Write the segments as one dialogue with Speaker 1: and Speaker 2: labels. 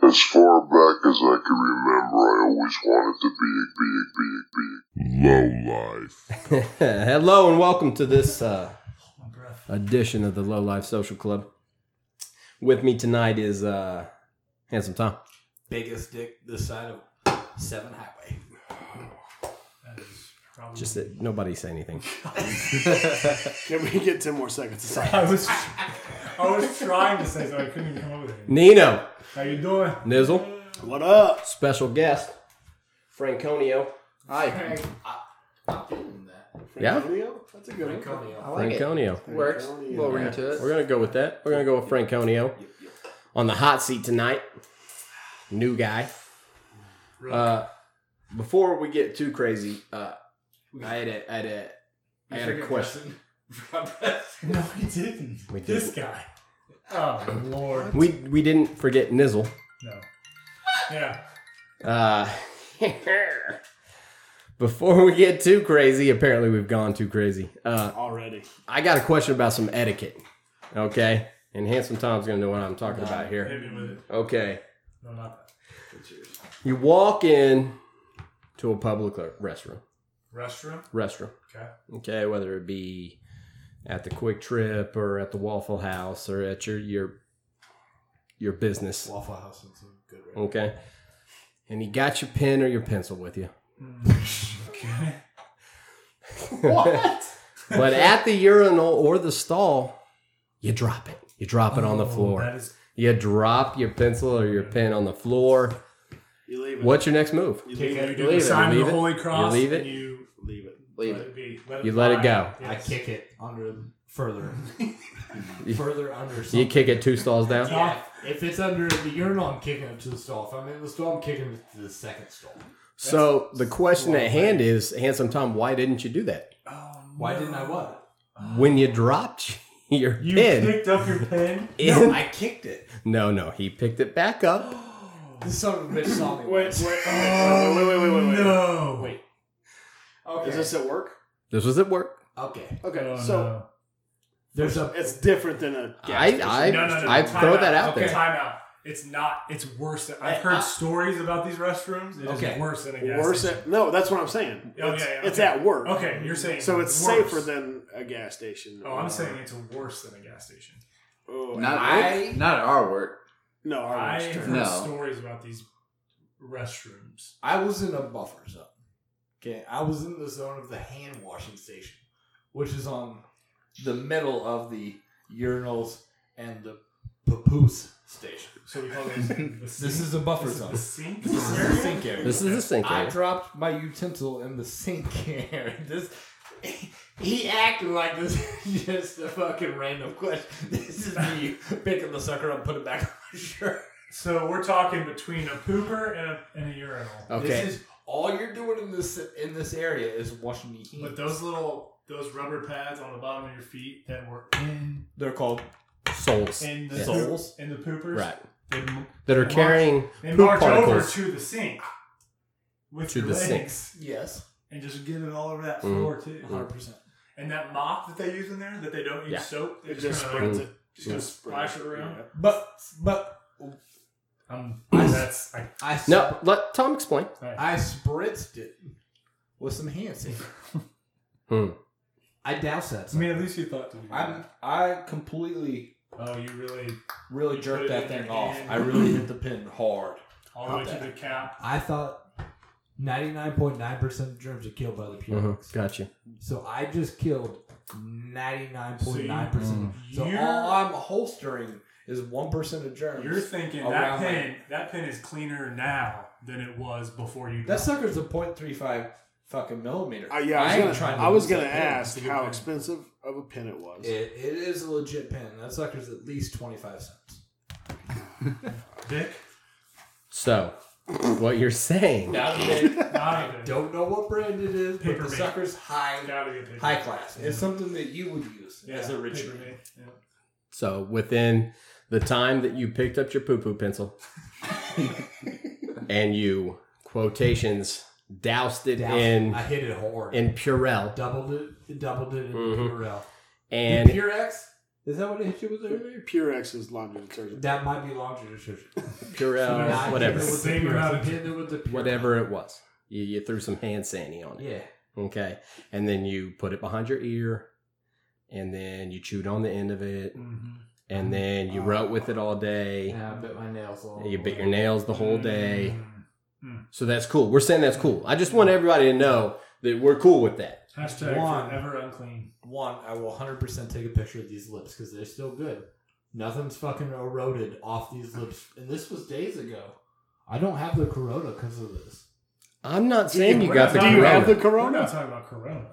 Speaker 1: As far back as I can remember, I always wanted to be, be, be, be low life.
Speaker 2: Hello and welcome to this uh,
Speaker 3: My breath.
Speaker 2: edition of the Low Life Social Club. With me tonight is uh, Handsome Tom.
Speaker 3: Biggest dick this side of Seven Highway. That is probably.
Speaker 2: Just that nobody say anything.
Speaker 4: Can we get 10 more seconds of
Speaker 5: I was,
Speaker 4: silence?
Speaker 5: I was trying to say something. I couldn't even come up with it.
Speaker 2: Nino,
Speaker 5: How you doing?
Speaker 2: Nizzle,
Speaker 4: What up?
Speaker 2: special guest, Franconio.
Speaker 4: Hi.
Speaker 3: I'm feeling that.
Speaker 2: Yeah,
Speaker 4: Antonio? That's a good one.
Speaker 3: Antonio.
Speaker 2: Franconio.
Speaker 6: Works. We'll ring to it.
Speaker 2: We're gonna go with that. We're gonna go with Franconio on the hot seat tonight. New guy. Uh, before we get too crazy, uh, I had a, I had a, I had a question.
Speaker 5: No, I didn't.
Speaker 2: We
Speaker 5: This guy. Oh lord.
Speaker 2: We we didn't forget Nizzle.
Speaker 5: No. Yeah.
Speaker 2: Uh, before we get too crazy, apparently we've gone too crazy. Uh,
Speaker 4: Already.
Speaker 2: I got a question about some etiquette. Okay, and handsome Tom's gonna know what I'm talking about here.
Speaker 5: Hit me with it.
Speaker 2: Okay,
Speaker 5: No, not that.
Speaker 2: you walk in to a public le- restroom.
Speaker 5: Restaurant.
Speaker 2: Restaurant.
Speaker 5: Okay.
Speaker 2: Okay, whether it be at the Quick Trip or at the Waffle House or at your your your business.
Speaker 3: Waffle House is a good rate.
Speaker 2: Okay, and you got your pen or your pencil with you.
Speaker 5: Mm, Okay.
Speaker 2: What? but at the urinal or the stall, you drop it. You drop it on the
Speaker 5: Oh,
Speaker 2: floor.
Speaker 5: That is.
Speaker 2: You drop your pencil or your pen on the floor.
Speaker 4: You leave it.
Speaker 2: What's your next move?
Speaker 4: You
Speaker 5: Okay,
Speaker 4: leave
Speaker 5: you
Speaker 4: it.
Speaker 5: do the
Speaker 2: leave it,
Speaker 5: sign of
Speaker 2: leave
Speaker 5: the
Speaker 2: it,
Speaker 5: Holy Cross.
Speaker 2: leave it.
Speaker 5: And you
Speaker 4: Leave it.
Speaker 6: Leave
Speaker 5: let
Speaker 6: it.
Speaker 5: it be. Let it
Speaker 2: You let it
Speaker 5: fly.
Speaker 2: go.
Speaker 5: Yes.
Speaker 3: I kick it under further. further under something.
Speaker 2: You kick it two stalls down.
Speaker 3: Yeah, if it's under the urinal, I'm kicking it to the stall. If I'm in the stall, I'm kicking it to the second stall.
Speaker 2: So the question at hand is, handsome Tom, why didn't you do that
Speaker 5: Oh,
Speaker 3: Why
Speaker 5: no.
Speaker 3: didn't I what?
Speaker 2: when you dropped your
Speaker 5: You
Speaker 2: pen?
Speaker 5: picked up your pen.
Speaker 2: in-
Speaker 3: I kicked it.
Speaker 2: no, no, he picked it back up.
Speaker 3: This son of a bitch saw me.
Speaker 5: Wait, wait,
Speaker 4: Wait, wait, wait, wait, wait.
Speaker 5: Oh, no.
Speaker 3: Wait. Okay.
Speaker 4: Is this at work?
Speaker 2: This was at work.
Speaker 3: okay.
Speaker 4: Okay,
Speaker 5: Oh,
Speaker 4: so
Speaker 5: no.
Speaker 3: There's a
Speaker 4: it's different than a.
Speaker 2: I, I,
Speaker 5: No, no, no,
Speaker 2: I
Speaker 5: time
Speaker 2: throw
Speaker 5: out.
Speaker 2: that out
Speaker 5: Okay.
Speaker 2: there.
Speaker 5: Time out. It's not. It's worse. Than, I've
Speaker 3: Hey,
Speaker 5: heard
Speaker 3: I-
Speaker 5: stories about these restrooms. It is
Speaker 3: Okay.
Speaker 5: worse than a gas
Speaker 4: Worse
Speaker 5: station.
Speaker 4: at. No, that's what I'm saying.
Speaker 5: Oh,
Speaker 4: it's,
Speaker 5: yeah, yeah,
Speaker 4: it's
Speaker 5: okay.
Speaker 4: at work.
Speaker 5: Okay, you're saying
Speaker 4: So it's
Speaker 5: worse.
Speaker 4: safer than a gas station.
Speaker 5: Oh, I'm saying it's worse than a gas station.
Speaker 4: Oh,
Speaker 6: Not
Speaker 3: I-
Speaker 6: not at our work.
Speaker 4: no,
Speaker 5: I
Speaker 4: our
Speaker 5: have
Speaker 4: work's
Speaker 5: heard
Speaker 6: No.
Speaker 5: stories about these restrooms.
Speaker 3: I was in a buffer zone. Okay, I was in the zone of the hand washing station, which is on the middle of the urinals and the papoose station.
Speaker 5: So we call these. The
Speaker 3: This is a buffer zone.
Speaker 5: the sink.
Speaker 3: This is the sink area.
Speaker 2: This is the sink
Speaker 3: I
Speaker 2: area.
Speaker 3: dropped my utensil in the sink area. This. He acted like this is just a fucking random question. This is me picking the sucker up, and putting it back on my shirt.
Speaker 5: So we're talking between a pooper and a, and a urinal.
Speaker 2: Okay,
Speaker 3: This is all you're doing in this in this area is washing your hands.
Speaker 5: But those little those rubber pads on the bottom of your feet that were in
Speaker 3: They're called
Speaker 2: souls,
Speaker 5: in the
Speaker 2: Yes.
Speaker 5: soles in the poopers,
Speaker 2: right?
Speaker 5: They, m-
Speaker 2: That are
Speaker 5: They march-
Speaker 2: carrying
Speaker 5: they
Speaker 2: poop
Speaker 5: march over
Speaker 2: particles.
Speaker 5: to the sink with
Speaker 2: To
Speaker 5: your
Speaker 2: the
Speaker 5: legs
Speaker 2: sink.
Speaker 3: yes,
Speaker 5: and just get it all over that
Speaker 2: Mhm.
Speaker 5: floor too.
Speaker 3: hundred percent.
Speaker 5: And that mop that they use in there that they don't use
Speaker 2: Yeah.
Speaker 5: soap, they
Speaker 4: It
Speaker 5: just
Speaker 4: just
Speaker 5: kind of
Speaker 4: spreads
Speaker 5: like,
Speaker 4: it.
Speaker 5: just gonna splash it around.
Speaker 3: Mm. But but
Speaker 5: Um, that's I,
Speaker 3: I s-
Speaker 2: No, let Tom explain.
Speaker 3: I spritzed it with some hand sanitizer.
Speaker 2: Hmm.
Speaker 3: I doused that.
Speaker 5: I mean, at least you thought. To do
Speaker 3: I'm I completely
Speaker 5: Oh, you really
Speaker 3: really
Speaker 5: You
Speaker 3: jerked
Speaker 5: put it
Speaker 3: that
Speaker 5: in your
Speaker 3: thing off.
Speaker 5: hand.
Speaker 3: I really hit the pin hard.
Speaker 5: all the way
Speaker 3: Not
Speaker 5: to the cap.
Speaker 7: I thought 99.9% of germs are killed by the
Speaker 2: Mhm,
Speaker 7: purines.
Speaker 2: Gotcha.
Speaker 7: So I just killed 99.9%. So,
Speaker 3: Mm-hmm.
Speaker 5: So you-
Speaker 3: all I'm holstering is one percent of germs.
Speaker 5: You're thinking that
Speaker 3: Around my-
Speaker 5: pin that pin is cleaner now than it was before you.
Speaker 3: that sucker's a point three five fucking millimeter.
Speaker 4: Uh, yeah, I was
Speaker 3: ain't
Speaker 4: gonna,
Speaker 3: trying to
Speaker 4: I was
Speaker 3: lose
Speaker 4: gonna
Speaker 3: that pin.
Speaker 5: It's
Speaker 4: ask
Speaker 5: a good
Speaker 4: how
Speaker 5: pin.
Speaker 4: expensive of a pin it was.
Speaker 3: It, it is a legit pen. That sucker's at least twenty five cents.
Speaker 5: Dick,
Speaker 2: So, what you're saying?
Speaker 3: Not a big-
Speaker 5: not even.
Speaker 3: Don't know what brand it is, but the
Speaker 5: Papermate.
Speaker 3: sucker's high
Speaker 5: Gotta get paid.
Speaker 3: high class. It's something that you would use as a rich man.
Speaker 5: papermate, yeah.
Speaker 2: So within the time that you picked up your poo poo pencil and you quotations doused it
Speaker 7: Doused
Speaker 2: in
Speaker 3: I hit it hard.
Speaker 2: in Purell
Speaker 7: doubled it, doubled it in
Speaker 2: Mhm.
Speaker 7: Purell.
Speaker 2: and
Speaker 3: Purex Is that what it hit you with earlier?
Speaker 4: Purex is laundry detergent.
Speaker 3: That might be laundry detergent.
Speaker 2: Purell,
Speaker 3: Nah,
Speaker 2: whatever,
Speaker 3: it's-
Speaker 5: Same amount of hitting it with the
Speaker 2: whatever it was. You, you threw some hand sandy on it.
Speaker 3: Yeah.
Speaker 2: Okay. And then you put it behind your ear, and then you chewed on the end of it,
Speaker 5: Mm-hmm.
Speaker 2: and then you wrote with it all day.
Speaker 8: Yeah, I bit my nails all.
Speaker 2: You bit your nails the whole day.
Speaker 5: Mm.
Speaker 2: So that's cool. We're saying that's cool. I just want everybody to know that we're cool with that.
Speaker 5: Hashtag
Speaker 3: One.
Speaker 5: forever unclean.
Speaker 3: One, I will 100% take a picture of these lips because they're still good. Nothing's fucking eroded off these lips. And this was days ago. I don't have the corona because of this.
Speaker 2: I'm not saying you got the
Speaker 5: Do you
Speaker 2: corona.
Speaker 5: have
Speaker 4: the
Speaker 5: We're not
Speaker 4: corona?
Speaker 5: talking about Corona.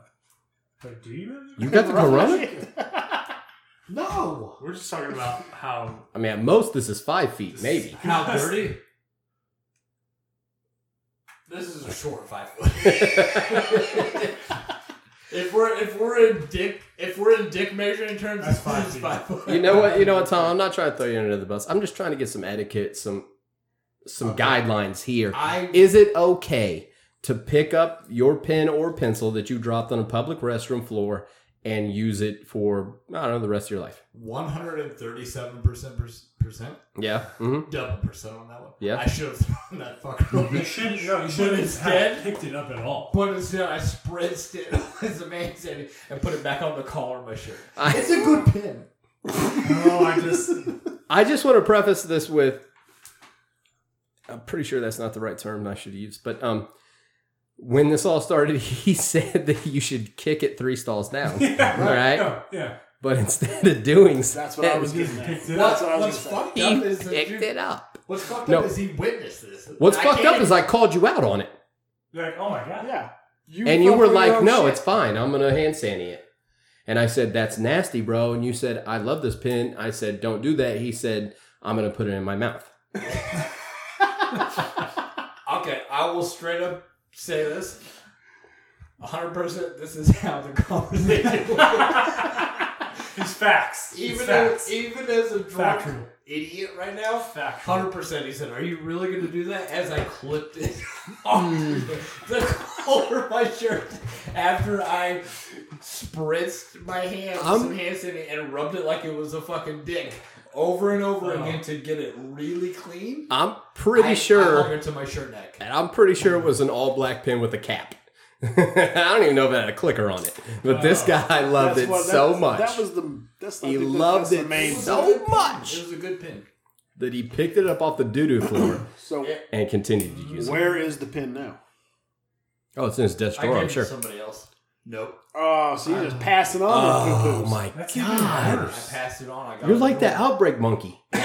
Speaker 5: But do you? Have
Speaker 2: you got the corona?
Speaker 3: No!
Speaker 5: We're just talking about how
Speaker 2: I mean, at most, this is five feet, maybe.
Speaker 3: How dirty? This is a short five foot. if we're if we're in dick if we're in dick measuring terms,
Speaker 5: That's
Speaker 3: it's
Speaker 5: five
Speaker 3: five,
Speaker 5: feet.
Speaker 3: foot.
Speaker 2: You know what? You know what, Tom? I'm not trying to throw you under the bus. I'm just trying to get some etiquette, some some guidelines here.
Speaker 3: I
Speaker 2: Is it okay to pick up your pen or pencil that you dropped on a public restroom floor and use it for I don't know the rest of your life?
Speaker 3: one hundred and thirty seven percent percent
Speaker 2: Yeah. hmm
Speaker 3: double percent on that one.
Speaker 2: Yeah.
Speaker 3: I should have thrown that fucker
Speaker 5: you
Speaker 3: away.
Speaker 5: shouldn't. No, you
Speaker 3: But
Speaker 5: shouldn't
Speaker 3: instead-
Speaker 5: have picked it up at all.
Speaker 3: But instead, I spritzed it as a man said, and put it back on the collar of my shirt.
Speaker 2: I-
Speaker 3: it's a good pin.
Speaker 5: no, I just
Speaker 2: I just want to preface this with I'm pretty sure that's not the right term I should use, but um when this all started, he said that you should kick it three stalls down. All right.
Speaker 5: No, yeah.
Speaker 2: But instead of doing so,
Speaker 4: That's what I was getting at.
Speaker 5: Picked it
Speaker 4: That's
Speaker 5: up.
Speaker 4: what I was
Speaker 3: What's
Speaker 4: gonna say.
Speaker 3: fucked
Speaker 2: he
Speaker 3: up is that
Speaker 2: picked
Speaker 3: you-
Speaker 2: it up.
Speaker 3: What's fucked
Speaker 2: No.
Speaker 3: up is he witnessed this.
Speaker 2: What's
Speaker 3: I
Speaker 2: fucked
Speaker 3: can't-
Speaker 2: up is I called you out on it.
Speaker 5: You're like, oh my god.
Speaker 4: Yeah. You
Speaker 2: and you
Speaker 4: fuck
Speaker 2: were
Speaker 4: with your
Speaker 2: like,
Speaker 4: own
Speaker 2: "No,
Speaker 4: shit."
Speaker 2: it's fine. I'm gonna hand sandy it." And I said, "That's nasty, bro." And you said, "I love this pin." I said, "Don't do that." He said, "I'm gonna put it in my mouth."
Speaker 3: Okay, I will straight up say this. 100% this is how the conversation
Speaker 5: It's facts. It's
Speaker 3: even,
Speaker 5: facts.
Speaker 3: as, even as a drunk
Speaker 5: Factual.
Speaker 3: idiot right now,
Speaker 5: Factual.
Speaker 3: 100% he said, Are you really going to do that? As I clipped it on
Speaker 2: Mm.
Speaker 3: the collar of my shirt after I spritzed my hand with
Speaker 2: I'm-
Speaker 3: some hand sanitizer and rubbed it like it was a fucking dick over and over again to get it really clean.
Speaker 2: I'm Oh. pretty
Speaker 3: I- I hung
Speaker 2: sure,
Speaker 3: it to my shirt neck.
Speaker 2: and I'm pretty sure it was an all black pin with a cap. I don't even know if it had a clicker on it, but this guy loved
Speaker 4: Oh, That's
Speaker 2: it
Speaker 4: what- that
Speaker 2: so
Speaker 4: was-
Speaker 2: much
Speaker 4: That was the. That's
Speaker 2: He
Speaker 4: I think that-
Speaker 2: loved
Speaker 4: that's the
Speaker 2: it
Speaker 4: main-
Speaker 2: so- much.
Speaker 3: It was a good pin.
Speaker 2: that he picked it up off the doo doo floor
Speaker 4: So
Speaker 2: and continued to use it.
Speaker 4: where is the pin now?
Speaker 2: Oh, it's in his desk
Speaker 3: I
Speaker 2: drawer,
Speaker 3: gave
Speaker 2: I'm
Speaker 3: it to
Speaker 2: sure.
Speaker 3: somebody else. Nope.
Speaker 4: Oh, so you're just passing on the
Speaker 2: Uh, Oh
Speaker 4: poo-poos.
Speaker 2: my
Speaker 5: That's even
Speaker 2: god,
Speaker 3: I passed it on. I got
Speaker 2: you're
Speaker 3: it.
Speaker 2: like that outbreak monkey.
Speaker 5: You're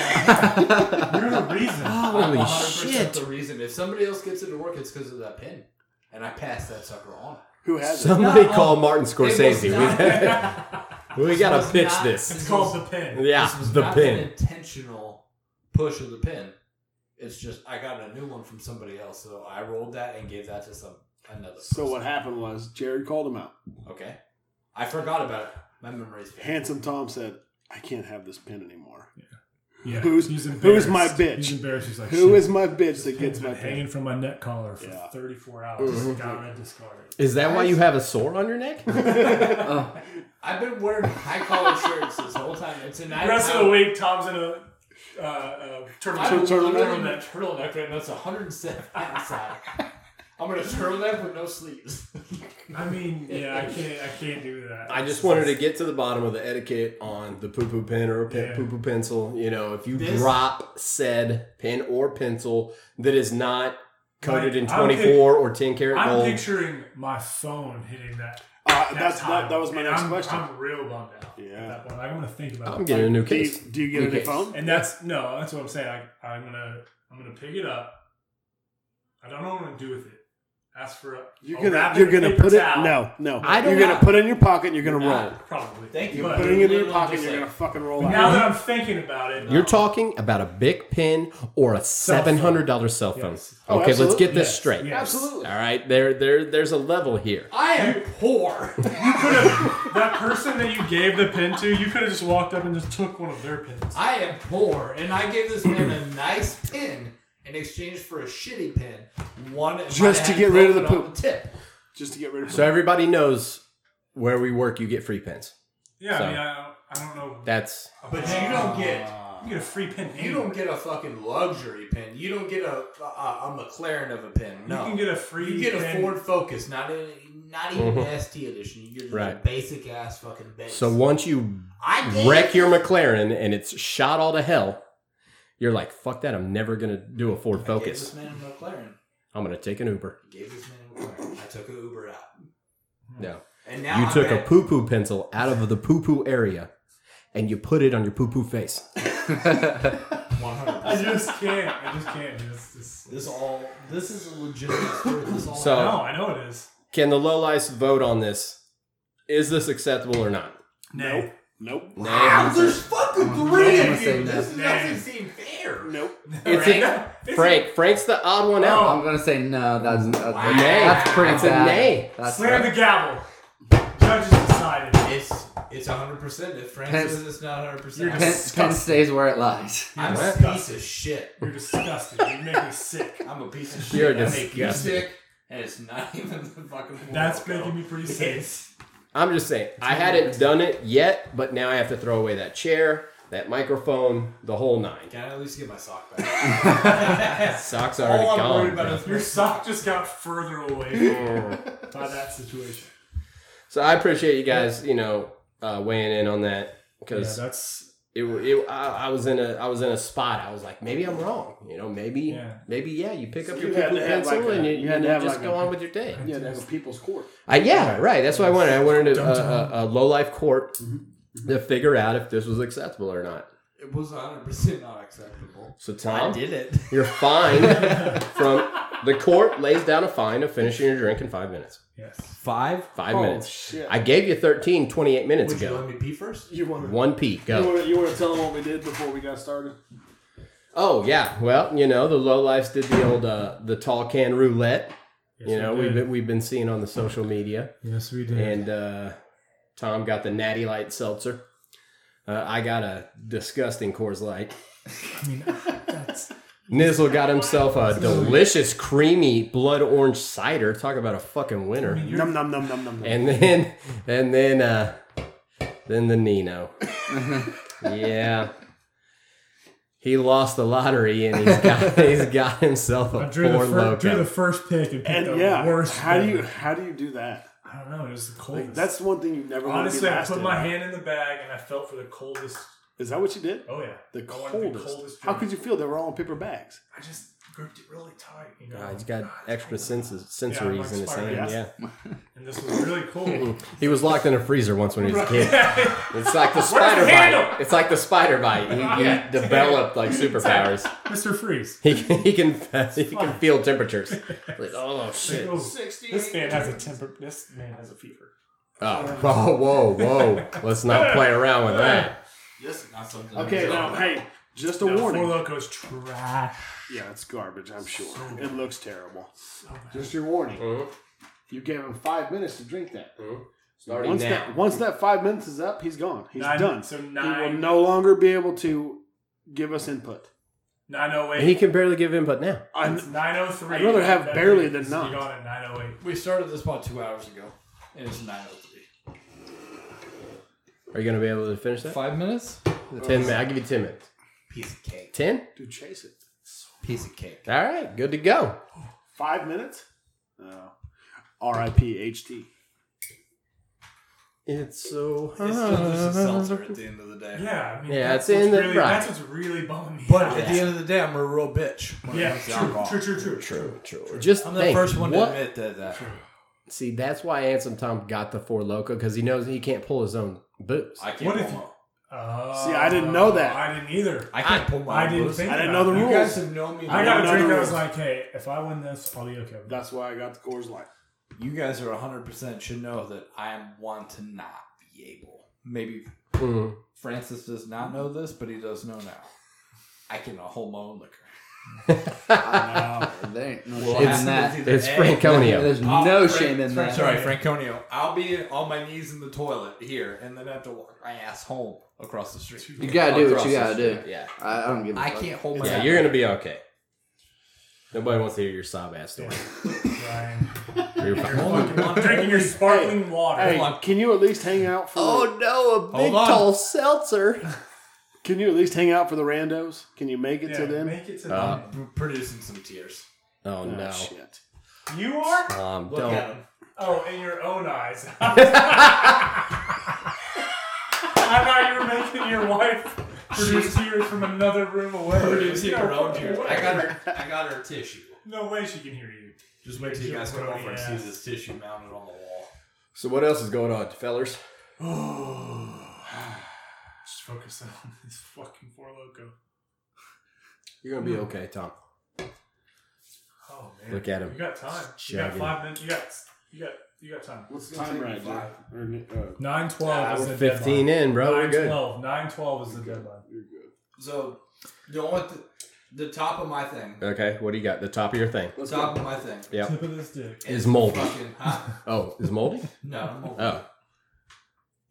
Speaker 5: the reason.
Speaker 3: I'm
Speaker 2: Holy
Speaker 3: 100%
Speaker 2: shit!
Speaker 3: The reason if somebody else gets it to work, it's because of that pin, and I passed that sucker on.
Speaker 4: Who has it?
Speaker 2: Somebody
Speaker 3: No.
Speaker 2: call Martin
Speaker 3: It was
Speaker 2: Scorsese. We, we gotta
Speaker 3: was
Speaker 2: pitch
Speaker 3: not-
Speaker 2: this.
Speaker 5: It's called the pin.
Speaker 2: Yeah,
Speaker 3: this was
Speaker 2: the
Speaker 3: not an
Speaker 2: pin.
Speaker 3: intentional push of the pin. It's just I got a new one from somebody else, so I rolled that and gave that to some another.
Speaker 4: So
Speaker 3: person.
Speaker 4: what happened was Jared called him out.
Speaker 3: Okay, I forgot about it. My memory's bad.
Speaker 4: Handsome Tom said, "I can't have this pin anymore.
Speaker 5: Yeah.
Speaker 4: Who's-
Speaker 5: he's
Speaker 4: who's my
Speaker 5: embarrassed.
Speaker 4: bitch?
Speaker 5: He's embarrassed. He's like,
Speaker 4: Who
Speaker 5: shit,
Speaker 4: is my bitch
Speaker 5: this
Speaker 4: that
Speaker 5: pin's
Speaker 4: gets
Speaker 5: been
Speaker 4: my
Speaker 5: hanging
Speaker 4: pin?"
Speaker 5: from my neck collar for
Speaker 4: Yeah.
Speaker 5: 34 hours?
Speaker 4: Mhm.
Speaker 5: Gotta discard it.
Speaker 2: Is that why you have a sore on your neck? Oh.
Speaker 3: I've been wearing high collar shirts this whole time, and tonight
Speaker 5: The rest of
Speaker 3: I'm-
Speaker 5: the week, Tom's in a uh, uh,
Speaker 3: I'm
Speaker 5: turtleneck.
Speaker 4: Tur- turtleneck?
Speaker 3: literally in that turtleneck right now. It's 107 outside. I'm gonna turtleneck with no sleeves.
Speaker 5: I mean, yeah, I can't, I can't do that.
Speaker 2: I just wanted to get to the bottom of the etiquette on the poo poo pen or a pe-
Speaker 5: Yeah.
Speaker 2: poo poo pencil. You know, if you
Speaker 3: This-
Speaker 2: drop said pen or pencil that is not coated in
Speaker 5: Like, I'm pic-
Speaker 2: 24 or 10 karat
Speaker 5: I'm
Speaker 2: gold,
Speaker 5: picturing my phone hitting that.
Speaker 4: Uh, that's
Speaker 5: tile,
Speaker 4: that, that was my
Speaker 5: and
Speaker 4: next
Speaker 5: I'm,
Speaker 4: question.
Speaker 5: I'm real bummed out.
Speaker 4: Yeah.
Speaker 5: At that point, I'm gonna think about
Speaker 2: I'm
Speaker 5: it.
Speaker 2: getting a new
Speaker 4: do, you,
Speaker 2: case.
Speaker 4: do you get a
Speaker 2: New
Speaker 4: new
Speaker 2: case.
Speaker 4: phone?
Speaker 5: And that's no, that's what I'm saying. I, I'm gonna, I'm gonna pick it up. I don't know what I'm gonna do with it. Ask for a.
Speaker 4: You're
Speaker 2: Oh,
Speaker 5: I'll
Speaker 4: gonna
Speaker 5: wrap
Speaker 4: you're
Speaker 5: in a
Speaker 4: gonna
Speaker 5: paper
Speaker 4: put it
Speaker 5: towel.
Speaker 4: no no.
Speaker 2: I don't
Speaker 4: you're gonna
Speaker 2: know.
Speaker 4: put it in your pocket. and You're gonna roll.
Speaker 2: uh,
Speaker 5: Probably.
Speaker 3: Thank you.
Speaker 4: You're
Speaker 5: But
Speaker 4: putting it in your
Speaker 3: literally
Speaker 4: pocket.
Speaker 3: just
Speaker 4: You're
Speaker 3: like-
Speaker 4: gonna fucking roll out.
Speaker 5: now that I'm thinking about it,
Speaker 2: You're talking about a big pen or a
Speaker 5: Cell phone.
Speaker 2: $700 cell phone.
Speaker 5: Yes.
Speaker 4: Oh,
Speaker 2: Okay, let's
Speaker 4: absolutely.
Speaker 2: get this
Speaker 5: Yes,
Speaker 2: straight.
Speaker 5: yes.
Speaker 4: Absolutely.
Speaker 2: All right, there, there, there's a level here.
Speaker 3: I am poor.
Speaker 5: that person that you gave the pin to, you could have just walked up and just took one of their pins.
Speaker 3: I am poor, and I gave this man a nice pin in exchange for a shitty pin. One that
Speaker 4: Just
Speaker 3: might
Speaker 4: to
Speaker 3: have
Speaker 4: get rid of the
Speaker 3: broken on
Speaker 4: poop.
Speaker 3: tip.
Speaker 4: Just to get rid of.
Speaker 2: So everybody knows where we work, you get free pens.
Speaker 5: Yeah,
Speaker 2: So-
Speaker 5: I mean, I, I don't know.
Speaker 2: That's
Speaker 5: a
Speaker 3: But
Speaker 5: pen.
Speaker 3: you don't get
Speaker 5: You get a free pen.
Speaker 3: you don't get a fucking luxury pen. You don't get a a, a McLaren of a pen. No,
Speaker 5: You can get a free.
Speaker 3: You get a
Speaker 5: pen.
Speaker 3: Ford Focus, not a, not even
Speaker 2: Mhm.
Speaker 3: ST edition. You get just a
Speaker 2: Right.
Speaker 3: basic ass fucking base.
Speaker 2: so once you
Speaker 3: I did-
Speaker 2: wreck your McLaren and it's shot all to hell, you're like, fuck that. I'm never going to do a Ford
Speaker 3: I gave
Speaker 2: Focus.
Speaker 3: this man a McLaren.
Speaker 2: I'm going to take an Uber.
Speaker 3: I gave this man a McLaren. I took an Uber out.
Speaker 2: No.
Speaker 3: And now
Speaker 2: You
Speaker 3: I'm
Speaker 2: took a
Speaker 3: at-
Speaker 2: poo poo pencil out of the poo poo area and you put it on your poo poo face.
Speaker 5: I just can't. I just can't. It's just,
Speaker 3: This all this is a legitimate story. This all
Speaker 2: So-
Speaker 5: no, I know it is.
Speaker 2: Can the lowlights vote on this? Is this acceptable or not?
Speaker 5: No.
Speaker 4: Nope.
Speaker 3: wow, there's fucking three
Speaker 8: gonna
Speaker 3: of
Speaker 8: say
Speaker 3: you.
Speaker 8: no.
Speaker 3: This
Speaker 5: Dang.
Speaker 3: doesn't seem fair.
Speaker 4: Nope.
Speaker 2: It's a, Frank. Frank's the odd one out.
Speaker 8: I'm gonna say no. That's that's,
Speaker 3: Wow.
Speaker 8: that's pretty
Speaker 2: Oh. That's a
Speaker 8: bad.
Speaker 2: nay.
Speaker 8: That's
Speaker 5: Slam the gavel. Judges decided.
Speaker 3: It's it's 100. percent If Frank
Speaker 8: Pence-
Speaker 3: says it's not 100,
Speaker 5: You're
Speaker 8: Pen,
Speaker 3: percent
Speaker 5: dis-
Speaker 8: pen stays where it lies.
Speaker 3: I'm
Speaker 5: You're
Speaker 3: a piece
Speaker 5: disgusted.
Speaker 3: of shit.
Speaker 5: You're disgusted. You make me sick.
Speaker 3: I'm a piece of shit.
Speaker 2: You're
Speaker 3: I make you
Speaker 2: disgusting.
Speaker 3: sick, and it's not even the fucking.
Speaker 5: That's
Speaker 3: World
Speaker 5: making
Speaker 3: Cup.
Speaker 5: me pretty sick.
Speaker 3: It's-
Speaker 2: I'm just saying, I hadn't done it yet, but now I have to throw away that chair, that microphone, the whole nine.
Speaker 3: Can I at least get my sock back?
Speaker 2: Socks are
Speaker 4: Oh,
Speaker 2: already
Speaker 3: All I'm worried
Speaker 2: gone.
Speaker 3: about
Speaker 2: bro.
Speaker 3: is
Speaker 5: Your sock just got further away from you by that situation.
Speaker 2: So I appreciate you guys, you know, uh, weighing in on that because
Speaker 5: Yeah, that's
Speaker 2: it, it I, I was in a I was in a spot. I was like, maybe I'm wrong. You know, maybe
Speaker 5: Yeah.
Speaker 2: maybe yeah. You pick up
Speaker 4: You
Speaker 2: your
Speaker 4: had
Speaker 2: people
Speaker 4: to have
Speaker 2: pencil
Speaker 4: like a-
Speaker 2: and you,
Speaker 4: you had to
Speaker 2: you
Speaker 4: have
Speaker 2: just
Speaker 4: like
Speaker 2: go
Speaker 4: a-
Speaker 2: on with your day.
Speaker 4: Yeah, that's a people's court.
Speaker 2: I, yeah, right. That's what I wanted. I wanted a,
Speaker 5: Dun, dun.
Speaker 2: a, a low life court
Speaker 4: Mm-hmm.
Speaker 2: to figure out if this was acceptable or not.
Speaker 3: it was 100 percent not acceptable.
Speaker 2: So Tom,
Speaker 3: did it.
Speaker 2: Your fine from the court lays down a fine of finishing your drink in five minutes.
Speaker 5: yes.
Speaker 3: Five.
Speaker 2: Five
Speaker 4: oh,
Speaker 2: minutes.
Speaker 4: Shit.
Speaker 2: I gave you 13 28 minutes
Speaker 3: Would you let
Speaker 2: ago.
Speaker 3: me pee first?
Speaker 4: you want to
Speaker 2: One P,
Speaker 4: You
Speaker 2: go.
Speaker 4: want, to, you want to tell them what we did before we got started?
Speaker 2: Oh, yeah. Well, you know, the lowlifes did the old, uh, the tall can roulette. You know, we've been, we've been seeing on the social media.
Speaker 5: yes we did.
Speaker 2: And uh, Tom got the Natty Light seltzer. Uh, I got a disgusting Coors Light.
Speaker 5: I mean, that's
Speaker 2: Nizzle got himself a delicious, creamy blood orange cider. Talk about a fucking winner.
Speaker 5: I mean, you're,
Speaker 4: Num num num num num. num.
Speaker 2: and then and then uh then the Nino. yeah. He lost the lottery and he's got he's got himself
Speaker 5: I
Speaker 2: a
Speaker 5: drew the,
Speaker 2: poor
Speaker 5: fir- drew the
Speaker 2: loco.
Speaker 5: first pick and picked the
Speaker 4: And yeah,
Speaker 5: worst.
Speaker 4: how do you
Speaker 5: one.
Speaker 4: how do you do that?
Speaker 5: I don't know. It was the coldest.
Speaker 4: Like, that's the one thing you never want to
Speaker 5: honestly.
Speaker 4: be
Speaker 5: I
Speaker 4: last
Speaker 5: put
Speaker 4: in.
Speaker 5: my hand in the bag and I felt for the coldest.
Speaker 4: Is that what you did?
Speaker 5: Oh yeah,
Speaker 4: The
Speaker 5: I wanted
Speaker 4: coldest. how
Speaker 5: drink.
Speaker 4: could you feel? They were all in paper bags.
Speaker 5: I just gripped it really tight. You know,
Speaker 2: God, he's got extra senses, sensories
Speaker 5: Yeah, I'm
Speaker 2: in his
Speaker 5: expired.
Speaker 2: hand. Yeah.
Speaker 5: and this was really cold.
Speaker 2: He was locked in a freezer once when he was a kid.
Speaker 5: Yeah.
Speaker 2: It's like the
Speaker 5: the
Speaker 2: spider bite.
Speaker 5: handle?
Speaker 2: It's like the spider bite. He,
Speaker 5: Yeah.
Speaker 2: he developed like superpowers.
Speaker 5: Mr. Freeze.
Speaker 2: He can, he can he can feel temperatures. Like, oh shit.
Speaker 5: Oh, This
Speaker 3: 68.
Speaker 5: man has a temper. This man has a fever.
Speaker 2: Oh, whoa, whoa, whoa. Let's not play around with that.
Speaker 3: This is not something.
Speaker 4: Okay, now hey, just a
Speaker 5: No,
Speaker 4: warning.
Speaker 5: Four Locos trash.
Speaker 4: yeah, it's garbage. I'm sure
Speaker 5: So
Speaker 4: it looks terrible.
Speaker 5: bad.
Speaker 4: Just your warning.
Speaker 5: Mm-hmm.
Speaker 2: Mhm.
Speaker 4: You gave him five minutes to drink that.
Speaker 2: Starting
Speaker 4: once
Speaker 2: now.
Speaker 4: that once that five minutes is up, he's gone. He's
Speaker 5: Nine-
Speaker 4: done.
Speaker 5: So
Speaker 4: He will
Speaker 5: nine,
Speaker 4: no longer be able to give us input.
Speaker 5: nine oh
Speaker 2: And he
Speaker 5: eight.
Speaker 2: can barely give input now.
Speaker 4: I'm,
Speaker 5: It's nine oh three.
Speaker 4: I'd rather have
Speaker 5: That
Speaker 4: barely
Speaker 5: dude
Speaker 4: than
Speaker 5: is
Speaker 4: none.
Speaker 5: Gone at nine oh eight.
Speaker 3: We started this about two hours ago, and it's 9:03.
Speaker 2: Are you going to be able to finish that?
Speaker 9: Five minutes?
Speaker 2: Ten minutes. I'll give you ten minutes.
Speaker 3: Piece of cake.
Speaker 2: Ten?
Speaker 4: dude, chase it.
Speaker 3: Piece of cake.
Speaker 2: All right. Good to go.
Speaker 4: Five minutes. Oh. R.I.P. H.T.
Speaker 2: It's so
Speaker 3: It's still just a seltzer at the end of the day.
Speaker 5: Yeah, I mean,
Speaker 2: Yeah,
Speaker 5: that's
Speaker 2: it's in the-
Speaker 5: what's really,
Speaker 2: right.
Speaker 5: That's what's really bumming me
Speaker 3: But
Speaker 5: out.
Speaker 3: at the end of the day, I'm a real bitch. when it
Speaker 5: yeah,
Speaker 3: comes to
Speaker 5: true,
Speaker 3: alcohol.
Speaker 5: true, true, true,
Speaker 2: True, true. Just
Speaker 3: I'm the
Speaker 2: think,
Speaker 3: first one
Speaker 2: what-
Speaker 3: to admit that. that.
Speaker 2: See, that's why Anson Tom got the four loco because he knows he can't pull his own booze.
Speaker 3: I can't
Speaker 5: What
Speaker 3: pull
Speaker 5: if-
Speaker 3: my,
Speaker 5: Oh,
Speaker 4: See, I didn't know that.
Speaker 5: I didn't either.
Speaker 3: I can't pull my
Speaker 5: I
Speaker 3: own
Speaker 5: didn't
Speaker 3: booze.
Speaker 5: think.
Speaker 4: I didn't
Speaker 5: about
Speaker 4: know the
Speaker 5: it.
Speaker 4: rules.
Speaker 3: You guys have known me.
Speaker 5: I
Speaker 4: I
Speaker 5: got
Speaker 4: didn't
Speaker 5: a
Speaker 4: know
Speaker 5: drink.
Speaker 4: the
Speaker 5: I was
Speaker 4: rules.
Speaker 5: like, hey, if I win this, I'll be okay. With
Speaker 4: That's why I got the Coors Light.
Speaker 3: You guys are 100 percent should know that I am one to not be able. Maybe
Speaker 2: Mm.
Speaker 3: Francis does not know this, but he does know now. I can hold my own liquor.
Speaker 8: There ain't no
Speaker 3: Well,
Speaker 8: shame
Speaker 3: it's-
Speaker 8: in that.
Speaker 2: It's
Speaker 3: Hey,
Speaker 2: Franconia.
Speaker 8: There's
Speaker 3: Oh,
Speaker 8: no
Speaker 3: Frank-
Speaker 8: shame in
Speaker 3: Frank-
Speaker 8: that.
Speaker 3: Sorry, Franconio. I'll be on my knees in the toilet here, and then have to walk my ass home across the street.
Speaker 8: You gotta do what
Speaker 3: Across
Speaker 8: you
Speaker 3: the
Speaker 8: gotta do.
Speaker 3: street.
Speaker 2: Yeah.
Speaker 8: I, I don't give a
Speaker 3: I
Speaker 8: fuck.
Speaker 3: can't hold my.
Speaker 2: Yeah, you're going to be okay. Nobody wants to hear your sob ass story.
Speaker 5: Brian.
Speaker 2: You're fine.
Speaker 5: Fucking- I'm drinking your sparkling water.
Speaker 4: Hey, can you at least hang out for?
Speaker 8: Oh no, a big
Speaker 10: on.
Speaker 8: tall seltzer.
Speaker 4: Can you at least hang out for the randos? Can you make it
Speaker 5: yeah,
Speaker 4: to them?
Speaker 5: Make it to
Speaker 2: Uh,
Speaker 5: them.
Speaker 3: producing some tears.
Speaker 2: Oh
Speaker 4: Oh,
Speaker 2: no,
Speaker 4: shit.
Speaker 5: You are?
Speaker 2: Tom,
Speaker 3: Look
Speaker 2: don't.
Speaker 3: at him.
Speaker 5: Oh, in your own eyes. I thought you were making your wife produce tears from another room away.
Speaker 3: Producing
Speaker 5: No
Speaker 3: her own
Speaker 5: fucking
Speaker 3: tears.
Speaker 5: way.
Speaker 3: I got her. I got her tissue.
Speaker 5: No way she can hear you.
Speaker 3: Just wait till you
Speaker 5: Yeah,
Speaker 3: guys come
Speaker 5: bro,
Speaker 3: over and
Speaker 5: yeah.
Speaker 3: see this tissue mounted on the wall.
Speaker 2: So what else is going on, fellers?
Speaker 5: Just focus on this fucking four loco.
Speaker 2: You're gonna be
Speaker 3: Hmm.
Speaker 2: okay, Tom.
Speaker 5: Oh man.
Speaker 2: Look at him.
Speaker 5: You got time. You
Speaker 2: Chugging.
Speaker 5: got five minutes. You got you got you got time.
Speaker 4: What's the time right now? Or, uh,
Speaker 5: Nine twelve is
Speaker 2: We're
Speaker 5: the
Speaker 2: 15
Speaker 5: deadline.
Speaker 2: in, bro. We're
Speaker 5: Nine
Speaker 2: good.
Speaker 5: twelve. Nine twelve is the deadline.
Speaker 4: You're good.
Speaker 3: So, the only th- the top of my thing,
Speaker 2: Okay, what do you got? The top of your thing
Speaker 4: Let's
Speaker 3: top of my thing
Speaker 2: Yep.
Speaker 5: Tip of this dick.
Speaker 2: is moldy.
Speaker 3: fucking hot.
Speaker 2: Oh, is moldy?
Speaker 3: No, moldy.
Speaker 2: Oh,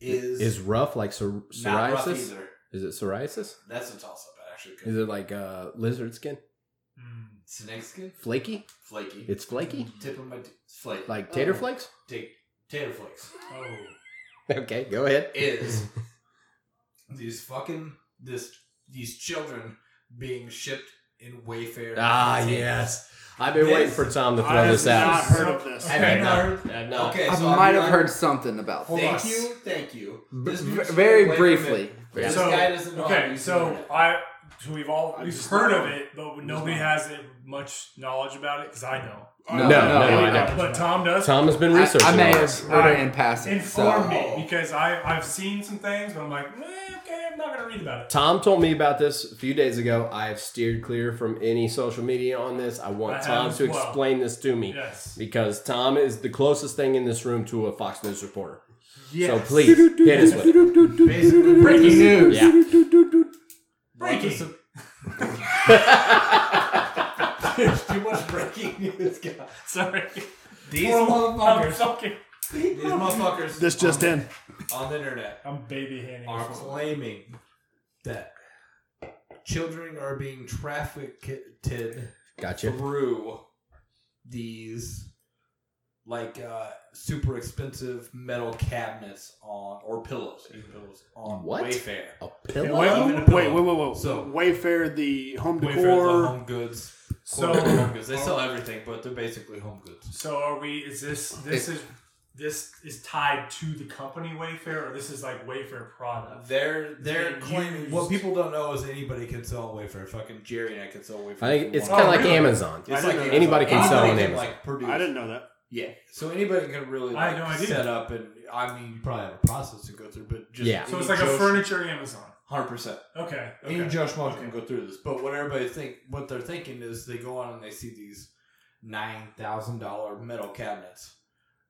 Speaker 3: is
Speaker 2: is rough like psor-
Speaker 3: not rough
Speaker 2: psoriasis?
Speaker 3: either.
Speaker 2: Is it psoriasis?
Speaker 3: That's a toss up. Actually,
Speaker 2: Is it like uh, lizard skin?
Speaker 5: Mm.
Speaker 3: snake skin,
Speaker 2: Flaky?
Speaker 3: flaky.
Speaker 2: It's flaky,
Speaker 3: Tip of my t- flake.
Speaker 2: like tater flakes.
Speaker 3: Take tater flakes.
Speaker 5: Oh.
Speaker 2: Okay, go ahead.
Speaker 3: Is these fucking this these children being shipped in Wayfair?
Speaker 2: Ah, yes. I've been
Speaker 3: This-
Speaker 2: waiting for Tom to
Speaker 5: I
Speaker 2: throw
Speaker 5: have
Speaker 2: this out.
Speaker 4: Not heard of this.
Speaker 3: Have
Speaker 2: Okay,
Speaker 3: you
Speaker 2: no.
Speaker 3: not heard?
Speaker 2: I've
Speaker 3: Okay,
Speaker 8: I
Speaker 3: so
Speaker 8: might have
Speaker 3: not-
Speaker 8: heard something about
Speaker 5: Hold
Speaker 8: this.
Speaker 5: on.
Speaker 3: Thank you, thank you.
Speaker 8: B-
Speaker 3: This
Speaker 8: v-
Speaker 3: news
Speaker 8: very
Speaker 3: wait a
Speaker 8: briefly.
Speaker 3: minute.
Speaker 2: Yeah.
Speaker 3: This
Speaker 5: So,
Speaker 3: guy doesn't know how to
Speaker 5: Okay,
Speaker 3: use
Speaker 5: so uh,
Speaker 3: internet.
Speaker 5: I so we've all
Speaker 4: I
Speaker 5: we've
Speaker 4: just
Speaker 5: heard
Speaker 4: know.
Speaker 5: of it, but nobody has it much knowledge about it because I don't.
Speaker 2: No,
Speaker 8: No,
Speaker 2: no,
Speaker 8: no,
Speaker 2: I know.
Speaker 5: But Tom does.
Speaker 2: Tom has been
Speaker 8: I,
Speaker 2: researching.
Speaker 8: I may
Speaker 2: all
Speaker 8: have
Speaker 2: this.
Speaker 8: heard it
Speaker 5: I
Speaker 8: in passing.
Speaker 5: informed
Speaker 8: So.
Speaker 5: me because I I've seen some things, but I'm like, eh, okay, I'm not gonna read about it.
Speaker 2: Tom told me about this a few days ago. I have steered clear from any social media on this. I want
Speaker 5: I have
Speaker 2: Tom
Speaker 5: as
Speaker 2: to
Speaker 5: well.
Speaker 2: explain this to me
Speaker 5: Yes.
Speaker 2: because Tom is the closest thing in this room to a Fox News reporter. So
Speaker 5: Yes.
Speaker 2: please hit us with it.
Speaker 3: basically
Speaker 5: Breaking news.
Speaker 2: Yeah.
Speaker 5: Breaking.
Speaker 3: There's too much breaking news, guys.
Speaker 5: Sorry.
Speaker 3: These
Speaker 5: Poor I'm
Speaker 3: motherfuckers.
Speaker 5: fucking.
Speaker 3: These motherfuckers.
Speaker 4: This just
Speaker 3: on,
Speaker 2: Oh,
Speaker 4: in.
Speaker 3: On the internet
Speaker 5: I'm baby handing.
Speaker 3: are
Speaker 5: this one.
Speaker 3: claiming that children are being trafficked
Speaker 2: Gotcha.
Speaker 3: through these like uh, super expensive metal cabinets on or pillows, even pillows on
Speaker 2: What?
Speaker 3: Wayfair.
Speaker 2: A
Speaker 4: Wait,
Speaker 2: pillow?
Speaker 3: Well, even
Speaker 4: wait,
Speaker 3: a
Speaker 4: wait,
Speaker 3: pillow.
Speaker 4: wait, wait.
Speaker 3: So-
Speaker 4: Wayfair, the home
Speaker 3: Wayfair's
Speaker 4: decor.
Speaker 3: the home goods.
Speaker 5: So- uh,
Speaker 3: So home goods. They sell everything, but they're basically home goods.
Speaker 5: So are we? Is this this is this is tied to the company Wayfair, or this is like Wayfair product?
Speaker 3: They're they're
Speaker 5: being
Speaker 3: claiming
Speaker 5: used.
Speaker 3: what people don't know is anybody can sell a Wayfair. Fucking Jerry and I can sell a Wayfair.
Speaker 2: I think it's
Speaker 3: if we
Speaker 2: kind of
Speaker 5: kinda Oh,
Speaker 2: like
Speaker 5: really?
Speaker 2: Amazon.
Speaker 3: want.
Speaker 4: I didn't know
Speaker 2: anybody
Speaker 4: that.
Speaker 2: can sell
Speaker 3: Anybody
Speaker 2: on
Speaker 3: can,
Speaker 2: Amazon.
Speaker 3: Like, produce.
Speaker 4: I didn't know that.
Speaker 3: Yeah, so anybody can really like,
Speaker 5: I had no idea.
Speaker 3: set up and I mean you probably have a process to go through, but just
Speaker 2: Yeah.
Speaker 5: So it's like a furniture Amazson.
Speaker 3: hundred percent.
Speaker 5: Okay.
Speaker 3: Any
Speaker 5: okay.
Speaker 3: Joe Schmo
Speaker 5: Okay.
Speaker 3: can go through this, but what everybody think, what they're thinking is they go on and they see these nine thousand dollar metal cabinets,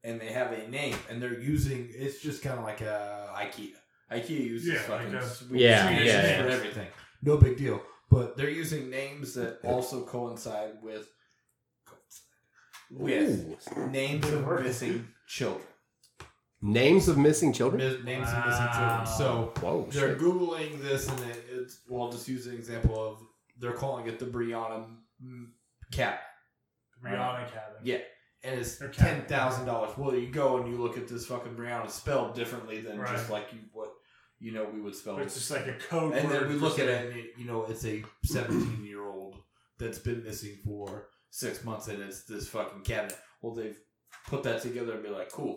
Speaker 3: and they have a name, and they're using it's just kind of like a IKEA. IKEA uses
Speaker 5: Yeah,
Speaker 3: fucking
Speaker 5: like a-
Speaker 3: Swedish
Speaker 2: Yeah,
Speaker 3: names
Speaker 2: yeah, yeah.
Speaker 3: for everything. No big deal, but they're using names that also coincide with
Speaker 5: Oh,
Speaker 3: with
Speaker 2: Ooh.
Speaker 3: names of missing children.
Speaker 2: Names of missing children?
Speaker 3: Mis- names of missing children. So
Speaker 2: Whoa.
Speaker 3: they're
Speaker 2: Oh, shit.
Speaker 3: googling this, and it, it's. Well, I'll just use an example of they're calling it the Brianna mm, cat,
Speaker 5: Rihanna cabin.
Speaker 3: Yeah. and it's
Speaker 5: Or
Speaker 3: ten
Speaker 5: cat.
Speaker 3: thousand dollars. Well, you go and you look at this fucking Brianna spelled differently than just like you what you know we would spell
Speaker 5: But
Speaker 3: it.
Speaker 5: it's just like a code.
Speaker 3: and
Speaker 5: word
Speaker 3: then we
Speaker 5: for
Speaker 3: look at
Speaker 5: something.
Speaker 3: it, and it, you know it's a seventeen year old that's been missing for six months, and it's this fucking cabinet. Well, they've put that together and be like, cool.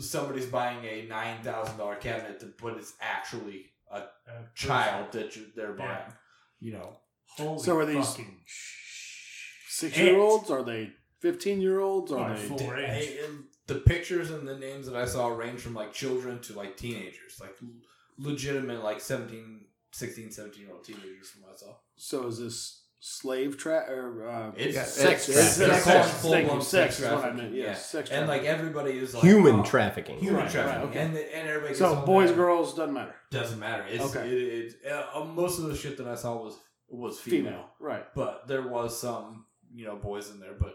Speaker 3: Somebody's buying a nine thousand dollar cabinet, but it's actually a
Speaker 5: Uh,
Speaker 3: child that you, they're buying.
Speaker 5: Yeah.
Speaker 3: You know,
Speaker 5: Holy
Speaker 4: So are these-
Speaker 5: fucking sh-
Speaker 4: Six year olds? Are they 15 year olds? Are
Speaker 5: Right.
Speaker 4: they.
Speaker 5: Full
Speaker 3: d-
Speaker 5: range.
Speaker 3: I- and the pictures and the names that I saw range from like children to like teenagers, like l- legitimate like 17, 16, 17 year old teenagers from what I saw.
Speaker 4: So is this slave trap or uh,
Speaker 3: It's
Speaker 8: Yeah,
Speaker 3: sex,
Speaker 8: it's-
Speaker 3: trafficking.
Speaker 8: it's-
Speaker 3: They're
Speaker 8: it's-
Speaker 3: calling
Speaker 4: thank
Speaker 3: full-blown
Speaker 4: you, sex is what I
Speaker 3: trafficking,
Speaker 4: meant. Yes,
Speaker 3: yeah.
Speaker 4: sex
Speaker 3: And like
Speaker 4: trafficking.
Speaker 3: everybody is like
Speaker 2: Human
Speaker 3: oh,
Speaker 2: trafficking.
Speaker 3: Human
Speaker 4: Right, right,
Speaker 3: trafficking,
Speaker 4: okay.
Speaker 3: and the, and everybody.
Speaker 4: So
Speaker 3: gets
Speaker 4: boys,
Speaker 3: mad.
Speaker 4: girls, doesn't matter.
Speaker 3: doesn't matter. It's,
Speaker 4: Okay.
Speaker 3: it, it, uh, most of the shit that I saw was was
Speaker 4: Female.
Speaker 3: female.
Speaker 4: Right.
Speaker 3: but there was some you know boys in there but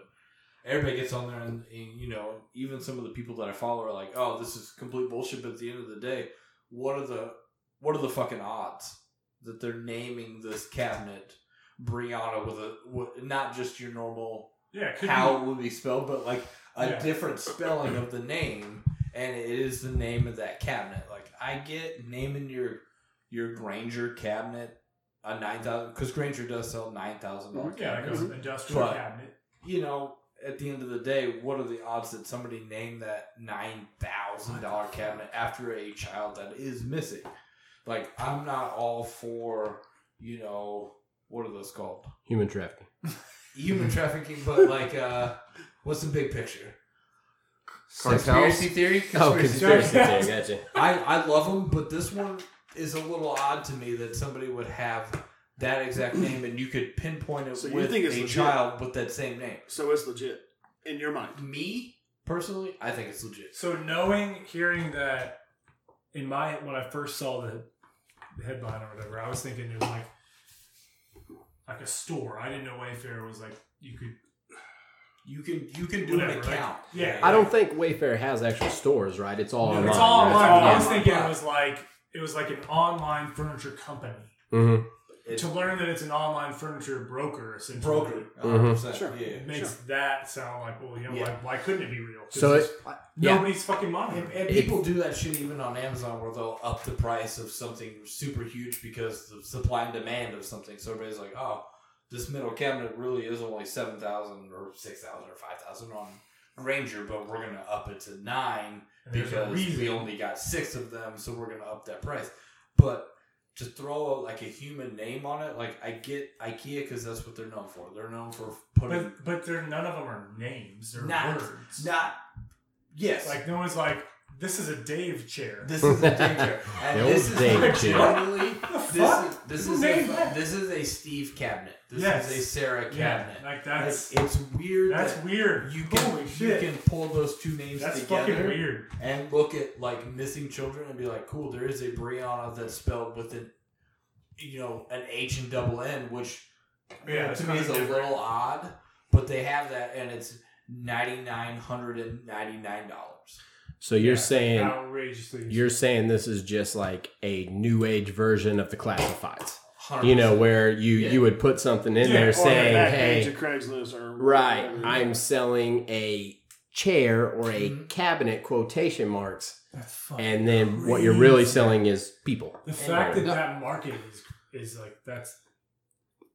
Speaker 3: everybody gets on there and, and, you know even some of the people that i follow are like oh this is complete bullshit but at the end of the day what are the what are the fucking odds that they're naming this cabinet brianna with a with, not just your normal
Speaker 5: Yeah, it could
Speaker 3: how
Speaker 5: be.
Speaker 3: it would be spelled, but like a
Speaker 5: Yeah.
Speaker 3: different spelling of the name, and it is the name of that cabinet. Like I get naming your your Granger cabinet a nine thousand because Granger does sell nine thousand dollars.
Speaker 5: Yeah, like
Speaker 4: Mm-hmm.
Speaker 5: an industrial
Speaker 3: But-
Speaker 5: cabinet.
Speaker 3: you know, at the end of the day, what are the odds that somebody named that nine thousand dollar cabinet after a child that is missing? Like, I'm not all for, you know, what are those called?
Speaker 2: Human trafficking.
Speaker 4: Mm-hmm.
Speaker 3: Human trafficking, but like, uh, what's the big picture?
Speaker 8: Cartels?
Speaker 3: Conspiracy theory.
Speaker 2: Oh,
Speaker 5: theory.
Speaker 2: Gotcha.
Speaker 3: I I love them, but this one is a little odd to me that somebody would have that exact name and you could pinpoint it
Speaker 4: So you
Speaker 3: with
Speaker 4: think
Speaker 3: a
Speaker 4: it's legit?
Speaker 3: child with that same name.
Speaker 4: So it's legit in your mind.
Speaker 3: Me personally, I think it's legit.
Speaker 5: So knowing, hearing that, in my when I first saw the the headline or whatever, I was thinking it was like like a store. I didn't know Wayfair was like you could.
Speaker 3: You can you can do an
Speaker 5: Whatever, right?
Speaker 3: account.
Speaker 5: Yeah.
Speaker 2: I don't think Wayfair has actual stores, right? It's all
Speaker 5: No,
Speaker 2: online.
Speaker 5: it's all
Speaker 2: right?
Speaker 5: online. I was
Speaker 3: online.
Speaker 5: thinking it was like it was like an online furniture company.
Speaker 2: Mhm.
Speaker 3: It's
Speaker 5: to learn that it's an online furniture broker, essentially,
Speaker 3: broker.
Speaker 2: Mhm.
Speaker 3: 100%.
Speaker 4: Sure.
Speaker 5: it
Speaker 3: Yeah.
Speaker 5: makes that sound like well, you know,
Speaker 3: Yeah.
Speaker 5: like why couldn't it be real? 'Cause
Speaker 2: So
Speaker 5: it's-
Speaker 2: it, yeah.
Speaker 5: nobody's fucking
Speaker 3: And,
Speaker 5: monitoring.
Speaker 3: and
Speaker 2: It-
Speaker 3: people do that shit even on Amazon where they'll up the price of something super huge because of supply and demand of something. So everybody's like, oh, this middle cabinet really is only 7,000 or 6,000 or 5,000 on Granger, but we're going to up it to nine
Speaker 5: And there's a
Speaker 3: because we
Speaker 5: reason.
Speaker 3: only got six of them, so we're gonna up that price. But to throw like a human name on it, like I get IKEA because that's what they're known for. They're known for putting
Speaker 5: But but they're none of them are names. They're
Speaker 3: Not-
Speaker 5: words.
Speaker 3: not yes, like
Speaker 5: Like no one's like this is a Dave chair.
Speaker 3: this is a danger, and
Speaker 2: The
Speaker 3: this
Speaker 2: old
Speaker 3: is
Speaker 2: danger.
Speaker 3: literally
Speaker 5: What the
Speaker 3: this
Speaker 5: fuck?
Speaker 3: is this
Speaker 5: Who
Speaker 3: is
Speaker 5: named
Speaker 3: a,
Speaker 5: that?
Speaker 3: this is a Steve cabinet. This
Speaker 5: Yes.
Speaker 3: is a Sarah
Speaker 5: yeah,
Speaker 3: cabinet.
Speaker 5: like
Speaker 3: Like,
Speaker 5: that's
Speaker 3: it's weird.
Speaker 5: that's
Speaker 3: that
Speaker 5: weird.
Speaker 3: You can
Speaker 5: Holy shit.
Speaker 3: you can pull those two names
Speaker 5: that's
Speaker 3: together.
Speaker 5: fucking weird.
Speaker 3: and look at like missing children and be like, cool, there is a Brianna that's spelled with an, you know, an H and double N, which you know,
Speaker 5: Yeah, it's
Speaker 3: to me
Speaker 5: kinda
Speaker 3: is a
Speaker 5: different.
Speaker 3: little odd, but they have that and it's ninety nine hundred and ninety nine dollars.
Speaker 2: so you're
Speaker 5: Yeah.
Speaker 2: saying
Speaker 5: Outrageously.
Speaker 2: you're saying this is just like a new age version of the classifieds. You know, where you
Speaker 3: Yeah.
Speaker 2: you would put something in
Speaker 5: Yeah,
Speaker 2: there
Speaker 5: or
Speaker 2: saying,
Speaker 5: that
Speaker 2: "Hey,
Speaker 4: Page of Craigslist or
Speaker 2: Right.
Speaker 4: whatever.
Speaker 2: I'm selling a chair or a
Speaker 3: Mhm.
Speaker 2: cabinet quotation marks.
Speaker 5: That's fucking
Speaker 2: And then what you're really
Speaker 5: crazy.
Speaker 2: selling is people.
Speaker 5: The fact that
Speaker 8: No.
Speaker 5: that market is is like that's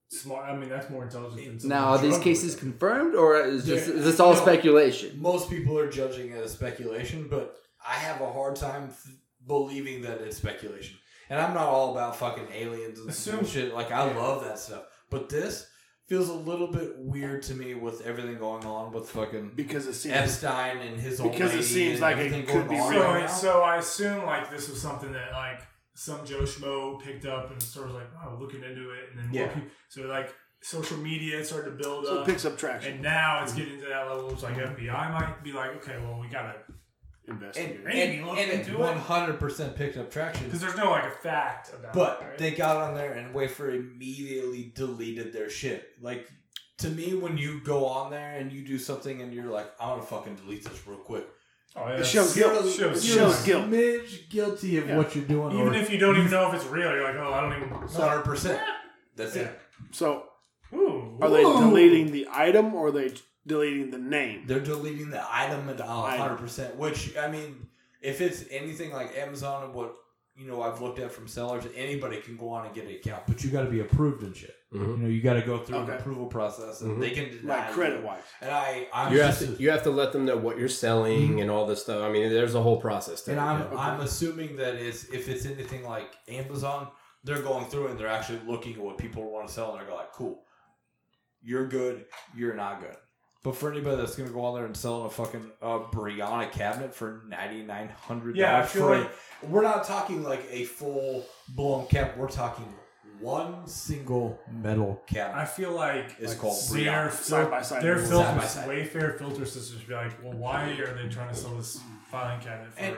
Speaker 5: smart. I mean, that's more intelligent than some
Speaker 8: Now, are these
Speaker 5: drug
Speaker 8: cases
Speaker 5: dealer.
Speaker 8: confirmed or is this,
Speaker 3: Dude,
Speaker 8: is this all
Speaker 3: no.
Speaker 8: speculation?
Speaker 3: most people are judging it as speculation, but I have a hard time th- believing that it's speculation. And I'm not all about fucking aliens and
Speaker 5: Assume-
Speaker 3: shit. Like I
Speaker 5: Yeah.
Speaker 3: love that stuff, but this feels a little bit weird to me with everything going on with fucking
Speaker 4: because it seems
Speaker 3: Epstein and his old
Speaker 4: Because it
Speaker 3: lady
Speaker 4: seems
Speaker 3: and
Speaker 4: like it
Speaker 3: everything
Speaker 4: could
Speaker 3: going
Speaker 4: be
Speaker 3: on
Speaker 4: real.
Speaker 5: So,
Speaker 3: right
Speaker 5: I-
Speaker 3: now.
Speaker 5: so I assume like this was something that like some Joe Schmo picked up and started like, oh, looking into it, and then more
Speaker 3: Yeah.
Speaker 5: peop- so like social media started to build
Speaker 4: so it
Speaker 5: up,
Speaker 4: picks up traction.
Speaker 5: and now it's getting to that level. It's like
Speaker 3: Mm-hmm.
Speaker 5: FBI might be like, okay, well, we gotta
Speaker 3: and,
Speaker 4: Investigate.
Speaker 5: Maybe
Speaker 3: and,
Speaker 5: look
Speaker 3: and it
Speaker 5: into it.
Speaker 3: 100% picked up traction.
Speaker 5: because there's no like a fact about. it,
Speaker 3: But
Speaker 5: right?
Speaker 3: they got on there and Wafer immediately deleted their shit. Like to me, when you go on there and you do something and you're like, I'm gonna fucking delete this real quick.
Speaker 5: oh, yeah,
Speaker 4: It shows guilt.
Speaker 5: Shows
Speaker 4: It
Speaker 5: guilt.
Speaker 4: shows guilt.
Speaker 11: Smidge guilty of
Speaker 4: Yeah.
Speaker 11: what you're doing.
Speaker 5: even
Speaker 11: or-
Speaker 5: if you don't even know if it's real, you're like, oh, I don't even. know.
Speaker 3: 100. percent That's it.
Speaker 4: So
Speaker 5: Ooh,
Speaker 4: are they
Speaker 5: ooh.
Speaker 4: deleting the item or are they deleting the name?
Speaker 3: They're deleting the item and
Speaker 4: Item.
Speaker 3: 100. percent Which I mean, if it's anything like Amazon and what you know I've looked at from sellers, anybody can go on and get an account, but you got to be approved and shit.
Speaker 2: Mhm.
Speaker 3: You know, you got to go through
Speaker 4: Okay. Mm-hmm.
Speaker 3: an approval process, and
Speaker 2: Mhm.
Speaker 3: they can deny
Speaker 4: Like
Speaker 3: you.
Speaker 4: credit wise.
Speaker 3: And I, I'm
Speaker 2: You have
Speaker 3: just
Speaker 2: to you have to let them know what you're selling and all this stuff. I mean, there's a whole process to
Speaker 3: And
Speaker 2: it,
Speaker 3: I'm
Speaker 2: yeah.
Speaker 3: I'm assuming that it's if it's anything like Amazon, they're going through and they're actually looking at what people want to sell and they're like, cool, you're good, you're not good. But for anybody that's gonna go on there and sell a fucking uh, Brianna cabinet for ninety nine hundred
Speaker 5: Yeah, I
Speaker 3: dollars
Speaker 5: feel
Speaker 3: for
Speaker 5: like-
Speaker 3: a, we're not talking like a full blown cabinet. We're talking one single metal
Speaker 5: I
Speaker 3: cabinet.
Speaker 5: feel like
Speaker 3: It's called
Speaker 5: their
Speaker 3: Brianna.
Speaker 4: Side by side.
Speaker 5: Their
Speaker 4: Side
Speaker 5: filter,
Speaker 3: by side.
Speaker 5: Wayfair filter systems would be like, well, why are they trying to sell this filing cabinet for
Speaker 3: And-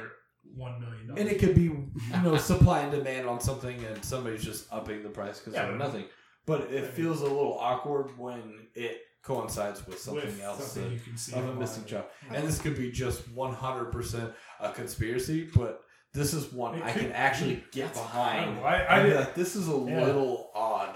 Speaker 5: one million dollars?
Speaker 3: And it could be you know supply and demand on something, and somebody's just upping the price because
Speaker 5: Yeah,
Speaker 3: of
Speaker 5: but-
Speaker 3: nothing. But it feels a little awkward when it coincides with something
Speaker 5: With
Speaker 3: else
Speaker 5: something
Speaker 3: that-
Speaker 5: you can see
Speaker 3: of a
Speaker 5: online.
Speaker 3: missing child. And this could be just one hundred percent a conspiracy, but this is one
Speaker 5: It
Speaker 3: I
Speaker 5: could
Speaker 3: can actually get
Speaker 5: I, don't
Speaker 3: behind.
Speaker 5: know, I, I
Speaker 3: I'd be
Speaker 5: did.
Speaker 3: like, this is a
Speaker 5: Yeah.
Speaker 3: little odd.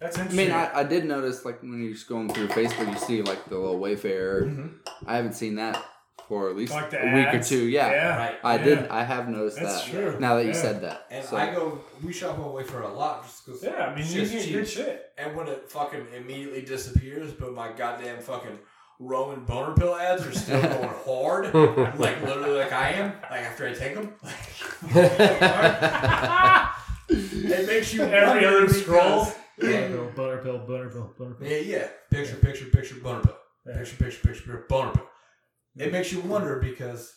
Speaker 5: That's
Speaker 8: I
Speaker 5: interesting.
Speaker 8: mean, I, I did notice like when you're scrolling through Facebook, you see like the little Wayfair.
Speaker 5: Mm-hmm.
Speaker 8: I haven't seen that for at least
Speaker 5: like the
Speaker 8: a week or
Speaker 5: ads.
Speaker 8: two. Yeah,
Speaker 5: Right.
Speaker 8: I
Speaker 5: Yeah.
Speaker 8: did. I have noticed
Speaker 5: That's
Speaker 8: that.
Speaker 5: true.
Speaker 8: Now that you
Speaker 5: Yeah.
Speaker 8: said that,
Speaker 3: And
Speaker 8: so
Speaker 3: I go, we shop on Wayfair a lot just because.
Speaker 5: Yeah, I mean, you get good shit.
Speaker 3: And when it fucking immediately disappears, but my goddamn fucking Roman boner pill ads are still going hard. like literally, like I am. Like after I take them, it makes you
Speaker 5: Every
Speaker 3: wonder
Speaker 5: other
Speaker 3: because-
Speaker 5: scroll.
Speaker 3: Yeah,
Speaker 5: butter pill, butter pill, butter pill.
Speaker 3: yeah, yeah. Picture, picture, picture, boner pill.
Speaker 5: Yeah.
Speaker 3: Picture, picture, picture, picture, boner pill. It makes you wonder because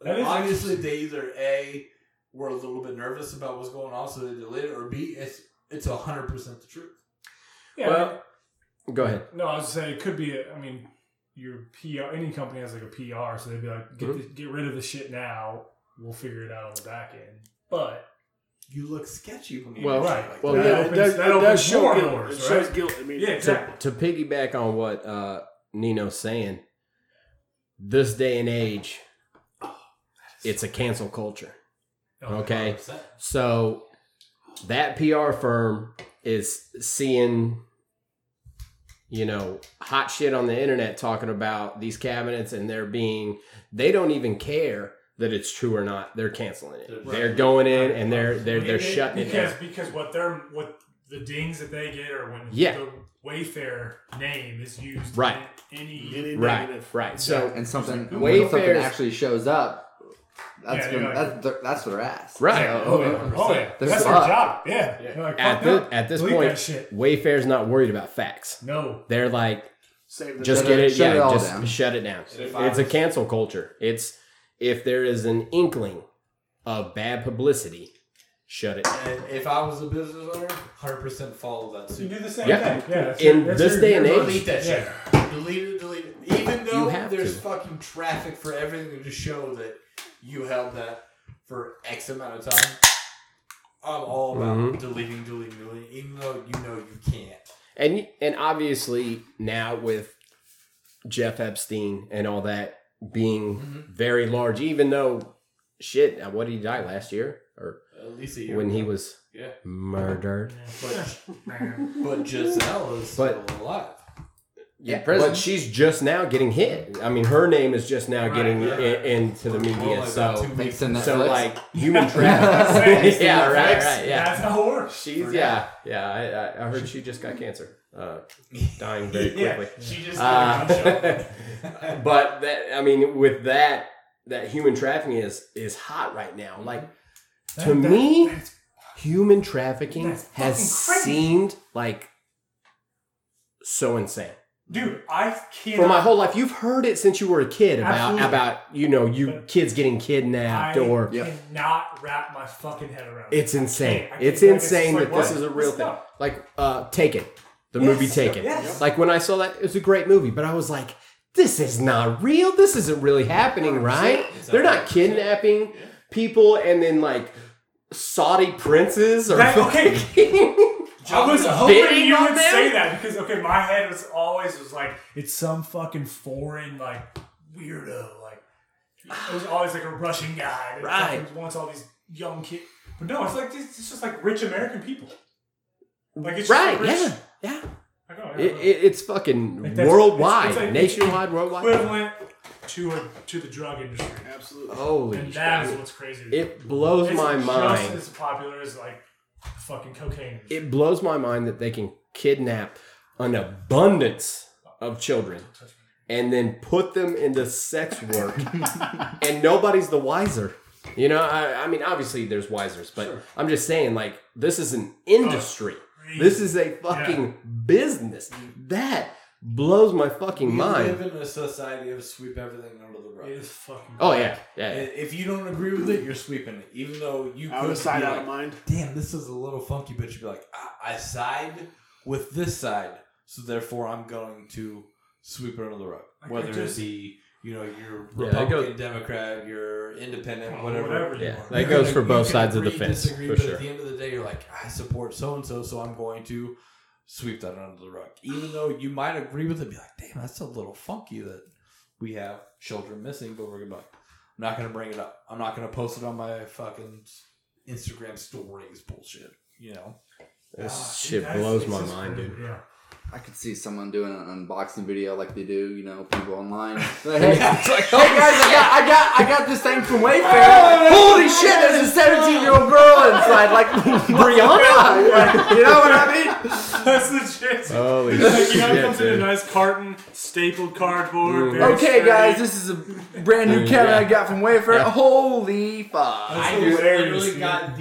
Speaker 5: That is
Speaker 3: obviously they either a were a little bit nervous about what's going on, so they deleted, it, or b it's it's hundred percent the truth.
Speaker 5: Yeah, I mean,
Speaker 2: Well, go ahead.
Speaker 5: no, I was just saying it could be. A, I mean, your PR, any company has like a PR, so they'd be like,
Speaker 2: Mm-hmm.
Speaker 5: get the, get rid of the shit now. We'll figure it out on the back end. But
Speaker 3: You look sketchy when you
Speaker 2: Well,
Speaker 3: do shit
Speaker 5: right.
Speaker 3: like
Speaker 2: Well,
Speaker 5: That
Speaker 2: yeah,
Speaker 5: opens-
Speaker 2: it does,
Speaker 5: that
Speaker 2: it
Speaker 5: opens
Speaker 2: does show
Speaker 5: more
Speaker 2: guilt.
Speaker 5: doors,
Speaker 2: it shows
Speaker 5: right?
Speaker 2: guilt. I mean,
Speaker 5: Yeah,
Speaker 2: to-
Speaker 5: exactly.
Speaker 2: to, piggyback on what uh, Nino's saying, this day and age, it's a cancel culture.
Speaker 5: Oh,
Speaker 2: okay. So that PR firm is seeing, you know, hot shit on the internet talking about these cabinets and they're being, they don't even care that it's true or not. They're canceling it.
Speaker 12: Right.
Speaker 2: They're going in and they're they're they're
Speaker 5: It- it-
Speaker 2: shutting it
Speaker 5: because
Speaker 2: down.
Speaker 5: because what they're what the dings that they get are when
Speaker 2: Yeah.
Speaker 5: the Wayfair name is used
Speaker 2: Right.
Speaker 5: in any
Speaker 4: Any
Speaker 2: Right,
Speaker 4: negative.
Speaker 2: right. So
Speaker 8: and something
Speaker 2: Who's
Speaker 8: when something
Speaker 2: Wayfair's-
Speaker 8: actually shows up, that's
Speaker 5: Yeah,
Speaker 8: gonna,
Speaker 5: yeah.
Speaker 8: that's their, that's their ass.
Speaker 2: Right.
Speaker 8: So-
Speaker 5: Oh, yeah. Oh, yeah.
Speaker 8: There's
Speaker 5: That's
Speaker 8: a
Speaker 5: their
Speaker 8: lot.
Speaker 5: job. Yeah. They're like,
Speaker 2: at
Speaker 5: fuck
Speaker 2: the,
Speaker 5: that.
Speaker 2: at this
Speaker 5: Delete
Speaker 2: point,
Speaker 5: that shit.
Speaker 2: Wayfair's not worried about facts.
Speaker 5: No.
Speaker 2: They're like,
Speaker 4: Save the
Speaker 2: just
Speaker 8: Shut
Speaker 2: get
Speaker 8: it-
Speaker 2: it,
Speaker 8: shut
Speaker 2: yeah,
Speaker 8: it all
Speaker 2: just
Speaker 8: down.
Speaker 2: shut it down.
Speaker 3: if I
Speaker 2: It's a
Speaker 3: was-
Speaker 2: cancel culture. It's if there is an inkling of bad publicity, shut it. down.
Speaker 3: And if I was a business owner, hundred percent follow that
Speaker 5: You
Speaker 3: suit.
Speaker 5: do the same
Speaker 2: Yeah.
Speaker 5: thing. Yeah. that's
Speaker 2: In
Speaker 5: your- that's
Speaker 2: this
Speaker 5: your-
Speaker 2: day
Speaker 5: your
Speaker 2: and
Speaker 5: money.
Speaker 2: age-
Speaker 3: Delete that shit. Delete it. Delete it. Even though
Speaker 2: You have
Speaker 3: there's
Speaker 2: to.
Speaker 3: fucking traffic for everything to show that you held that for X amount of time, I'm all about
Speaker 2: Mhm.
Speaker 3: deleting, deleting, deleting. Even though you know you can't.
Speaker 2: And and obviously now with Jeff Epstein and all that being
Speaker 3: Mhm.
Speaker 2: very large, even though shit, uh, what did he die last year or
Speaker 3: At least a year.
Speaker 2: when he was
Speaker 3: Yeah.
Speaker 2: murdered?
Speaker 3: But,
Speaker 5: Man.
Speaker 3: but Giselle is
Speaker 2: But-
Speaker 3: still alive.
Speaker 2: Yeah,
Speaker 8: prison.
Speaker 2: but she's just now getting hit. I mean, her name is just now
Speaker 5: Right,
Speaker 2: getting
Speaker 5: yeah.
Speaker 2: i- into the
Speaker 3: Well,
Speaker 2: media.
Speaker 3: about
Speaker 2: So
Speaker 3: two
Speaker 8: Thanks
Speaker 3: weeks.
Speaker 8: to Netflix.
Speaker 2: so like human
Speaker 5: Same.
Speaker 2: trafficking. yeah, right, right, yeah.
Speaker 5: That's how it works.
Speaker 2: She's yeah,
Speaker 3: Yeah.
Speaker 2: yeah. I, I- I heard she just got cancer, uh, dying very
Speaker 5: Yeah.
Speaker 2: quickly.
Speaker 5: She just
Speaker 2: Uh,
Speaker 5: did a gun
Speaker 2: but that I mean, with that, that human trafficking is is hot right now. Like
Speaker 5: show.
Speaker 2: to
Speaker 5: Mm-hmm. That-
Speaker 2: me,
Speaker 5: that's-
Speaker 2: human trafficking
Speaker 5: That's
Speaker 2: has
Speaker 5: fucking crazy.
Speaker 2: seemed like so insane
Speaker 5: dude, I can't.
Speaker 2: for my whole life. You've heard it since you were a kid about
Speaker 5: Absolutely.
Speaker 2: about you know you kids getting kidnapped
Speaker 5: I
Speaker 2: or
Speaker 8: Yeah.
Speaker 5: cannot wrap my fucking head around. it.
Speaker 2: it's insane.
Speaker 5: I can't-
Speaker 2: It's
Speaker 5: I can't- it's
Speaker 2: insane
Speaker 5: like,
Speaker 2: that this
Speaker 5: what?
Speaker 2: is a real
Speaker 5: It's
Speaker 2: thing.
Speaker 5: not.
Speaker 2: Like uh Taken, the
Speaker 5: Yes.
Speaker 2: movie Taken.
Speaker 5: Yes.
Speaker 2: Like when I saw that, it was a great movie, but I was like, this is not real. This isn't really happening, right? They're not kidnapping people and then like Saudi princes or
Speaker 5: That- okay.
Speaker 2: fucking-
Speaker 5: I was
Speaker 2: Bitty
Speaker 5: hoping you
Speaker 2: on
Speaker 5: would
Speaker 2: them?
Speaker 5: say that because okay, my head was always was like it's some fucking foreign like weirdo like it was always like a Russian guy that
Speaker 2: Right.
Speaker 5: fucking wants all these young kids. But no, it's like it's, it's just like rich American people. Like it's just,
Speaker 2: right?
Speaker 5: like, rich-
Speaker 2: Yeah, yeah.
Speaker 5: I know, I
Speaker 2: It,
Speaker 5: know.
Speaker 2: it, it's fucking
Speaker 5: Like, that's-
Speaker 2: worldwide,
Speaker 5: it's- it's like-
Speaker 2: nationwide, worldwide.
Speaker 5: equivalent to a, to the drug industry,
Speaker 4: Absolutely.
Speaker 2: Holy
Speaker 5: and
Speaker 2: shit.
Speaker 5: that is what's crazy. to me.
Speaker 2: It blows
Speaker 5: it's
Speaker 2: my
Speaker 5: just
Speaker 2: mind.
Speaker 5: As popular as like fucking cocaine.
Speaker 2: it blows my mind that they can kidnap an abundance of children and then put them into sex work and nobody's the wiser you know i, I mean obviously there's wisers but i'm just saying like this is an industry
Speaker 5: Crazy.
Speaker 2: this is a fucking business that blows my fucking
Speaker 3: We
Speaker 2: mind
Speaker 3: live in a society of sweep everything under the rug.
Speaker 5: It is fucking.
Speaker 2: oh yeah yeah yeah.
Speaker 3: And If you don't agree with it, you're sweeping it. Even though you
Speaker 4: Out
Speaker 3: could
Speaker 4: of sight,
Speaker 3: be
Speaker 4: out
Speaker 3: like,
Speaker 4: of mind.
Speaker 3: damn, this is a little funky, but you'd be like, I, I side with this side, so therefore I'm going to sweep it under the rug.
Speaker 5: Like, I
Speaker 3: Whether
Speaker 5: just-
Speaker 3: it be, you know, you're
Speaker 2: Yeah, I
Speaker 3: Republican, Democrat, you're independent,
Speaker 5: Well,
Speaker 3: whatever.
Speaker 5: Oh, whatever you
Speaker 2: Yeah,
Speaker 5: are.
Speaker 2: that
Speaker 3: You're
Speaker 2: goes
Speaker 3: gonna-
Speaker 2: for
Speaker 3: you
Speaker 2: both
Speaker 3: can
Speaker 2: sides of the
Speaker 3: agree,
Speaker 2: fence,
Speaker 3: disagree,
Speaker 2: for
Speaker 3: but
Speaker 2: sure.
Speaker 3: at the end of the day, you're like, I support so and so, so I'm going to sweep that under the rug. Even though you might agree with it, be like, damn, that's a little funky that we have children missing, but we're gonna be like, I'm not gonna bring it up. I'm not gonna post it on my fucking Instagram stories bullshit. You know?
Speaker 5: Ah,
Speaker 2: This
Speaker 3: uh,
Speaker 5: see,
Speaker 2: shit
Speaker 5: that's-
Speaker 2: blows
Speaker 5: it's
Speaker 2: my
Speaker 5: just
Speaker 2: mind,
Speaker 5: crazy.
Speaker 2: dude.
Speaker 5: Yeah.
Speaker 8: I could see someone doing an unboxing video like they do, you know, people online. Like, oh, hey, it's like,
Speaker 2: Oh,
Speaker 8: hey guys, I got, I got, I got this thing from Wayfair.
Speaker 5: Oh,
Speaker 8: Holy shit, there's a 17 year old girl inside, like Brianna. Like, you know what I mean?
Speaker 5: That's legit.
Speaker 2: Holy
Speaker 5: like, you know, it
Speaker 2: Oh, shit,
Speaker 5: comes in a
Speaker 2: dude.
Speaker 5: nice carton, stapled cardboard. very
Speaker 8: Okay,
Speaker 5: sturdy.
Speaker 8: guys, this is a brand new
Speaker 2: Mm,
Speaker 8: camera
Speaker 2: yeah.
Speaker 8: I got from Wayfair.
Speaker 2: Yeah.
Speaker 8: Holy fuck!
Speaker 3: I
Speaker 5: hilarious,
Speaker 3: just literally
Speaker 5: dude.
Speaker 3: got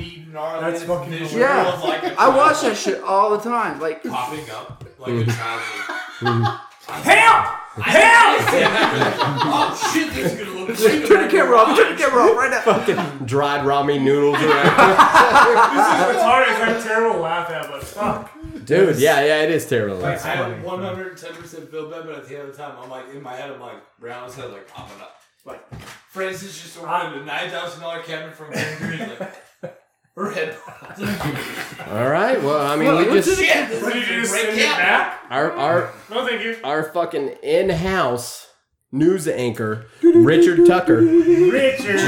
Speaker 3: the
Speaker 5: That's
Speaker 3: gnarliest
Speaker 5: fucking
Speaker 3: visual
Speaker 8: Yeah.
Speaker 3: of like a
Speaker 8: I watch that shit all the time. Like,
Speaker 3: popping up like
Speaker 2: Mm-hmm.
Speaker 3: a child.
Speaker 5: Help! Help!
Speaker 3: oh shit, this is gonna look
Speaker 8: turn the camera off. Turn the camera off right now.
Speaker 2: Fucking dried ramen noodles around.
Speaker 5: This is retarded. It's like terrible to laugh at, but fuck.
Speaker 2: dude, yeah, yeah, it is terrible.
Speaker 3: Like, I have 110% feel bad, but at the other time, I'm like, in my head, I'm like, Brown's head, like, popping up. Like, Francis just ordered a $9,000 cabin from Grand Green. Like, her head popped up.
Speaker 2: All right, well, I mean, we just
Speaker 3: Shit, this
Speaker 5: What did you
Speaker 3: is
Speaker 5: just
Speaker 3: a
Speaker 5: send
Speaker 3: great
Speaker 5: it
Speaker 3: cabin.
Speaker 5: back?
Speaker 2: our our
Speaker 5: No, thank you.
Speaker 2: our fucking in-house news anchor Richard Tucker
Speaker 5: Richard.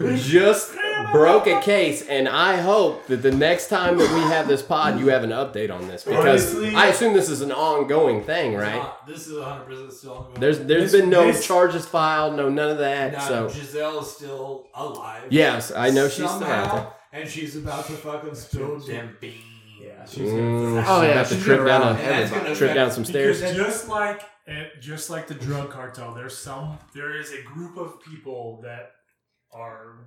Speaker 5: Richard.
Speaker 2: just broke a case, and I hope that the next time that we have this pod, you have an update on this because
Speaker 5: Honestly-
Speaker 2: I assume this is an ongoing thing, right?
Speaker 3: Uh, This is 100% still ongoing.
Speaker 2: There's there's
Speaker 5: This-
Speaker 2: been no
Speaker 5: this-
Speaker 2: charges filed, no none of that.
Speaker 3: now,
Speaker 2: so
Speaker 3: Giselle is still alive.
Speaker 2: yes, I know she's still
Speaker 3: somehow,
Speaker 2: out there.
Speaker 3: And she's about to fucking spill them beans.
Speaker 5: Yeah, she's
Speaker 2: Mm,
Speaker 5: gonna.
Speaker 8: Oh,
Speaker 2: she's
Speaker 8: yeah,
Speaker 2: about to
Speaker 8: she's
Speaker 2: trip
Speaker 8: gonna
Speaker 2: down
Speaker 8: round
Speaker 2: a
Speaker 3: That's gonna
Speaker 2: trip
Speaker 3: affect-
Speaker 2: down some
Speaker 5: Because
Speaker 2: stairs.
Speaker 5: just like eh, just like the drug cartel, there's some there is a group of people that are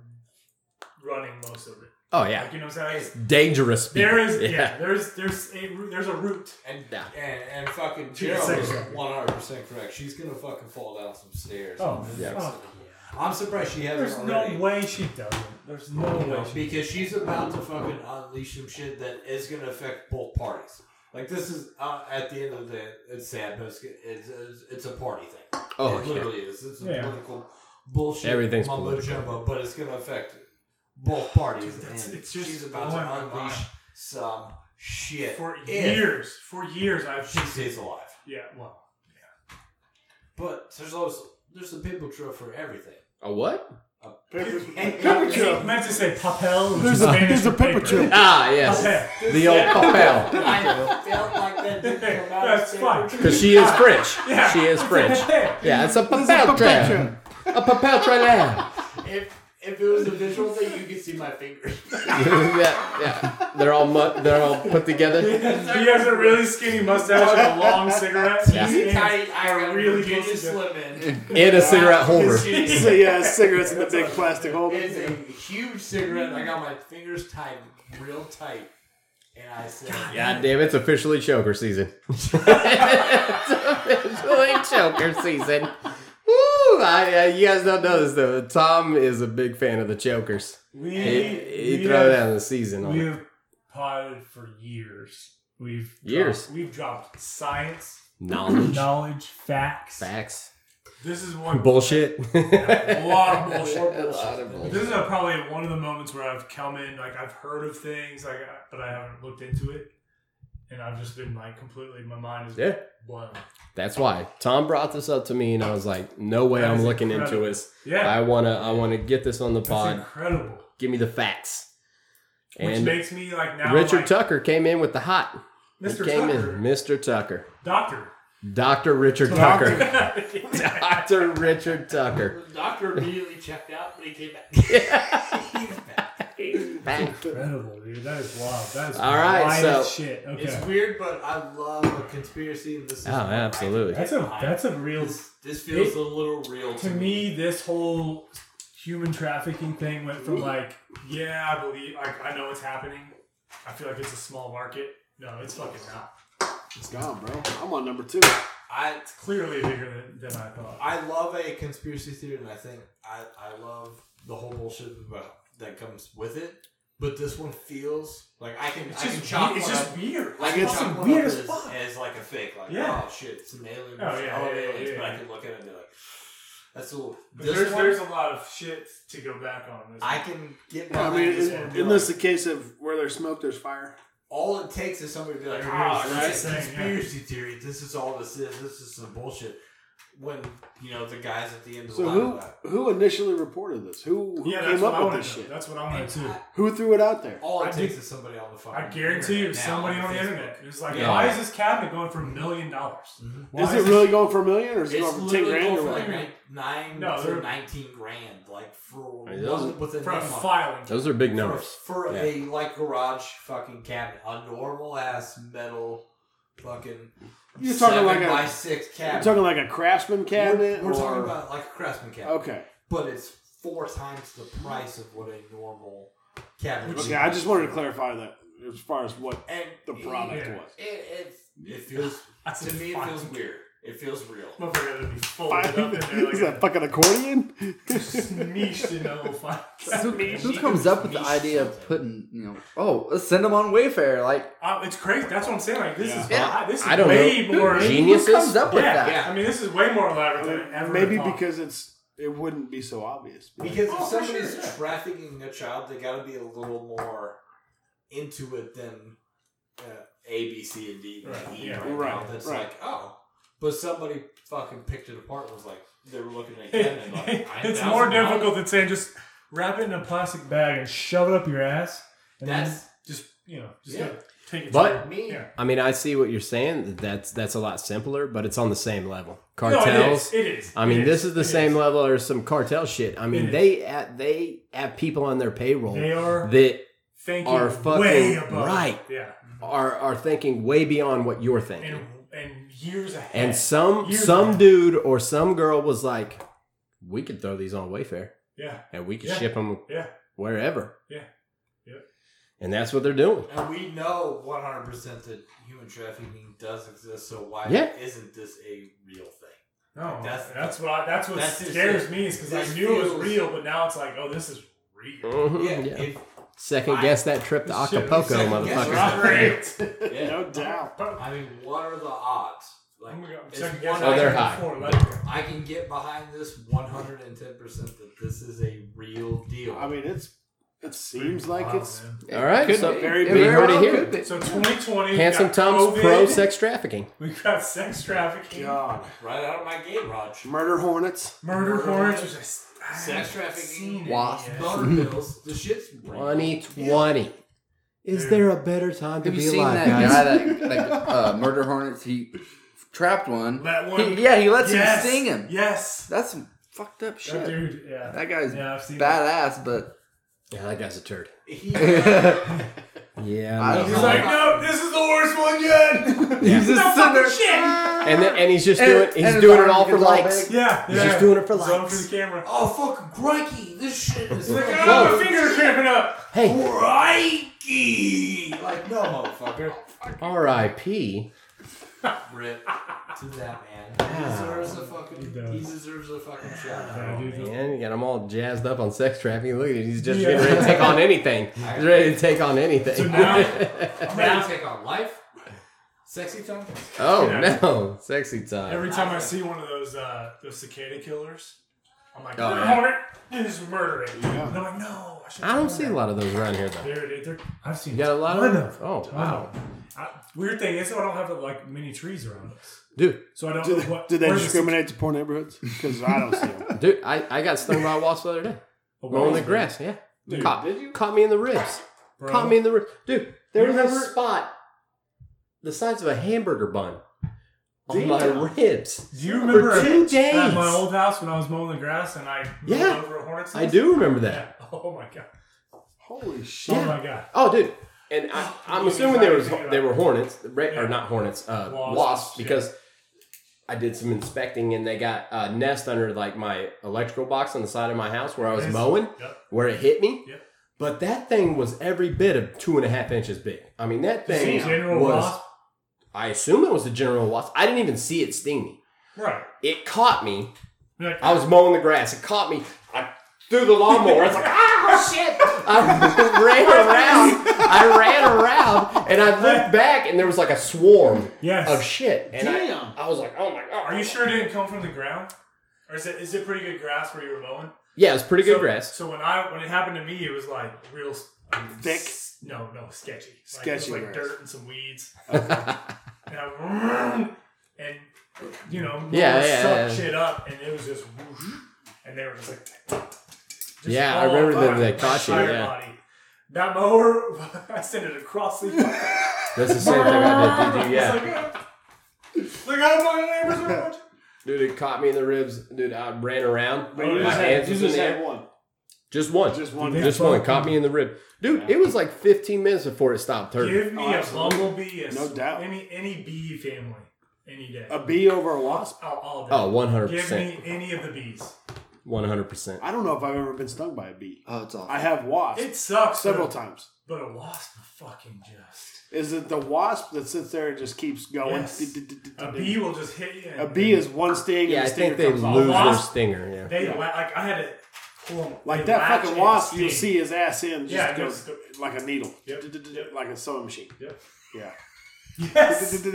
Speaker 5: running most of it.
Speaker 2: Oh yeah,
Speaker 5: Like, you know what I'm saying?
Speaker 2: dangerous. People.
Speaker 5: There is yeah. There's there's a ru- there's a route.
Speaker 3: And,
Speaker 2: Yeah.
Speaker 3: and and fucking
Speaker 5: She's a
Speaker 3: Gerald
Speaker 5: sex
Speaker 3: is
Speaker 5: worker.
Speaker 3: 100% correct. She's gonna fucking fall down some stairs.
Speaker 5: Oh,
Speaker 2: Yeah.
Speaker 5: oh,
Speaker 3: I'm surprised she hasn't
Speaker 5: there's
Speaker 3: already.
Speaker 5: no way she doesn't. There's no
Speaker 3: You know,
Speaker 5: way. She,
Speaker 3: because she's about to fucking unleash some shit that is gonna affect both parties. Like this is uh, at the end of the day, it's sad, but it's it's, it's, it's a party thing.
Speaker 2: Oh
Speaker 3: it
Speaker 2: yeah.
Speaker 3: literally is. It's a
Speaker 5: Yeah.
Speaker 3: political bullshit.
Speaker 2: Everything's
Speaker 3: mumbo
Speaker 2: political.
Speaker 3: jumbo, but it's gonna affect both parties.
Speaker 5: Dude, that's-
Speaker 3: and
Speaker 5: it's just
Speaker 3: she's about
Speaker 5: blowing my
Speaker 3: to unleash
Speaker 5: mind.
Speaker 3: some shit
Speaker 5: for
Speaker 3: if
Speaker 5: years, for years, I've
Speaker 3: She stays alive,
Speaker 5: yeah. Well,
Speaker 3: but there's also there's a paper trail for everything.
Speaker 2: A what?
Speaker 4: Paper
Speaker 5: I
Speaker 4: trail.
Speaker 5: meant to say papel. Which
Speaker 4: There's
Speaker 5: is
Speaker 4: a-
Speaker 5: Spanish
Speaker 4: there's a
Speaker 5: for
Speaker 4: paper trail.
Speaker 2: Ah yes,
Speaker 5: Papel.
Speaker 2: the old papel.
Speaker 3: I felt like that didn't come out
Speaker 5: That's
Speaker 3: of
Speaker 5: fine.
Speaker 3: paper
Speaker 2: Because she is French.
Speaker 5: Yeah.
Speaker 2: She is French.
Speaker 5: Papel.
Speaker 2: Yeah, it's a
Speaker 4: This is a
Speaker 2: papel trail.
Speaker 4: perpetual.
Speaker 2: A papel trail. yeah,
Speaker 3: If if it was a visual thing, you could see my fingers.
Speaker 2: yeah. They're all mu- they're all put together.
Speaker 5: He has a really skinny mustache and a long cigarette.
Speaker 2: Yeah.
Speaker 5: He's-
Speaker 3: I, I
Speaker 5: Really
Speaker 3: really
Speaker 5: close to
Speaker 3: just slim in.
Speaker 2: In a cigarette holder.
Speaker 4: So yeah, cigarettes in the big plastic holder.
Speaker 3: It's a huge cigarette. I got my fingers tied real tight, and I said,
Speaker 2: God damn, it's officially choker season. it's officially choker season. Woo! I, I, you guys don't know this though. Tom is a big fan of the chokers.
Speaker 5: We,
Speaker 2: He, he
Speaker 5: we
Speaker 2: throw
Speaker 5: have-
Speaker 2: down the season on
Speaker 5: We
Speaker 2: it.
Speaker 5: have potted for years. We've
Speaker 2: Years.
Speaker 5: Dropped, we've dropped science,
Speaker 2: Knowledge,
Speaker 5: knowledge, facts.
Speaker 2: facts,
Speaker 5: This is one
Speaker 2: bullshit.
Speaker 5: a lot of bullshit.
Speaker 2: A lot of bullshit.
Speaker 5: This is a, probably one of the moments where I've come in, like I've heard of things, like I- but I haven't looked into it, and I've just been like completely. My mind is
Speaker 2: Yeah.
Speaker 5: blown.
Speaker 2: That's why Tom brought this up to me, and I was like, "No way,
Speaker 5: That
Speaker 2: I'm
Speaker 5: is
Speaker 2: looking
Speaker 5: incredible.
Speaker 2: into this.
Speaker 5: Yeah,
Speaker 2: I wanna, I wanna get this on the
Speaker 5: that's
Speaker 2: pod.
Speaker 5: incredible.
Speaker 2: Give me the facts."
Speaker 5: Which
Speaker 2: And
Speaker 5: makes me like now,
Speaker 2: Richard
Speaker 5: like,
Speaker 2: Tucker came in with the hot.
Speaker 5: Mr.
Speaker 2: He came
Speaker 5: Tucker,
Speaker 2: in, Mr. Tucker,
Speaker 5: Doctor.
Speaker 2: Doctor Richard
Speaker 4: Doctor.
Speaker 2: Tucker, Doctor Richard Tucker.
Speaker 3: the doctor immediately checked out, but he came back. He's back.
Speaker 2: Bang.
Speaker 5: Incredible, dude. That is wild. That is
Speaker 2: All right,
Speaker 5: wild
Speaker 2: so-
Speaker 5: as shit. Okay.
Speaker 3: It's weird, but I love a conspiracy. And this is
Speaker 2: Oh, absolutely.
Speaker 5: That's a that's a real
Speaker 3: This, this feels a little real
Speaker 5: to me. This whole human trafficking thing went from like, yeah, I believe, like, I know it's happening. I feel like it's a small market. No, it's fucking not.
Speaker 4: It's gone, bro. I'm on number two.
Speaker 3: I
Speaker 5: It's clearly bigger than, than I thought.
Speaker 3: I love a conspiracy theory, and I think I, I love the whole bullshit about, that comes with it. But this one feels like I can
Speaker 5: It's
Speaker 3: I can
Speaker 5: just
Speaker 3: chop
Speaker 5: weird. It's
Speaker 3: one
Speaker 5: just
Speaker 3: up,
Speaker 5: weird.
Speaker 3: like
Speaker 5: it's
Speaker 3: it's
Speaker 5: fucking
Speaker 3: weird
Speaker 5: weird as fuck.
Speaker 3: as like a fake like
Speaker 5: Yeah.
Speaker 3: oh shit it's an alien
Speaker 5: Oh, yeah,
Speaker 3: all
Speaker 5: yeah,
Speaker 3: aliens
Speaker 5: yeah,
Speaker 3: but I
Speaker 5: yeah.
Speaker 3: can look at it and be like that's a little
Speaker 5: But
Speaker 3: this
Speaker 5: there's
Speaker 3: one
Speaker 5: there's a lot of shit to go back on. This
Speaker 3: I can get
Speaker 4: I
Speaker 3: behind
Speaker 4: mean,
Speaker 3: this
Speaker 4: it-
Speaker 3: one and be
Speaker 4: unless
Speaker 3: like,
Speaker 4: the case of where there's smoke, there's fire.
Speaker 3: all it takes is somebody to be like
Speaker 5: There it
Speaker 3: ah
Speaker 5: is,
Speaker 3: that's a
Speaker 5: right?
Speaker 3: conspiracy theory this is all this is this is some bullshit when you know the guys at the end of the
Speaker 4: So
Speaker 3: line
Speaker 4: who
Speaker 3: got-
Speaker 4: who initially reported this? Who, who
Speaker 5: Yeah, that's
Speaker 4: came
Speaker 5: what I
Speaker 4: up with
Speaker 5: want
Speaker 4: this
Speaker 5: to know.
Speaker 4: shit?
Speaker 5: That's what I want to do.
Speaker 4: Who threw it out there?
Speaker 3: all it
Speaker 5: I
Speaker 3: takes
Speaker 5: do-
Speaker 3: is somebody on the phone.
Speaker 5: I guarantee you, somebody on the internet is like,
Speaker 8: Yeah.
Speaker 5: why is this cabinet going for a million dollars? Why
Speaker 4: Is it really going for a million or is
Speaker 3: It's
Speaker 4: it going for ten
Speaker 3: literally
Speaker 4: grand
Speaker 3: going
Speaker 4: or
Speaker 3: for
Speaker 4: what?
Speaker 3: like ni- nine
Speaker 5: No,
Speaker 3: to
Speaker 5: they're-
Speaker 3: nineteen grand, like for
Speaker 2: Hey, those
Speaker 3: one within
Speaker 5: for a
Speaker 3: that month.
Speaker 5: filing?
Speaker 2: Those are big
Speaker 3: for,
Speaker 2: numbers.
Speaker 3: for
Speaker 2: Yeah.
Speaker 3: a like garage fucking cabinet, a normal ass metal fucking
Speaker 4: You're talking
Speaker 3: seven
Speaker 4: like a-
Speaker 3: by six cabinet.
Speaker 4: You're talking like a craftsman cabinet.
Speaker 3: We're, we're talking
Speaker 4: or-
Speaker 3: about like a craftsman cabinet,
Speaker 4: Okay.
Speaker 3: but it's four times the price of what a normal cabinet.
Speaker 4: Okay. I just wanted to clarify that as far as what
Speaker 3: And
Speaker 4: the product
Speaker 5: Yeah.
Speaker 4: was.
Speaker 3: It, it, it feels
Speaker 5: That's
Speaker 3: to me. It
Speaker 5: filing.
Speaker 3: feels weird. It feels real.
Speaker 5: Motherfucker to be folded up in there like
Speaker 4: Is that fucking accordion?
Speaker 5: smeeshed in the little file
Speaker 8: Who,
Speaker 5: cabinet.
Speaker 8: who comes up with the idea of putting, you know, oh, let's send them on Wayfair? Like,
Speaker 5: Uh, it's crazy. That's what I'm saying. Like this is
Speaker 8: Yeah.
Speaker 5: this is
Speaker 2: I don't
Speaker 5: way
Speaker 2: know.
Speaker 5: more.
Speaker 2: Genius.
Speaker 8: who
Speaker 2: Geniuses?
Speaker 8: comes up with
Speaker 5: Yeah,
Speaker 8: that?
Speaker 5: yeah. I mean, this is way more elaborate than I ever.
Speaker 4: Maybe
Speaker 5: thought.
Speaker 4: because it's it wouldn't be so obvious.
Speaker 3: Because if
Speaker 5: Oh, for
Speaker 3: somebody's
Speaker 5: sure, yeah.
Speaker 3: trafficking a child, they got to be a little more into it than uh, A, B, C, and D, and
Speaker 5: Right,
Speaker 3: E
Speaker 5: yeah.
Speaker 3: right, now.
Speaker 4: Right,
Speaker 3: That's
Speaker 4: right.
Speaker 3: like, oh, but somebody fucking picked it apart. and Was like, they were looking at it and like,
Speaker 5: it's more difficult than saying just wrap it in a plastic bag and shove it up your ass. And then
Speaker 3: That's-
Speaker 5: just you know just
Speaker 3: Yeah.
Speaker 5: gotta take it.
Speaker 2: But-
Speaker 3: Me,
Speaker 5: yeah.
Speaker 2: I mean, I see what you're saying. That's that's a lot simpler, but it's on the same level.
Speaker 5: No,
Speaker 2: Cartels.
Speaker 5: it is. It is.
Speaker 2: I mean,
Speaker 5: It
Speaker 2: this is the
Speaker 5: It
Speaker 2: same level as some cartel shit. I mean,
Speaker 5: It
Speaker 2: they at, they have people on their payroll
Speaker 5: They are
Speaker 2: that
Speaker 5: thinking
Speaker 2: are fucking
Speaker 5: way above.
Speaker 2: right.
Speaker 5: Yeah,
Speaker 2: are are thinking way beyond what you're thinking.
Speaker 5: and and years ahead.
Speaker 2: And some
Speaker 5: Years
Speaker 2: some
Speaker 5: ago.
Speaker 2: dude or some girl was like, "We could throw these on Wayfair
Speaker 5: yeah,
Speaker 2: and we could
Speaker 5: Yeah.
Speaker 2: ship them
Speaker 5: Yeah.
Speaker 2: wherever."
Speaker 5: Yeah. Yeah.
Speaker 2: And that's what they're doing.
Speaker 3: and we know one hundred percent that human trafficking does exist. So why
Speaker 2: Yeah.
Speaker 3: isn't this a real thing?
Speaker 5: no, that's
Speaker 3: That's-
Speaker 5: that's what I, that's what
Speaker 3: that's just
Speaker 5: scares
Speaker 3: it.
Speaker 5: me is because I
Speaker 3: This
Speaker 5: knew it
Speaker 3: feels-
Speaker 5: was real, but now it's like, oh, this is real.
Speaker 2: Mhm, yeah.
Speaker 3: if-
Speaker 2: Second
Speaker 3: I-
Speaker 2: guess that trip to
Speaker 5: This shit-
Speaker 2: Acapulco,
Speaker 3: second guess
Speaker 2: motherfucker.
Speaker 3: rock.
Speaker 5: It's not
Speaker 3: yeah.
Speaker 4: No doubt.
Speaker 5: real.
Speaker 3: I mean, what are the odds? Like,
Speaker 5: I'm gonna
Speaker 3: it's
Speaker 5: second guess.
Speaker 3: one-
Speaker 2: Oh, they're
Speaker 5: it
Speaker 2: high.
Speaker 5: before, let it go.
Speaker 3: I can get behind this 110% that this is a real deal.
Speaker 4: I mean, it's it seems like
Speaker 5: Wow,
Speaker 4: it's
Speaker 5: man.
Speaker 2: All right,
Speaker 4: Could
Speaker 2: so
Speaker 4: be very
Speaker 2: we
Speaker 4: big.
Speaker 2: heard it
Speaker 8: well
Speaker 2: here.
Speaker 8: could be.
Speaker 5: So 2020, we
Speaker 2: Handsome
Speaker 5: got
Speaker 2: Tom's
Speaker 5: COVID,
Speaker 2: pro sex trafficking.
Speaker 5: We got sex trafficking,
Speaker 4: God
Speaker 3: right out of my gate, Rog.
Speaker 4: murder hornets.
Speaker 5: murder
Speaker 3: Murder
Speaker 5: hornets,
Speaker 3: hornets,
Speaker 5: which I s- I
Speaker 3: sex
Speaker 5: haven't
Speaker 3: trafficking,
Speaker 5: seen it
Speaker 8: wasp.
Speaker 5: yet.
Speaker 3: Boner bills. The shit's real.
Speaker 2: 2020. Is
Speaker 5: Dude.
Speaker 2: there a better time to
Speaker 8: Have you
Speaker 2: be
Speaker 8: seen
Speaker 2: alive,
Speaker 8: that
Speaker 2: guys?
Speaker 8: guy that like uh, murder hornets? He trapped one.
Speaker 5: Let one.
Speaker 8: He- yeah, he lets
Speaker 5: yes,
Speaker 8: him sting him.
Speaker 5: Yes,
Speaker 8: That's some fucked up shit.
Speaker 5: that
Speaker 8: That,
Speaker 5: dude. Yeah,
Speaker 8: guy's
Speaker 5: yeah, I've seen that.
Speaker 8: badass, but
Speaker 2: Yeah, that guy's a turd.
Speaker 3: He,
Speaker 2: Yeah.
Speaker 8: I
Speaker 2: no.
Speaker 8: don't
Speaker 5: He's
Speaker 8: know.
Speaker 5: like, no, this is the worst one yet.
Speaker 8: he's just
Speaker 5: No
Speaker 8: sitting
Speaker 5: fucking
Speaker 8: there.
Speaker 5: shit.
Speaker 2: And then, and he's just
Speaker 8: And-
Speaker 2: doing
Speaker 8: and
Speaker 2: he's
Speaker 8: his
Speaker 2: doing it
Speaker 8: arm
Speaker 2: all for
Speaker 8: gets all
Speaker 2: likes.
Speaker 8: big.
Speaker 5: Yeah,
Speaker 2: He's
Speaker 5: yeah.
Speaker 2: just doing it for
Speaker 5: It's on
Speaker 2: likes.
Speaker 5: for the camera.
Speaker 3: oh, fucking crikey. This shit is
Speaker 5: He's like,
Speaker 3: fucking
Speaker 5: oh, my finger cramping up.
Speaker 2: Hey,
Speaker 3: crikey. Like, no, motherfucker.
Speaker 2: R.I.P.
Speaker 3: Rip to that man. He
Speaker 2: Wow.
Speaker 3: deserves a
Speaker 5: He
Speaker 3: fucking,
Speaker 5: does.
Speaker 3: he deserves a fucking shout
Speaker 5: Yeah,
Speaker 3: out.
Speaker 5: dude.
Speaker 2: Man, and I'm all jazzed up on sex trafficking. Look at it. He's just
Speaker 5: Yeah.
Speaker 2: getting ready to take on anything. He's ready to take on anything.
Speaker 5: So now-
Speaker 3: I'm ready to take on life. Sexy time.
Speaker 2: oh,
Speaker 5: Yeah.
Speaker 2: no. Sexy time.
Speaker 5: Every time I see one of those uh, those cicada killers, I'm like,
Speaker 8: Oh,
Speaker 5: murder
Speaker 8: yeah.
Speaker 5: hornet is murdering. And I'm like, no. should've
Speaker 2: I don't
Speaker 5: done
Speaker 2: see a
Speaker 5: that."
Speaker 2: lot of those around here, though.
Speaker 5: There it is. There- I've seen
Speaker 2: You got a lot of
Speaker 5: ton
Speaker 2: them? Oh, wow.
Speaker 5: I, weird thing is, I don't have like many trees around us,
Speaker 2: Dude,
Speaker 5: so I don't know
Speaker 4: Do they,
Speaker 5: what.
Speaker 4: do they
Speaker 5: where's the
Speaker 4: discriminate to poor neighborhoods? Because I don't see them.
Speaker 2: dude, I, I got stung by a wasp the other day.
Speaker 5: cic-
Speaker 2: Mowing the grass, yeah.
Speaker 5: Dude,
Speaker 2: caught, caught me in the ribs.
Speaker 5: bro.
Speaker 2: Caught me in the ribs. Dude, there was a
Speaker 5: Remember-
Speaker 2: spot the size of a hamburger bun on
Speaker 4: Damn.
Speaker 2: my ribs.
Speaker 5: Do you remember
Speaker 2: For two
Speaker 5: at
Speaker 2: days.
Speaker 5: my old house when I was mowing the grass and I rolled
Speaker 2: Yeah.
Speaker 5: over a hornet's
Speaker 2: I
Speaker 5: nest?
Speaker 2: do remember that.
Speaker 5: Yeah. Oh my god.
Speaker 4: Holy shit!
Speaker 5: Oh
Speaker 2: Yeah.
Speaker 5: my god.
Speaker 2: Oh, dude. And I, I'm
Speaker 5: You
Speaker 2: assuming
Speaker 5: mean
Speaker 2: there was
Speaker 5: how you
Speaker 2: they were hornets, ra-
Speaker 5: Yeah.
Speaker 2: or not hornets, uh,
Speaker 5: Wasps,
Speaker 2: wasps,
Speaker 5: yeah.
Speaker 2: because I did some inspecting and they got a nest under like my electrical box on the side of my house where I was
Speaker 5: Yes.
Speaker 2: mowing,
Speaker 5: Yep.
Speaker 2: where it hit me.
Speaker 5: Yep.
Speaker 2: But that thing was every bit of two and a half inches big. I mean, that
Speaker 5: Just
Speaker 2: thing
Speaker 5: in general
Speaker 2: was.
Speaker 5: wasp.
Speaker 2: I assume it was a general wasp. I didn't even see it sting me.
Speaker 5: Right.
Speaker 2: It caught me.
Speaker 5: Like,
Speaker 2: I was mowing the grass. It caught me. I threw the lawnmower. I was like, ah, shit. I ran around. I ran around and I looked back and there was like a swarm
Speaker 5: yes.
Speaker 2: of shit. And I,
Speaker 4: Damn.
Speaker 2: I was like, oh my God.
Speaker 5: Are you sure it didn't come from the ground? Or is it is it pretty good grass where you were mowing?
Speaker 2: Yeah, it's pretty good
Speaker 5: so,
Speaker 2: grass.
Speaker 5: So when I when it happened to me, it was like real s- um,
Speaker 4: Thick?
Speaker 5: s- No, no, sketchy. Like, it was
Speaker 4: Sketchy
Speaker 5: like
Speaker 4: grass.
Speaker 5: dirt and some weeds. and I, and you know,
Speaker 2: Yeah,
Speaker 5: rollers
Speaker 2: yeah,
Speaker 5: suck
Speaker 2: yeah.
Speaker 5: shit up, and it was just, whoosh, and they were just like, just
Speaker 2: Yeah, I
Speaker 5: all
Speaker 2: remember that-
Speaker 5: fucking
Speaker 2: that cost you,
Speaker 5: entire
Speaker 2: yeah.
Speaker 5: body. That mower, I sent it across the.
Speaker 2: That's the same thing I did, dude. Yeah.
Speaker 5: "Ah." Look how my neighbors are watching.
Speaker 2: Dude, it caught me in the ribs. Dude, I ran around.
Speaker 4: But Oh, you
Speaker 2: My
Speaker 4: just had,
Speaker 2: hands
Speaker 4: you
Speaker 2: was
Speaker 4: just
Speaker 2: in the
Speaker 4: had
Speaker 2: air.
Speaker 4: one.
Speaker 2: Just one.
Speaker 4: Just one.
Speaker 5: Yeah.
Speaker 2: Just one. Caught me in the rib. Dude, it was like 15 minutes before it stopped hurting.
Speaker 5: Give me
Speaker 4: Oh,
Speaker 5: a
Speaker 4: absolutely.
Speaker 5: bumblebee, a
Speaker 4: No
Speaker 5: s-
Speaker 4: doubt.
Speaker 5: any any bee family, any day.
Speaker 4: A bee over a wasp.
Speaker 5: all, all day.
Speaker 2: Oh, 100%.
Speaker 5: Give me any of the bees.
Speaker 2: 100%.
Speaker 4: I don't know if I've ever been stung by a bee.
Speaker 8: Oh, it's awful.
Speaker 4: I have wasps
Speaker 5: It sucks
Speaker 4: several
Speaker 5: but,
Speaker 4: times.
Speaker 5: but a wasp will fucking just.
Speaker 4: Is it the wasp that sits there and just keeps going?
Speaker 5: Yes. A bee will just hit you. And
Speaker 4: A bee is one sting.
Speaker 2: Yeah,
Speaker 4: and
Speaker 2: I
Speaker 4: the
Speaker 2: think
Speaker 4: stinger
Speaker 2: they
Speaker 4: comes off.
Speaker 2: lose their
Speaker 5: Wasp.
Speaker 2: stinger. Yeah.
Speaker 5: They
Speaker 4: yeah.
Speaker 5: la- like I had to pull them.
Speaker 4: Like
Speaker 5: they
Speaker 4: that
Speaker 5: latch
Speaker 4: fucking
Speaker 5: and
Speaker 4: wasp, you
Speaker 5: sting.
Speaker 4: see his ass in just
Speaker 5: Yeah, it
Speaker 4: goes
Speaker 5: goes-
Speaker 4: like a needle,
Speaker 5: Yep.
Speaker 4: like a sewing machine.
Speaker 5: Yep.
Speaker 4: Yeah.
Speaker 5: Yes,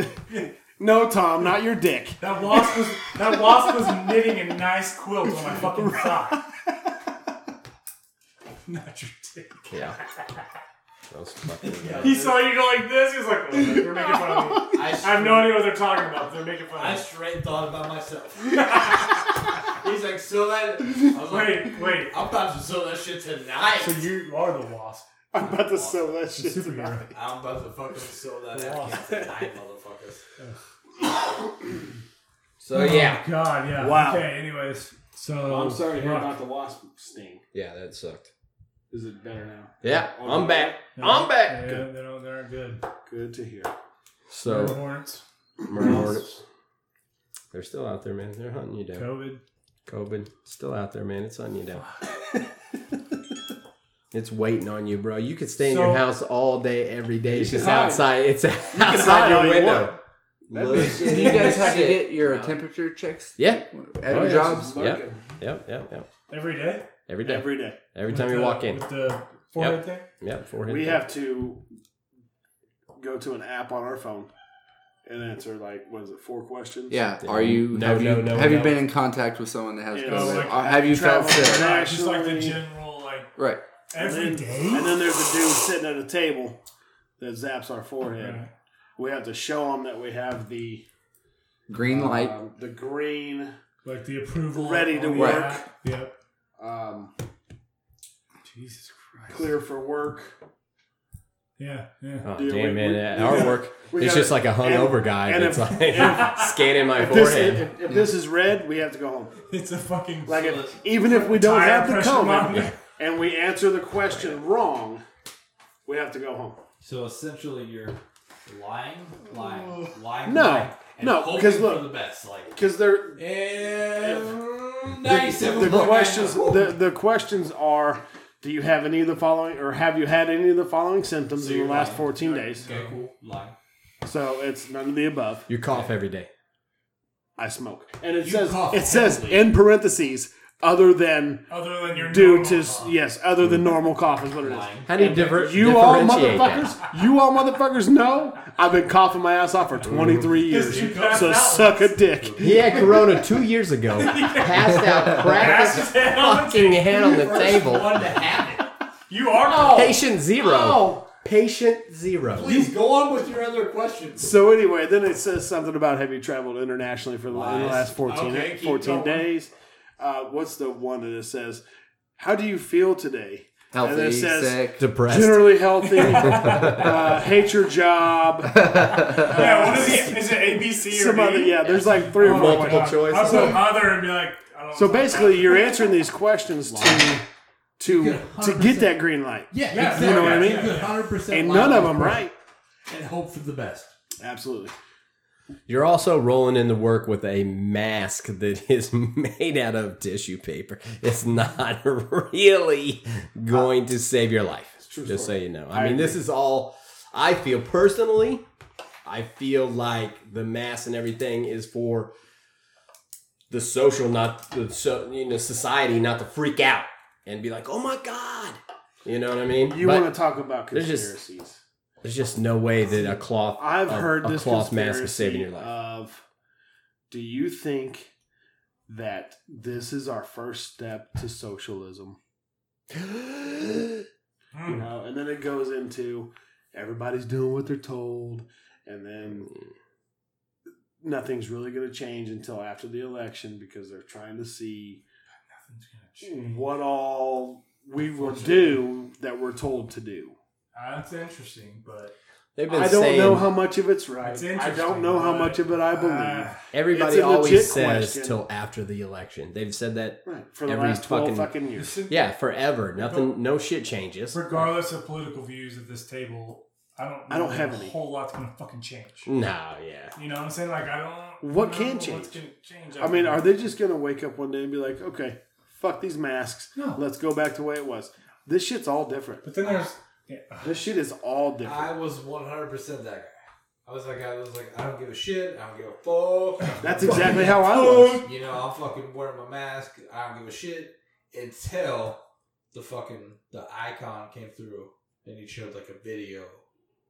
Speaker 4: No, Tom, not your dick.
Speaker 5: that wasp was that wasp was knitting a nice quilt on my fucking thigh. Not your dick.
Speaker 2: Yeah. That was fucking
Speaker 5: He saw you go like this. He was like, oh, "They're making fun of me."
Speaker 3: I,
Speaker 5: I have no idea what they're talking about. They're making fun
Speaker 3: I
Speaker 5: of me.
Speaker 3: straight thought about myself. He's like, so that. I was like,
Speaker 5: Wait, wait.
Speaker 3: I'm about to sew that shit tonight.
Speaker 5: So you are the wasp,
Speaker 4: I'm about to sew that
Speaker 5: the
Speaker 4: shit.
Speaker 5: superhero.
Speaker 3: I'm about to fucking sew that afghan tonight, motherfuckers.
Speaker 2: So, yeah.
Speaker 5: Oh, God, yeah.
Speaker 4: Wow.
Speaker 5: Okay. Anyways, so
Speaker 4: I'm sorry to hear
Speaker 5: Rock.
Speaker 4: about the wasp sting.
Speaker 2: Yeah, that sucked.
Speaker 4: Is it better now?
Speaker 2: Yeah, I'm back.
Speaker 5: Yeah.
Speaker 2: I'm back.
Speaker 5: Yeah, they don't. They aren't good.
Speaker 4: Good to hear.
Speaker 5: Murder
Speaker 2: So,
Speaker 5: hornets,
Speaker 2: murder hornets. They're still out there, man. They're hunting you down.
Speaker 5: COVID.
Speaker 2: COVID still out there, man. It's hunting you down. it's waiting on you, bro. You could stay in
Speaker 5: So-
Speaker 2: your house all day, every day. It's
Speaker 4: can
Speaker 2: just
Speaker 4: hide.
Speaker 2: outside. It's
Speaker 4: hide
Speaker 2: outside
Speaker 4: all
Speaker 2: your
Speaker 4: you
Speaker 2: window.
Speaker 4: That'd
Speaker 2: Look
Speaker 4: be-
Speaker 2: at
Speaker 8: Do you guys have to
Speaker 2: shit.
Speaker 8: get your temperature checks
Speaker 2: Yeah.
Speaker 8: at
Speaker 2: Oh,
Speaker 8: your
Speaker 2: yeah.
Speaker 8: jobs?
Speaker 2: Yep. Yep. Yep. Yep.
Speaker 5: Every day.
Speaker 2: Every day. Every,
Speaker 4: Every day.
Speaker 2: time
Speaker 5: With
Speaker 2: you
Speaker 5: the-
Speaker 2: walk in.
Speaker 5: With the forehead thing?
Speaker 2: Yep. Forehead.
Speaker 4: We
Speaker 2: thing.
Speaker 4: have to go to an app on our phone and answer like what is it, four questions?
Speaker 8: Yeah.
Speaker 2: Yeah.
Speaker 8: Are you
Speaker 2: No,
Speaker 8: have
Speaker 2: no,
Speaker 8: you
Speaker 2: no,
Speaker 8: have you
Speaker 2: no.
Speaker 8: been in contact with someone that has
Speaker 4: Yeah,
Speaker 8: COVID?
Speaker 5: like,
Speaker 8: Or have you felt
Speaker 4: travel
Speaker 8: sick?
Speaker 4: around.
Speaker 5: Right, just like the
Speaker 4: Actually-
Speaker 5: general, like,
Speaker 8: Right.
Speaker 4: And
Speaker 5: every
Speaker 4: then-
Speaker 5: day?
Speaker 4: And then there's a dude sitting at a table that zaps our forehead.
Speaker 5: Right.
Speaker 4: We have to show him that we have the
Speaker 8: Green
Speaker 2: Oh.
Speaker 8: light.
Speaker 4: um, the green.
Speaker 5: Like the approval.
Speaker 4: Ready
Speaker 5: on
Speaker 4: to
Speaker 5: the
Speaker 8: work.
Speaker 5: app. Yep.
Speaker 4: Um,
Speaker 5: Jesus Christ.
Speaker 4: clear for work.
Speaker 5: Yeah, yeah.
Speaker 2: Oh,
Speaker 4: Dude,
Speaker 2: damn,
Speaker 4: we-
Speaker 2: man.
Speaker 4: we-
Speaker 2: At
Speaker 4: we
Speaker 2: our
Speaker 4: gotta-
Speaker 2: work,
Speaker 4: we
Speaker 2: it's
Speaker 4: gotta-
Speaker 2: just like a hungover
Speaker 4: and-
Speaker 2: guy
Speaker 4: and
Speaker 2: that's
Speaker 4: if-
Speaker 2: like
Speaker 4: if-
Speaker 2: scanning my
Speaker 4: If this,
Speaker 2: forehead.
Speaker 4: is, if, if this is red, we have to go home.
Speaker 5: It's a fucking.
Speaker 4: Like if, even if we don't
Speaker 5: Tire
Speaker 4: have the
Speaker 5: pressure
Speaker 4: COVID
Speaker 5: monitor.
Speaker 4: and we answer the
Speaker 3: Oh,
Speaker 4: question wrong, we have to go home.
Speaker 3: So essentially, you're lying, lying, lying.
Speaker 4: No,
Speaker 3: lying, and
Speaker 4: no,
Speaker 3: hoping
Speaker 4: because look-
Speaker 3: for the best. Like
Speaker 4: Because they're
Speaker 3: and
Speaker 4: the, the questions the, the questions are do you have any of the following or have you had any of the following symptoms in the
Speaker 3: you're
Speaker 4: last
Speaker 3: lying.
Speaker 4: 14 days
Speaker 3: Okay, cool. Lying.
Speaker 4: so it's none of the above
Speaker 2: You cough every day.
Speaker 4: i smoke and it
Speaker 3: You
Speaker 4: says
Speaker 3: cough
Speaker 4: it says
Speaker 3: heavily.
Speaker 4: in parentheses other than
Speaker 5: Other than your
Speaker 4: due
Speaker 5: normal
Speaker 4: to
Speaker 5: cough.
Speaker 4: yes other than normal cough is what it is
Speaker 3: Lying.
Speaker 2: How do you differ-
Speaker 4: you all
Speaker 2: differentiate that?
Speaker 4: motherfuckers you all motherfuckers know i've been coughing my ass off for 23 years
Speaker 5: Because you passed
Speaker 4: so
Speaker 5: out
Speaker 4: suck a dick
Speaker 2: He had corona two years ago. Passed out, cracked
Speaker 5: Passed
Speaker 2: his
Speaker 5: it on the
Speaker 2: fucking head on the table.
Speaker 3: One to have it.
Speaker 5: You are. Oh.
Speaker 2: Patient zero.
Speaker 3: No.
Speaker 2: Oh. Patient zero.
Speaker 3: Please go on with your other questions.
Speaker 4: So anyway, then it says something about have you traveled internationally for the, in the
Speaker 3: Lies.
Speaker 4: last 14,
Speaker 3: Okay, keep going.
Speaker 4: 14 days? Uh, what's the one that it says, how do you feel today? And
Speaker 8: Healthy,
Speaker 4: it says-
Speaker 8: sick.
Speaker 2: Depressed.
Speaker 4: Generally healthy, uh, hate your job,
Speaker 5: Yeah, what is it? Is it ABC or
Speaker 4: some other,
Speaker 5: D?
Speaker 4: yeah, there's like three or four.
Speaker 2: Multiple
Speaker 4: ones.
Speaker 5: I'll
Speaker 2: choice.
Speaker 5: put other and be like, I don't
Speaker 4: So
Speaker 5: know.
Speaker 4: basically you're answering these questions to, to, to get that green light.
Speaker 3: Yeah,
Speaker 5: Yeah,
Speaker 3: exactly.
Speaker 5: you know what I mean?
Speaker 3: You could 100%
Speaker 4: And
Speaker 3: lie
Speaker 4: none of
Speaker 3: with
Speaker 4: them
Speaker 3: the
Speaker 4: right.
Speaker 3: person And hope for the best.
Speaker 4: Absolutely.
Speaker 2: You're also rolling into work with a mask that is made out of tissue paper. It's not really going to save your life.
Speaker 4: true
Speaker 2: Just so
Speaker 4: story.
Speaker 2: you know.
Speaker 4: I
Speaker 2: I mean, this
Speaker 4: agree.
Speaker 2: is all I feel personally. I feel like the mask and everything is for the social, not the so, you know society, not to freak out and be like, "Oh my god," you know what I mean?
Speaker 4: You
Speaker 2: But-
Speaker 4: want to talk about
Speaker 2: there's just-
Speaker 4: conspiracies.
Speaker 2: There's just no way that a cloth.
Speaker 4: I've
Speaker 2: a,
Speaker 4: heard
Speaker 2: a
Speaker 4: this
Speaker 2: cloth mask is
Speaker 4: conspiracy
Speaker 2: saving your life.
Speaker 4: Of do you think that this is our first step to socialism? You
Speaker 5: Mm.
Speaker 4: know, and then it goes into everybody's doing what they're told, and then nothing's really going to change until after the election because they're trying to see
Speaker 5: Nothing's gonna change.
Speaker 4: what all we will do that we're told to do.
Speaker 5: Uh, That's interesting, but
Speaker 2: They've been
Speaker 4: I don't
Speaker 2: saying
Speaker 4: know how much of it's right.
Speaker 5: It's
Speaker 4: I
Speaker 5: interesting,
Speaker 4: don't know how
Speaker 5: but,
Speaker 4: much of it I believe.
Speaker 5: uh,
Speaker 2: everybody
Speaker 4: it's a legit
Speaker 2: always says
Speaker 4: question.
Speaker 2: till after the election. They've said that
Speaker 4: right for the
Speaker 2: every
Speaker 4: last twelve
Speaker 2: fucking-
Speaker 4: fucking years.
Speaker 5: listen,
Speaker 2: yeah forever. Nothing, no shit changes.
Speaker 5: regardless of political views at this table, I don't.
Speaker 4: I don't
Speaker 5: know
Speaker 4: have
Speaker 5: a
Speaker 4: any.
Speaker 5: Whole lot's gonna fucking change.
Speaker 2: No, yeah.
Speaker 5: You know what I'm saying? Like I don't.
Speaker 4: What
Speaker 5: know
Speaker 4: can
Speaker 5: what's
Speaker 4: change?
Speaker 5: gonna change
Speaker 4: I mean, are they just going to wake up one day and be like, okay, fuck these masks.
Speaker 5: No.
Speaker 4: Let's go back to the way it was. This shit's all different.
Speaker 5: But then there's. Yeah.
Speaker 4: This shit is all different.
Speaker 3: I was 100% that guy. I was like, I was like, I don't give a shit. I don't give a fuck.
Speaker 4: That's exactly how I was.
Speaker 3: You know, I'll fucking wear my mask. I don't give a shit until the fucking the icon came through and he showed like a video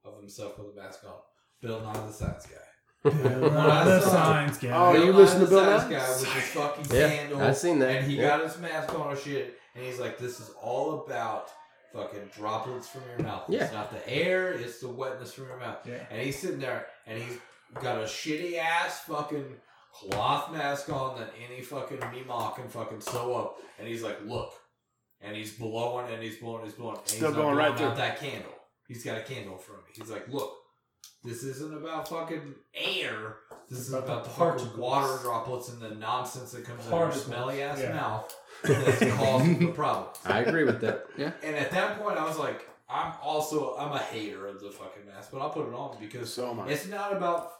Speaker 3: of himself with a mask on. Bill Nye the Science Guy.
Speaker 5: the signs, guy.
Speaker 4: Oh, you
Speaker 3: Nye
Speaker 4: listen to
Speaker 3: the
Speaker 4: Bill
Speaker 3: Science
Speaker 4: Nye?
Speaker 3: Guy with his fucking
Speaker 2: Yeah,
Speaker 3: candle.
Speaker 2: I've seen that.
Speaker 3: And he
Speaker 2: Yeah.
Speaker 3: got his mask on and shit, and he's like, "This is all about fucking droplets from your mouth.
Speaker 2: Yeah.
Speaker 3: It's not the air; it's the wetness from your mouth."
Speaker 5: Yeah.
Speaker 3: And he's sitting there, and he's got a shitty ass fucking cloth mask on that any fucking Mima can fucking sew up, and he's like, "Look," and he's blowing, and he's blowing, he's blowing, and
Speaker 4: Still
Speaker 3: he's
Speaker 4: going
Speaker 3: not
Speaker 4: right
Speaker 3: blowing
Speaker 4: through.
Speaker 3: out that candle. He's got a candle from me. He's like, "Look." This isn't about fucking air. This is
Speaker 5: About
Speaker 3: about,
Speaker 5: the
Speaker 3: the
Speaker 5: particles.
Speaker 3: fucking water droplets and the nonsense that comes out of your
Speaker 5: Particles,
Speaker 3: smelly ass
Speaker 5: yeah.
Speaker 3: mouth that's causing the problem.
Speaker 2: I agree with that. Yeah.
Speaker 3: And at that point, I was like, I'm also I'm a hater of the fucking mask, but I'll put it on because
Speaker 4: So am I.
Speaker 3: it's not about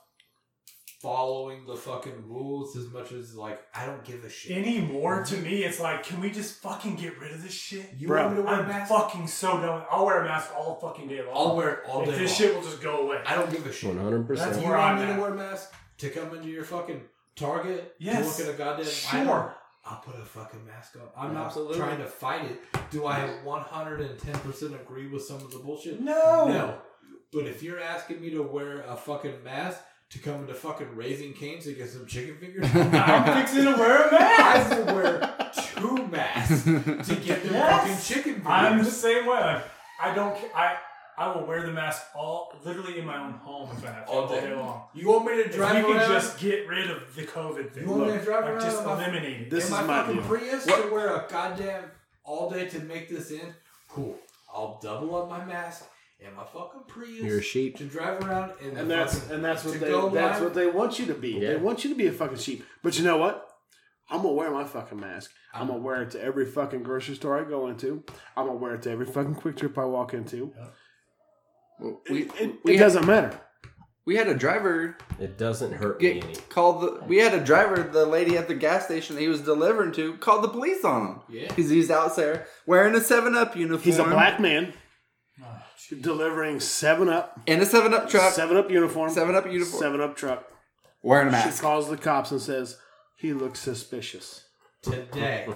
Speaker 3: following the fucking rules as much as like I don't give a shit.
Speaker 5: Anymore to me, it's like, can we just fucking get rid of this shit?
Speaker 3: you
Speaker 4: Bro.
Speaker 3: want me to wear a
Speaker 5: I'm
Speaker 3: mask?
Speaker 5: fucking so done. I'll wear a mask all fucking day long.
Speaker 3: I'll wear it all
Speaker 5: If
Speaker 3: day.
Speaker 5: this
Speaker 3: long.
Speaker 5: shit will just go away.
Speaker 3: I don't give a shit.
Speaker 2: One hundred
Speaker 5: That's
Speaker 3: You
Speaker 2: percent.
Speaker 5: where I'm
Speaker 3: want me
Speaker 5: at.
Speaker 3: to wear a mask to come into your fucking Target?
Speaker 5: Yes.
Speaker 3: To look at a goddamn item?
Speaker 5: Sure.
Speaker 3: I'll put a fucking mask on. I'm not
Speaker 2: Absolutely.
Speaker 3: trying to fight it. Do I 110% agree with some of the bullshit?
Speaker 5: No.
Speaker 3: No. But if you're asking me to wear a fucking mask to come into fucking Raising Cane's to get some chicken fingers,
Speaker 5: I'm fixing to wear a mask.
Speaker 3: I will wear two masks to get their
Speaker 5: Yes.
Speaker 3: fucking chicken fingers.
Speaker 5: I'm the same way. Like, I don't. ca- I I will wear the mask all literally in my own home if I have to all day long.
Speaker 3: You want me to
Speaker 5: If
Speaker 3: drive
Speaker 5: we
Speaker 3: around?
Speaker 5: can just get rid of the COVID thing,
Speaker 3: you want me to drive
Speaker 5: like
Speaker 3: around
Speaker 5: just
Speaker 3: on my
Speaker 5: eliminate it.
Speaker 4: This
Speaker 3: in
Speaker 4: is
Speaker 3: my,
Speaker 4: my
Speaker 3: fucking
Speaker 4: deal.
Speaker 3: Prius to wear a goddamn all day to make this in? Cool. I'll double up my mask and my fucking Prius
Speaker 2: You're a sheep.
Speaker 3: to drive around in the
Speaker 4: And that's
Speaker 3: fucking-
Speaker 4: and that's
Speaker 3: to
Speaker 4: what they
Speaker 3: go
Speaker 4: that's
Speaker 3: live-
Speaker 4: what they want you to be.
Speaker 2: Yeah.
Speaker 4: They want you to be a fucking sheep. But you know what? I'm gonna wear my fucking mask. I'm gonna wear it to every fucking grocery store I go into. I'm gonna wear it to every fucking quick trip I walk into.
Speaker 8: We,
Speaker 4: It, it-
Speaker 8: we,
Speaker 4: it
Speaker 8: had,
Speaker 4: doesn't matter.
Speaker 8: we had a driver
Speaker 2: It doesn't hurt me any.
Speaker 8: get called the. We had a driver, the lady at the gas station he was delivering to, called the police on him.
Speaker 3: Yeah.
Speaker 8: Because he's out there wearing a 7 Up uniform.
Speaker 4: He's a black man delivering seven up
Speaker 8: In a 7 Up truck.
Speaker 4: seven up uniform.
Speaker 8: 7 Up uniform.
Speaker 4: Seven up truck.
Speaker 8: Wearing a
Speaker 4: She
Speaker 8: mask.
Speaker 4: calls the cops and says he looks suspicious.
Speaker 3: today.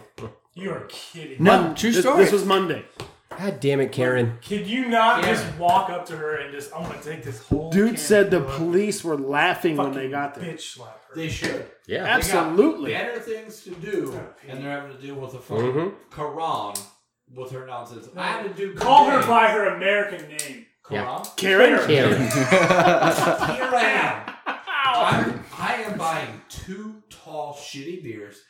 Speaker 5: You are kidding.
Speaker 4: No,
Speaker 8: true
Speaker 4: this,
Speaker 8: story.
Speaker 4: This was Monday,
Speaker 2: God damn it, Karen.
Speaker 5: Could you not
Speaker 3: Yeah.
Speaker 5: just walk up to her and just I'm gonna take this whole can
Speaker 4: dude. Said the
Speaker 5: of
Speaker 4: police were laughing when
Speaker 5: fucking
Speaker 4: they got there.
Speaker 5: Bitch slap her.
Speaker 3: They should.
Speaker 2: Yeah.
Speaker 3: They got
Speaker 4: Absolutely.
Speaker 3: better things to do, and they're having to deal with a fucking
Speaker 4: Mm-hmm.
Speaker 3: Quran with her nonsense. I had to do
Speaker 5: Call her
Speaker 3: today.
Speaker 5: by her American name.
Speaker 3: Quran.
Speaker 4: Karen,
Speaker 2: Karen.
Speaker 3: Here I am. I'm, I am buying two tall shitty beers,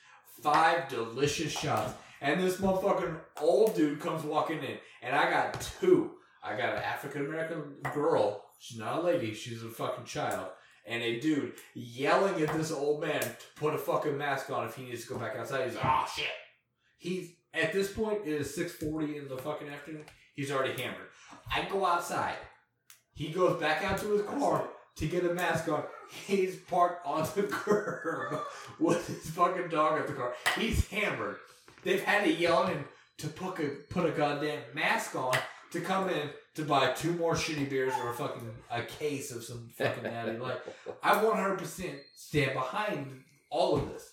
Speaker 3: five delicious shots, and this motherfucking old dude comes walking in, and I got two. I got an African American girl. She's not a lady. She's a fucking child. And a dude yelling at this old man to put a fucking mask on if he needs to go back outside. He's like, oh shit. He's at this point it is six forty in the fucking afternoon. He's already hammered. I go outside. He goes back out to his car to get a mask on. He's parked on the curb with his fucking dog at the car. He's hammered. They've had to yell at him to put a, put a goddamn mask on to come in to buy two more shitty beers or a fucking a case of some fucking natty light. I 100% stand behind all of this.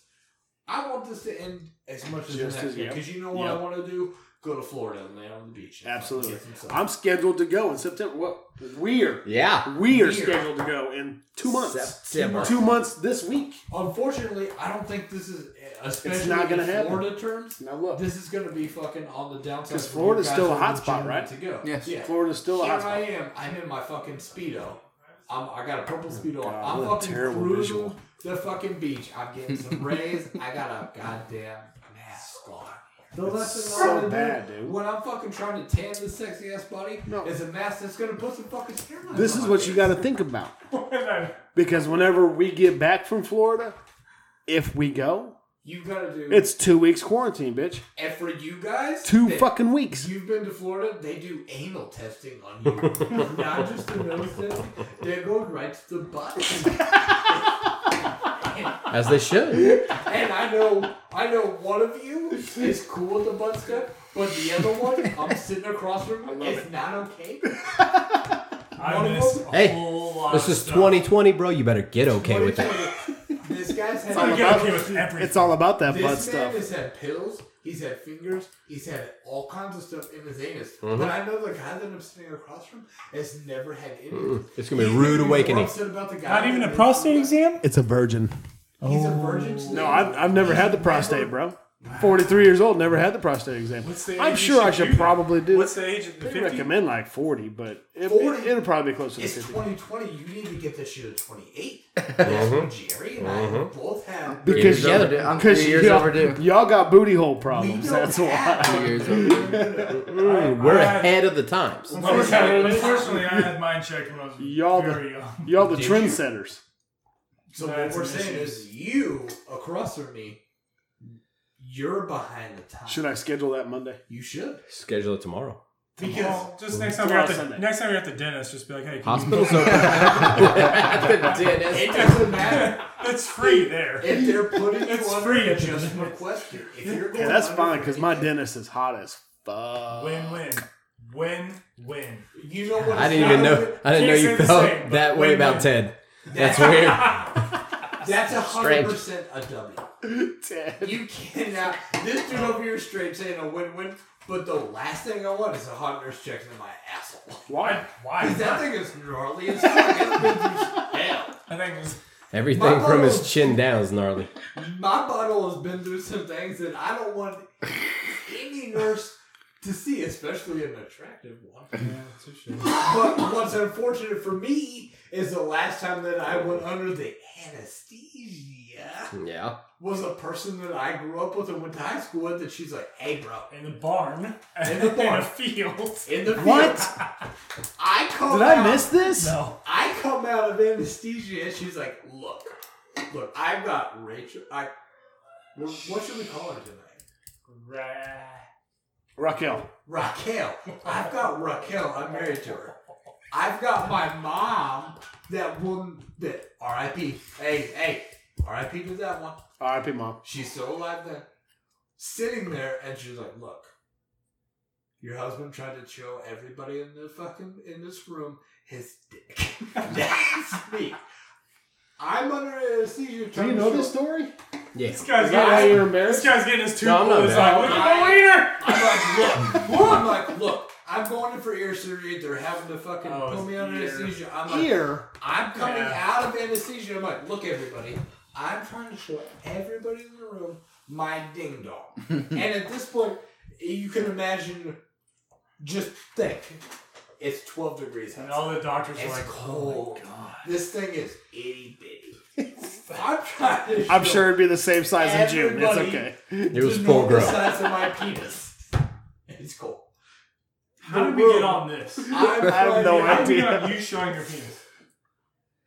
Speaker 3: I want this to end as much as
Speaker 4: Just
Speaker 3: the
Speaker 4: as-
Speaker 3: next year
Speaker 4: yep.
Speaker 3: because you know what I
Speaker 4: Yep.
Speaker 3: want to do? Go to Florida and land on the beach. and
Speaker 4: Absolutely.
Speaker 3: fucking get some sun.
Speaker 4: I'm scheduled to go in September. Well, we are
Speaker 2: Yeah.
Speaker 4: we are
Speaker 3: Weird.
Speaker 4: scheduled to go in two months.
Speaker 2: September.
Speaker 4: Two months this week.
Speaker 3: Unfortunately, I don't think this is, especially
Speaker 4: not gonna
Speaker 3: in
Speaker 4: happen.
Speaker 3: Florida terms,
Speaker 4: Now look,
Speaker 3: this is going to be fucking on the downside.
Speaker 4: 'Cause
Speaker 3: for you
Speaker 4: Florida's
Speaker 3: guys
Speaker 4: still a
Speaker 3: who are
Speaker 4: hot spot,
Speaker 3: legitimate
Speaker 4: right?
Speaker 3: To go.
Speaker 8: Yes.
Speaker 3: Yeah.
Speaker 4: Florida's still a
Speaker 3: Here
Speaker 4: hot
Speaker 3: I
Speaker 4: spot.
Speaker 3: am. I'm in my fucking speedo. I'm, I got a purple speedo on.
Speaker 4: Oh, God,
Speaker 3: I'm
Speaker 4: what a
Speaker 3: fucking
Speaker 4: terrible
Speaker 3: through
Speaker 4: visual.
Speaker 3: the fucking beach. I'm getting some rays. I got a goddamn mask on. The lesson
Speaker 4: so
Speaker 3: learned,
Speaker 4: bad, dude.
Speaker 3: When I'm fucking trying to tan this sexy ass buddy,
Speaker 4: No.
Speaker 3: is a mask that's gonna put some fucking hairline.
Speaker 4: This
Speaker 3: on
Speaker 4: is
Speaker 3: my
Speaker 4: what you
Speaker 3: face.
Speaker 4: got to think about.
Speaker 5: I
Speaker 4: Because whenever we get back from Florida, if we go,
Speaker 3: You gotta do.
Speaker 4: it's two weeks quarantine, bitch.
Speaker 3: and for you guys,
Speaker 4: Two
Speaker 3: that-
Speaker 4: fucking weeks.
Speaker 3: You've been to Florida, they do anal testing on you. Not just the nose testing, they go right to the butt.
Speaker 2: As they should.
Speaker 3: and I know I know one of you is cool with the butt step, but the other one, I'm sitting across from you, it's not okay.
Speaker 5: missed a
Speaker 2: Hey,
Speaker 5: whole lot
Speaker 2: This
Speaker 5: of
Speaker 2: is
Speaker 5: stuff.
Speaker 2: 2020, bro. You better get okay with that.
Speaker 3: This guy's had
Speaker 5: I
Speaker 4: all
Speaker 5: get
Speaker 4: about-
Speaker 5: okay with everything.
Speaker 4: It's all about that
Speaker 3: this
Speaker 4: butt
Speaker 3: man
Speaker 4: stuff.
Speaker 3: has had pills, he's had fingers, he's had all kinds of stuff in his anus.
Speaker 4: Mm-hmm.
Speaker 3: But I know the guy that I'm sitting across from has never had any. of this.
Speaker 2: It's gonna be a
Speaker 3: He's
Speaker 2: rude
Speaker 3: gonna be more
Speaker 2: awakening.
Speaker 3: upset about the guy
Speaker 5: Not even
Speaker 3: that
Speaker 5: a
Speaker 3: is-
Speaker 5: prostate exam.
Speaker 4: It's a virgin.
Speaker 3: He's a virgin. to
Speaker 4: Oh. No,
Speaker 3: the-
Speaker 4: I've, I've never had the prostate, bro. 43 years old, never had the prostate exam.
Speaker 5: What's the
Speaker 4: I'm
Speaker 5: age you
Speaker 4: sure I
Speaker 5: should
Speaker 4: should
Speaker 5: do that?
Speaker 4: probably do
Speaker 5: What's
Speaker 4: it.
Speaker 5: the age of the
Speaker 4: They
Speaker 5: fifty?
Speaker 4: recommend like 40, but it,
Speaker 3: 40?
Speaker 4: will probably be closer to Mm-hmm.
Speaker 3: It's
Speaker 4: 50.
Speaker 3: 2020. You need to get this shit at 28. That's when Jerry and I
Speaker 4: Mm-hmm.
Speaker 3: both have.
Speaker 4: Because
Speaker 8: years
Speaker 4: y'all-
Speaker 8: overdue. I'm three years
Speaker 4: y'all,
Speaker 8: overdue.
Speaker 4: y'all got booty hole
Speaker 3: we
Speaker 4: problems.
Speaker 3: don't
Speaker 4: That's why.
Speaker 3: have-
Speaker 8: Two years overdue.
Speaker 5: Mm,
Speaker 2: We're ahead of the times.
Speaker 5: Well, personally, I had mine checked when I was
Speaker 4: Y'all the-
Speaker 5: very young.
Speaker 4: Y'all the
Speaker 3: Did you?
Speaker 4: trendsetters.
Speaker 3: So what
Speaker 5: That's
Speaker 3: we're
Speaker 5: an
Speaker 3: saying
Speaker 5: issue.
Speaker 3: is, you across from me, you're behind the time.
Speaker 4: Should I schedule that Monday?
Speaker 3: You should.
Speaker 2: Schedule it tomorrow.
Speaker 3: Because
Speaker 5: Well, just next time
Speaker 4: Tomorrow
Speaker 5: you're at the
Speaker 4: Sunday.
Speaker 5: next time you're at the dentist, just be like, hey, can
Speaker 2: Hospital's open.
Speaker 3: it doesn't matter
Speaker 5: You, it's free there.
Speaker 3: if they're putting you
Speaker 5: It's
Speaker 3: on
Speaker 5: free.
Speaker 3: just request it. If you're going
Speaker 4: Yeah, that's
Speaker 3: under
Speaker 4: fine because my
Speaker 3: 28,
Speaker 4: dentist is hot as fuck.
Speaker 5: Win win win win.
Speaker 3: You know what?
Speaker 2: I
Speaker 3: it's
Speaker 2: didn't
Speaker 3: not
Speaker 2: even know.
Speaker 3: under-
Speaker 2: I didn't know you
Speaker 5: Can't say the same,
Speaker 2: felt
Speaker 5: but
Speaker 2: that way
Speaker 5: wait a
Speaker 2: about
Speaker 5: minute.
Speaker 2: Ted. That's weird.
Speaker 3: That's a hundred
Speaker 2: Strange.
Speaker 3: percent a W.
Speaker 4: Ted.
Speaker 3: You cannot. This dude over here is straight saying a win-win, but the last thing I want is a hot nurse checking in my asshole.
Speaker 5: Why? Why?
Speaker 3: Because that thing is gnarly as fuck. It's been through hell.
Speaker 5: I think it's
Speaker 2: Everything from
Speaker 5: Oh.
Speaker 3: Mama.
Speaker 2: his chin down is gnarly.
Speaker 3: My butthole has been through some things that I don't want any nurse to see, especially an attractive one. But what's unfortunate for me is the last time that I went under the anesthesia
Speaker 2: Yeah.
Speaker 3: was a person that I grew up with and went to high school with, and she's like, hey, bro.
Speaker 5: in the barn.
Speaker 3: In the
Speaker 5: In
Speaker 3: barn.
Speaker 5: a field.
Speaker 3: In the field,
Speaker 4: What?
Speaker 3: I come
Speaker 4: Did I
Speaker 3: out-
Speaker 4: miss this?
Speaker 5: No.
Speaker 3: I come out of anesthesia and she's like, look, look, I've got Rachel. I, well, what should we call her tonight?
Speaker 5: Right.
Speaker 4: Raquel.
Speaker 3: Raquel. I've got Raquel. I'm married to her. I've got my mom that one that R.I.P. Hey, hey, R.I.P. to that one.
Speaker 4: R.I.P. Mom.
Speaker 3: She's still alive then. Sitting there and she's like, look, your husband tried to show everybody in the fucking in this room his dick. That's me. I'm under anesthesia.
Speaker 4: Do
Speaker 3: trying
Speaker 4: you
Speaker 3: to
Speaker 4: know
Speaker 3: show-
Speaker 4: this story?
Speaker 5: This
Speaker 2: Yes.
Speaker 5: guy's
Speaker 4: Is that why
Speaker 5: getting
Speaker 4: you
Speaker 5: his,
Speaker 4: were embarrassed?
Speaker 5: this guy's getting his two
Speaker 2: No, I'm not
Speaker 5: boys
Speaker 2: mad.
Speaker 5: out. Look at
Speaker 3: I'm like, look, I'm like, look, I'm going in for ear surgery. They're having to fucking
Speaker 5: Oh,
Speaker 3: put me under
Speaker 5: ear.
Speaker 3: anesthesia. I'm like,
Speaker 4: Here.
Speaker 3: I'm coming
Speaker 5: Yeah.
Speaker 3: out of anesthesia. I'm like, look, everybody. I'm trying to show everybody in the room my ding dong. and at this point, you can imagine just think it's 12 degrees
Speaker 5: the
Speaker 3: outside.
Speaker 5: And all the doctors are
Speaker 3: It's
Speaker 4: "Oh
Speaker 5: like, "Oh,
Speaker 3: cold. Oh This thing is itty bitty. I'm trying to
Speaker 4: I'm
Speaker 3: show
Speaker 4: sure it'd be the same size in June. It's
Speaker 3: Everybody-
Speaker 4: okay.
Speaker 2: It was
Speaker 3: the
Speaker 2: full
Speaker 3: normal
Speaker 2: grown.
Speaker 3: size of my penis. It's cool.
Speaker 5: How did
Speaker 3: The
Speaker 5: we get
Speaker 3: room.
Speaker 5: on this?
Speaker 3: I'm
Speaker 4: I have no
Speaker 5: How did we get
Speaker 4: idea.
Speaker 5: on you showing your penis?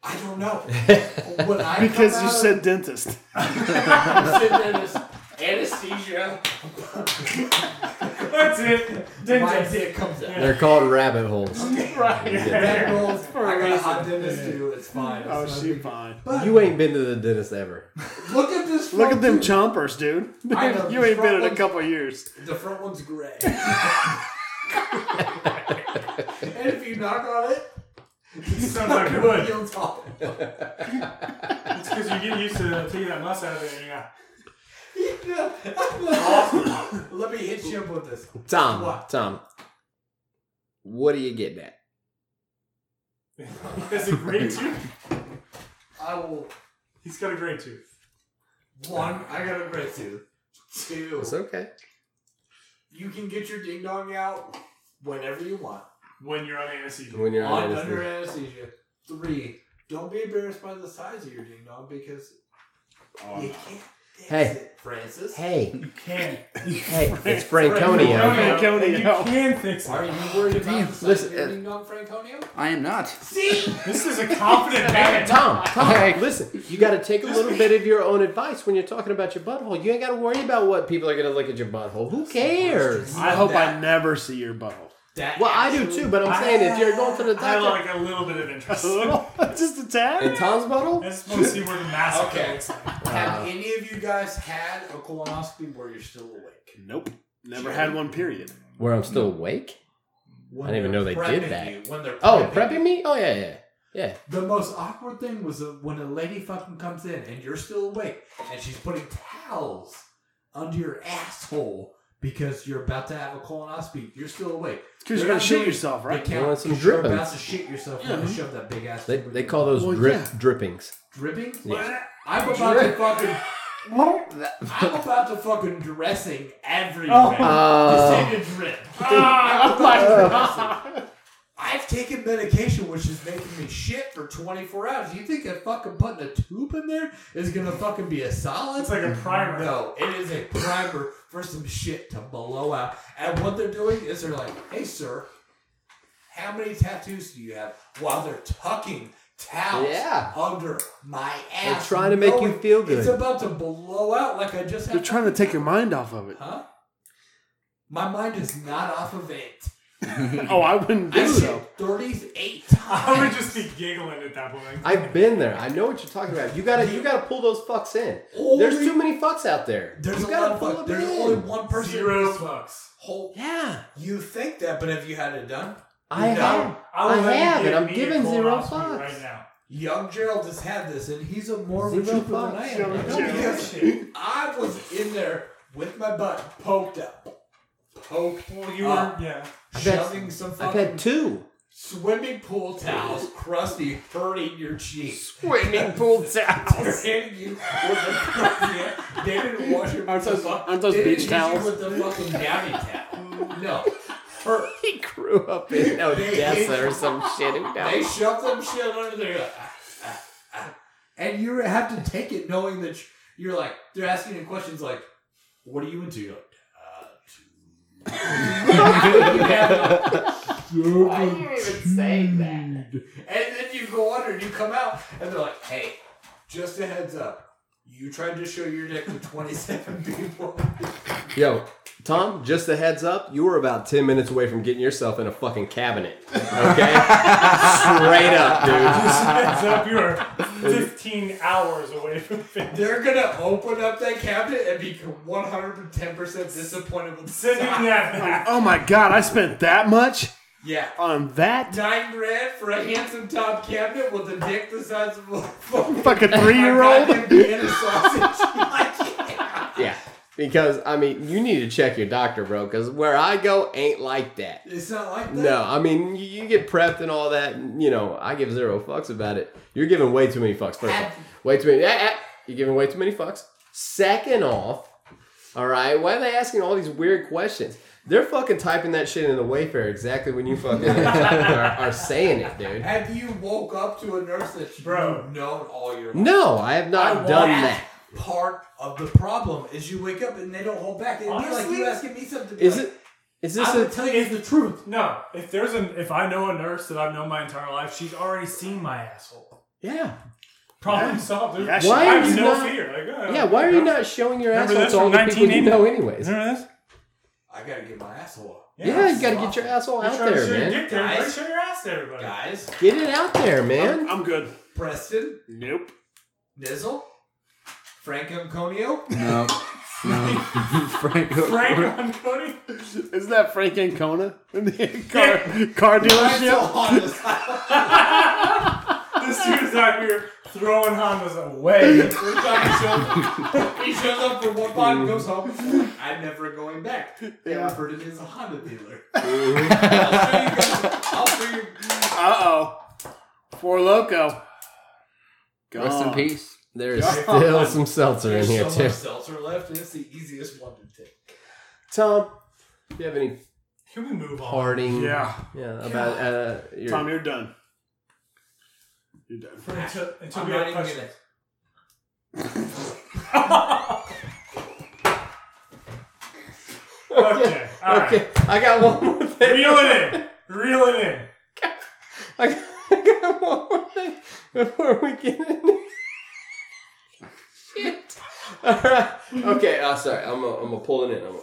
Speaker 3: I don't know. When I come
Speaker 4: Because you
Speaker 3: out of-
Speaker 4: said dentist.
Speaker 3: I'm sitting there in this anesthesia.
Speaker 5: That's it.
Speaker 3: My
Speaker 5: Dentist.
Speaker 3: dick comes out.
Speaker 2: They're called rabbit holes.
Speaker 3: Red
Speaker 5: Yeah.
Speaker 3: Bulls. I got a hot dentist too. It's fine.
Speaker 4: Oh,
Speaker 3: It's not
Speaker 4: she
Speaker 3: big-
Speaker 4: fine.
Speaker 3: But
Speaker 2: You ain't been to the dentist ever.
Speaker 3: Look at this.
Speaker 4: Look
Speaker 3: front
Speaker 4: at them
Speaker 3: tooth.
Speaker 4: chompers, dude.
Speaker 3: I know,
Speaker 4: you ain't been in a
Speaker 3: chompers.
Speaker 4: couple years.
Speaker 3: The front one's gray. and if you knock on it,
Speaker 5: Sounds like it would.
Speaker 3: you'll talk.
Speaker 5: It's because you get used to taking that muss out of there and you're like,
Speaker 3: Let me hit you up with this.
Speaker 2: Tom,
Speaker 3: What?
Speaker 2: Tom, what are you getting at?
Speaker 5: That's a great tooth.
Speaker 3: I will.
Speaker 5: He's got a great tooth.
Speaker 3: One, I got a gray tooth. Two,
Speaker 2: It's okay.
Speaker 3: you can get your ding dong out whenever you want.
Speaker 5: When you're on anesthesia.
Speaker 2: When you're on
Speaker 3: on under
Speaker 2: anesthesia.
Speaker 3: anesthesia. Three, don't be embarrassed by the size of your ding dong because
Speaker 4: Oh,
Speaker 3: you
Speaker 4: no.
Speaker 3: can't fix
Speaker 2: Hey.
Speaker 3: it, Francis.
Speaker 2: Hey,
Speaker 5: You can't.
Speaker 2: hey, it's Franconia.
Speaker 5: You
Speaker 4: Franconia.
Speaker 5: can fix
Speaker 3: Are
Speaker 5: it.
Speaker 3: you worried about the size
Speaker 8: Listen,
Speaker 3: of your
Speaker 8: uh,
Speaker 3: ding dong, Franconio?
Speaker 8: I am not.
Speaker 3: See?
Speaker 5: This is a confident man.
Speaker 2: Tom, Tom, listen. You got to take a little bit of your own advice when you're talking about your butthole. You ain't got to worry about what people are going to look at your butthole. Who cares?
Speaker 4: I hope I never see your butthole.
Speaker 3: That
Speaker 2: Well, I do too, but I'm saying if you're going to the
Speaker 5: I
Speaker 2: doctor,
Speaker 5: like a little bit of interest.
Speaker 4: Just a tad.
Speaker 2: and Tom's butthole,
Speaker 5: I just want to see where the mask
Speaker 3: Okay.
Speaker 5: looks like.
Speaker 2: uh,
Speaker 3: Have any of you guys had a colonoscopy where you're still awake?
Speaker 4: Nope. Never had one, period.
Speaker 2: where I'm still awake.
Speaker 3: When
Speaker 2: I didn't even
Speaker 3: they're
Speaker 2: know they did
Speaker 3: prepping
Speaker 2: that.
Speaker 3: you, when they're
Speaker 2: Oh,
Speaker 3: you.
Speaker 2: prepping me? Oh yeah, yeah, yeah.
Speaker 3: The most awkward thing was uh, when a lady fucking comes in and you're still awake and she's putting towels under your asshole because you're about to have a colonoscopy. You're still awake.
Speaker 4: Because
Speaker 3: They're
Speaker 4: you're going
Speaker 3: not
Speaker 4: to shoot
Speaker 3: doing-
Speaker 4: yourself,
Speaker 3: They
Speaker 4: right?
Speaker 3: count
Speaker 2: want some
Speaker 3: 'cause you're
Speaker 2: drippings.
Speaker 3: about to shit yourself when you shove that big ass.
Speaker 2: They,
Speaker 3: tube in
Speaker 2: they
Speaker 3: your
Speaker 2: call
Speaker 3: mouth.
Speaker 2: those
Speaker 4: Well,
Speaker 2: drip
Speaker 4: yeah.
Speaker 2: drippings.
Speaker 3: drippings.
Speaker 2: Yeah.
Speaker 3: I'm about to fucking.
Speaker 8: That-
Speaker 3: I'm about to fucking dressing everywhere.
Speaker 2: Uh,
Speaker 3: Just take a drip. Ah,
Speaker 4: Oh,
Speaker 3: I've taken medication which is making me shit for 24 hours. You think that fucking putting a tube in there is gonna fucking be a solid?
Speaker 5: It's like a primer.
Speaker 3: No, it is a primer for some shit to blow out. And what they're doing is they're like, hey, sir, how many tattoos do you have? While they're tucking towels
Speaker 8: Yeah.
Speaker 3: under my
Speaker 2: They're
Speaker 3: ass.
Speaker 2: trying to make you
Speaker 3: knowing
Speaker 2: feel good.
Speaker 3: It's about to blow out like I just had.
Speaker 4: They're trying to take your mind off of it.
Speaker 3: Huh? My mind is not off of it.
Speaker 4: Oh, I wouldn't
Speaker 3: I
Speaker 4: do so.
Speaker 3: shit 38 times.
Speaker 5: I would just be giggling at that point.
Speaker 2: I've been there. I know what you're talking about. You gotta, you gotta pull those fucks in. There's
Speaker 3: Only-
Speaker 2: too many fucks out there.
Speaker 3: There's
Speaker 2: you
Speaker 3: a
Speaker 2: gotta
Speaker 3: lot of
Speaker 2: pull
Speaker 3: fuck.
Speaker 2: them
Speaker 3: There's
Speaker 2: in.
Speaker 3: only one person.
Speaker 5: Zero bucks.
Speaker 3: Whole,
Speaker 2: Yeah,
Speaker 3: you think that, but have you had it done?
Speaker 2: I
Speaker 3: No.
Speaker 2: have.
Speaker 5: will
Speaker 2: I
Speaker 5: let you
Speaker 2: have,
Speaker 5: give
Speaker 2: and I'm
Speaker 5: me a
Speaker 2: giving zero
Speaker 5: colonoscopy
Speaker 2: fucks.
Speaker 5: Right now.
Speaker 3: Young Gerald has had this, and he's a more
Speaker 2: Zero
Speaker 3: mature than
Speaker 2: fucks,
Speaker 3: I am.
Speaker 2: young
Speaker 3: No,
Speaker 5: Gerald.
Speaker 3: because I was in there with my butt poked up, poked,
Speaker 5: Well,
Speaker 4: Oh.
Speaker 5: you
Speaker 3: up,
Speaker 5: were, yeah.
Speaker 2: I've had-
Speaker 3: shoving some
Speaker 2: I've
Speaker 3: fucking
Speaker 2: had two.
Speaker 3: swimming pool towels, crusty, hurting your cheeks.
Speaker 2: Swimming pool towels.
Speaker 3: Hurting you with the they didn't wash your
Speaker 4: Aren't those-
Speaker 3: the fuck-
Speaker 4: aren't those
Speaker 3: they didn't
Speaker 4: beach
Speaker 3: hit you
Speaker 4: towels?
Speaker 3: with the fucking downy towel. No, hurt.
Speaker 2: He grew up in Odessa or some shit. Who
Speaker 3: They
Speaker 2: knows?
Speaker 3: shove them shit under there. like, ah, ah, ah. And you have to take it knowing that you- you're like, they're asking you questions like, what are you into? You're like, "Uh,
Speaker 2: I didn't even say that.
Speaker 3: and then you go under and you come out and they're like, hey, just a heads up. You tried to show your dick to 27 people.
Speaker 2: Yo, Tom, just a heads up, you were about 10 minutes away from getting yourself in a fucking cabinet. Okay? Straight up, dude.
Speaker 5: Just heads up, you are 15 hours away from finish.
Speaker 3: They're gonna open up that cabinet and be 110% disappointed with
Speaker 5: Sending
Speaker 3: size.
Speaker 5: that back.
Speaker 4: Oh my god, I spent that much
Speaker 3: Yeah.
Speaker 4: on that?
Speaker 3: Nine grand for a handsome top cabinet with a dick the size of a fucking
Speaker 4: Fucking three year old?
Speaker 3: goddamn Vienna sausage. Like,
Speaker 2: Yeah. Because, I mean, you need to check your doctor, bro, because where I go ain't like that.
Speaker 3: It's not like that.
Speaker 2: No, I mean, you, you get prepped and all that, and, you know, I give zero fucks about it. You're giving way too many fucks, first off. Way too many. ah, ah, you're giving way too many fucks. Second off, all right, why are they asking all these weird questions? They're fucking typing that shit in the Wayfair exactly when you fucking are, are saying it, dude.
Speaker 3: Have you woke up to a nurse that you
Speaker 5: Bro.
Speaker 3: known all your life?
Speaker 2: No, I have not
Speaker 3: I
Speaker 2: done
Speaker 3: want-
Speaker 2: that.
Speaker 3: Part of the problem is you wake up and they don't hold back. It'd be like
Speaker 5: Honestly,
Speaker 3: you asking me something.
Speaker 2: Is
Speaker 3: like,
Speaker 2: it? Is
Speaker 3: I
Speaker 2: this
Speaker 3: would
Speaker 2: a?
Speaker 3: tell you the truth.
Speaker 5: No, if there's an if I know a nurse that I've known my entire life, she's already seen my asshole.
Speaker 2: Yeah.
Speaker 5: Problem solved. dude.
Speaker 4: Yeah, she-
Speaker 5: I
Speaker 2: Why are
Speaker 5: have
Speaker 2: you
Speaker 5: no
Speaker 2: not?
Speaker 5: fear. Like, uh,
Speaker 2: Yeah. Why are you not showing your
Speaker 5: Remember
Speaker 2: asshole
Speaker 5: this
Speaker 2: to all
Speaker 5: from
Speaker 2: the people you
Speaker 5: 1980?
Speaker 2: know, anyways? Yeah,
Speaker 5: Remember this?
Speaker 3: I gotta get my asshole up.
Speaker 2: you got to get your asshole
Speaker 5: You're
Speaker 2: out
Speaker 5: trying to
Speaker 2: there,
Speaker 5: show your
Speaker 2: man.
Speaker 5: dick to everybody,
Speaker 3: Guys.
Speaker 5: show your ass to everybody.
Speaker 3: Guys,
Speaker 2: Get it out there, man.
Speaker 4: I'm good.
Speaker 3: Preston,
Speaker 4: Nope.
Speaker 3: Nizzle, Frank Anconio,
Speaker 8: No. No. Frank.
Speaker 5: Frank on Cody.
Speaker 4: Isn't that Frank Ancona? In the car, car dealership?
Speaker 3: on the side.
Speaker 5: This dude's out here throwing Hondas away.
Speaker 3: We're talking show. He shows up for one bottle, goes home. I'm never going back. They
Speaker 4: Yeah.
Speaker 3: refer to me as a Honda dealer. I'll show you guys. I'll show you.
Speaker 4: Uh oh. Four Loco.
Speaker 8: Rest
Speaker 4: Oh.
Speaker 8: in peace.
Speaker 2: There is still some seltzer in
Speaker 3: There's
Speaker 2: here
Speaker 3: so
Speaker 2: too.
Speaker 3: much seltzer left, and it's the easiest one to take.
Speaker 2: Tom, do you have any
Speaker 5: Can we move on?
Speaker 2: parting?
Speaker 4: Yeah.
Speaker 2: Yeah. About uh, your
Speaker 4: Tom, you're done. You're done.
Speaker 5: For, until until
Speaker 3: I'm
Speaker 5: we
Speaker 3: not
Speaker 5: have
Speaker 3: even
Speaker 5: questions.
Speaker 3: gonna.
Speaker 5: Okay. All right.
Speaker 2: Okay, I got one more thing.
Speaker 5: Reel it in. Reel it in.
Speaker 2: I got, I got one more thing before we get in. Shit. All right. Okay. Uh, sorry. I'm gonna I'm gonna pull it in. I'm gonna,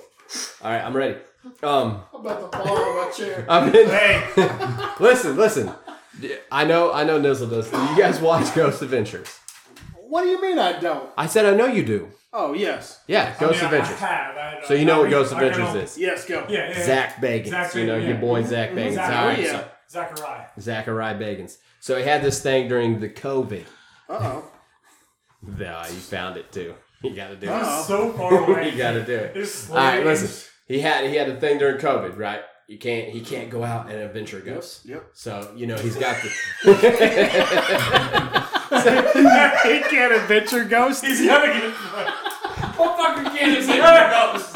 Speaker 2: all right. I'm ready. Um,
Speaker 13: I'm about to fall out of my chair.
Speaker 2: I've been.
Speaker 5: Hey,
Speaker 2: listen, listen. I know, I know. Nizzle does. You guys watch Ghost Adventures?
Speaker 4: What do you mean I don't?
Speaker 2: I said I know you do.
Speaker 4: Oh yes,
Speaker 2: Yeah, Ghost
Speaker 5: I mean, I-
Speaker 2: Adventures.
Speaker 5: I have, I-
Speaker 2: so you know
Speaker 5: I
Speaker 2: what
Speaker 5: mean,
Speaker 2: Ghost
Speaker 5: I can
Speaker 2: Adventures
Speaker 5: only-
Speaker 2: is?
Speaker 4: yes, go. Oh,
Speaker 5: Yeah, yeah.
Speaker 2: Zach Bagans.
Speaker 5: Zach
Speaker 2: you know
Speaker 5: Bagans,
Speaker 2: your
Speaker 5: yeah.
Speaker 2: boy Zach Bagans.
Speaker 5: Zach
Speaker 2: All right,
Speaker 5: Bagans.
Speaker 2: so-
Speaker 5: Zachariah.
Speaker 2: Zachariah Bagans. So he had this thing during the COVID.
Speaker 4: Uh
Speaker 2: Nah, you found it too. You got to do it.
Speaker 4: oh.
Speaker 5: So far away.
Speaker 2: You got to do it.
Speaker 5: It's
Speaker 2: All right,
Speaker 5: like-
Speaker 2: listen. He had he had a thing during COVID, right? You can't he can't go out and adventure ghosts.
Speaker 4: Yep.
Speaker 2: So you know he's got the.
Speaker 4: he can't adventure ghost.
Speaker 5: He's gonna get.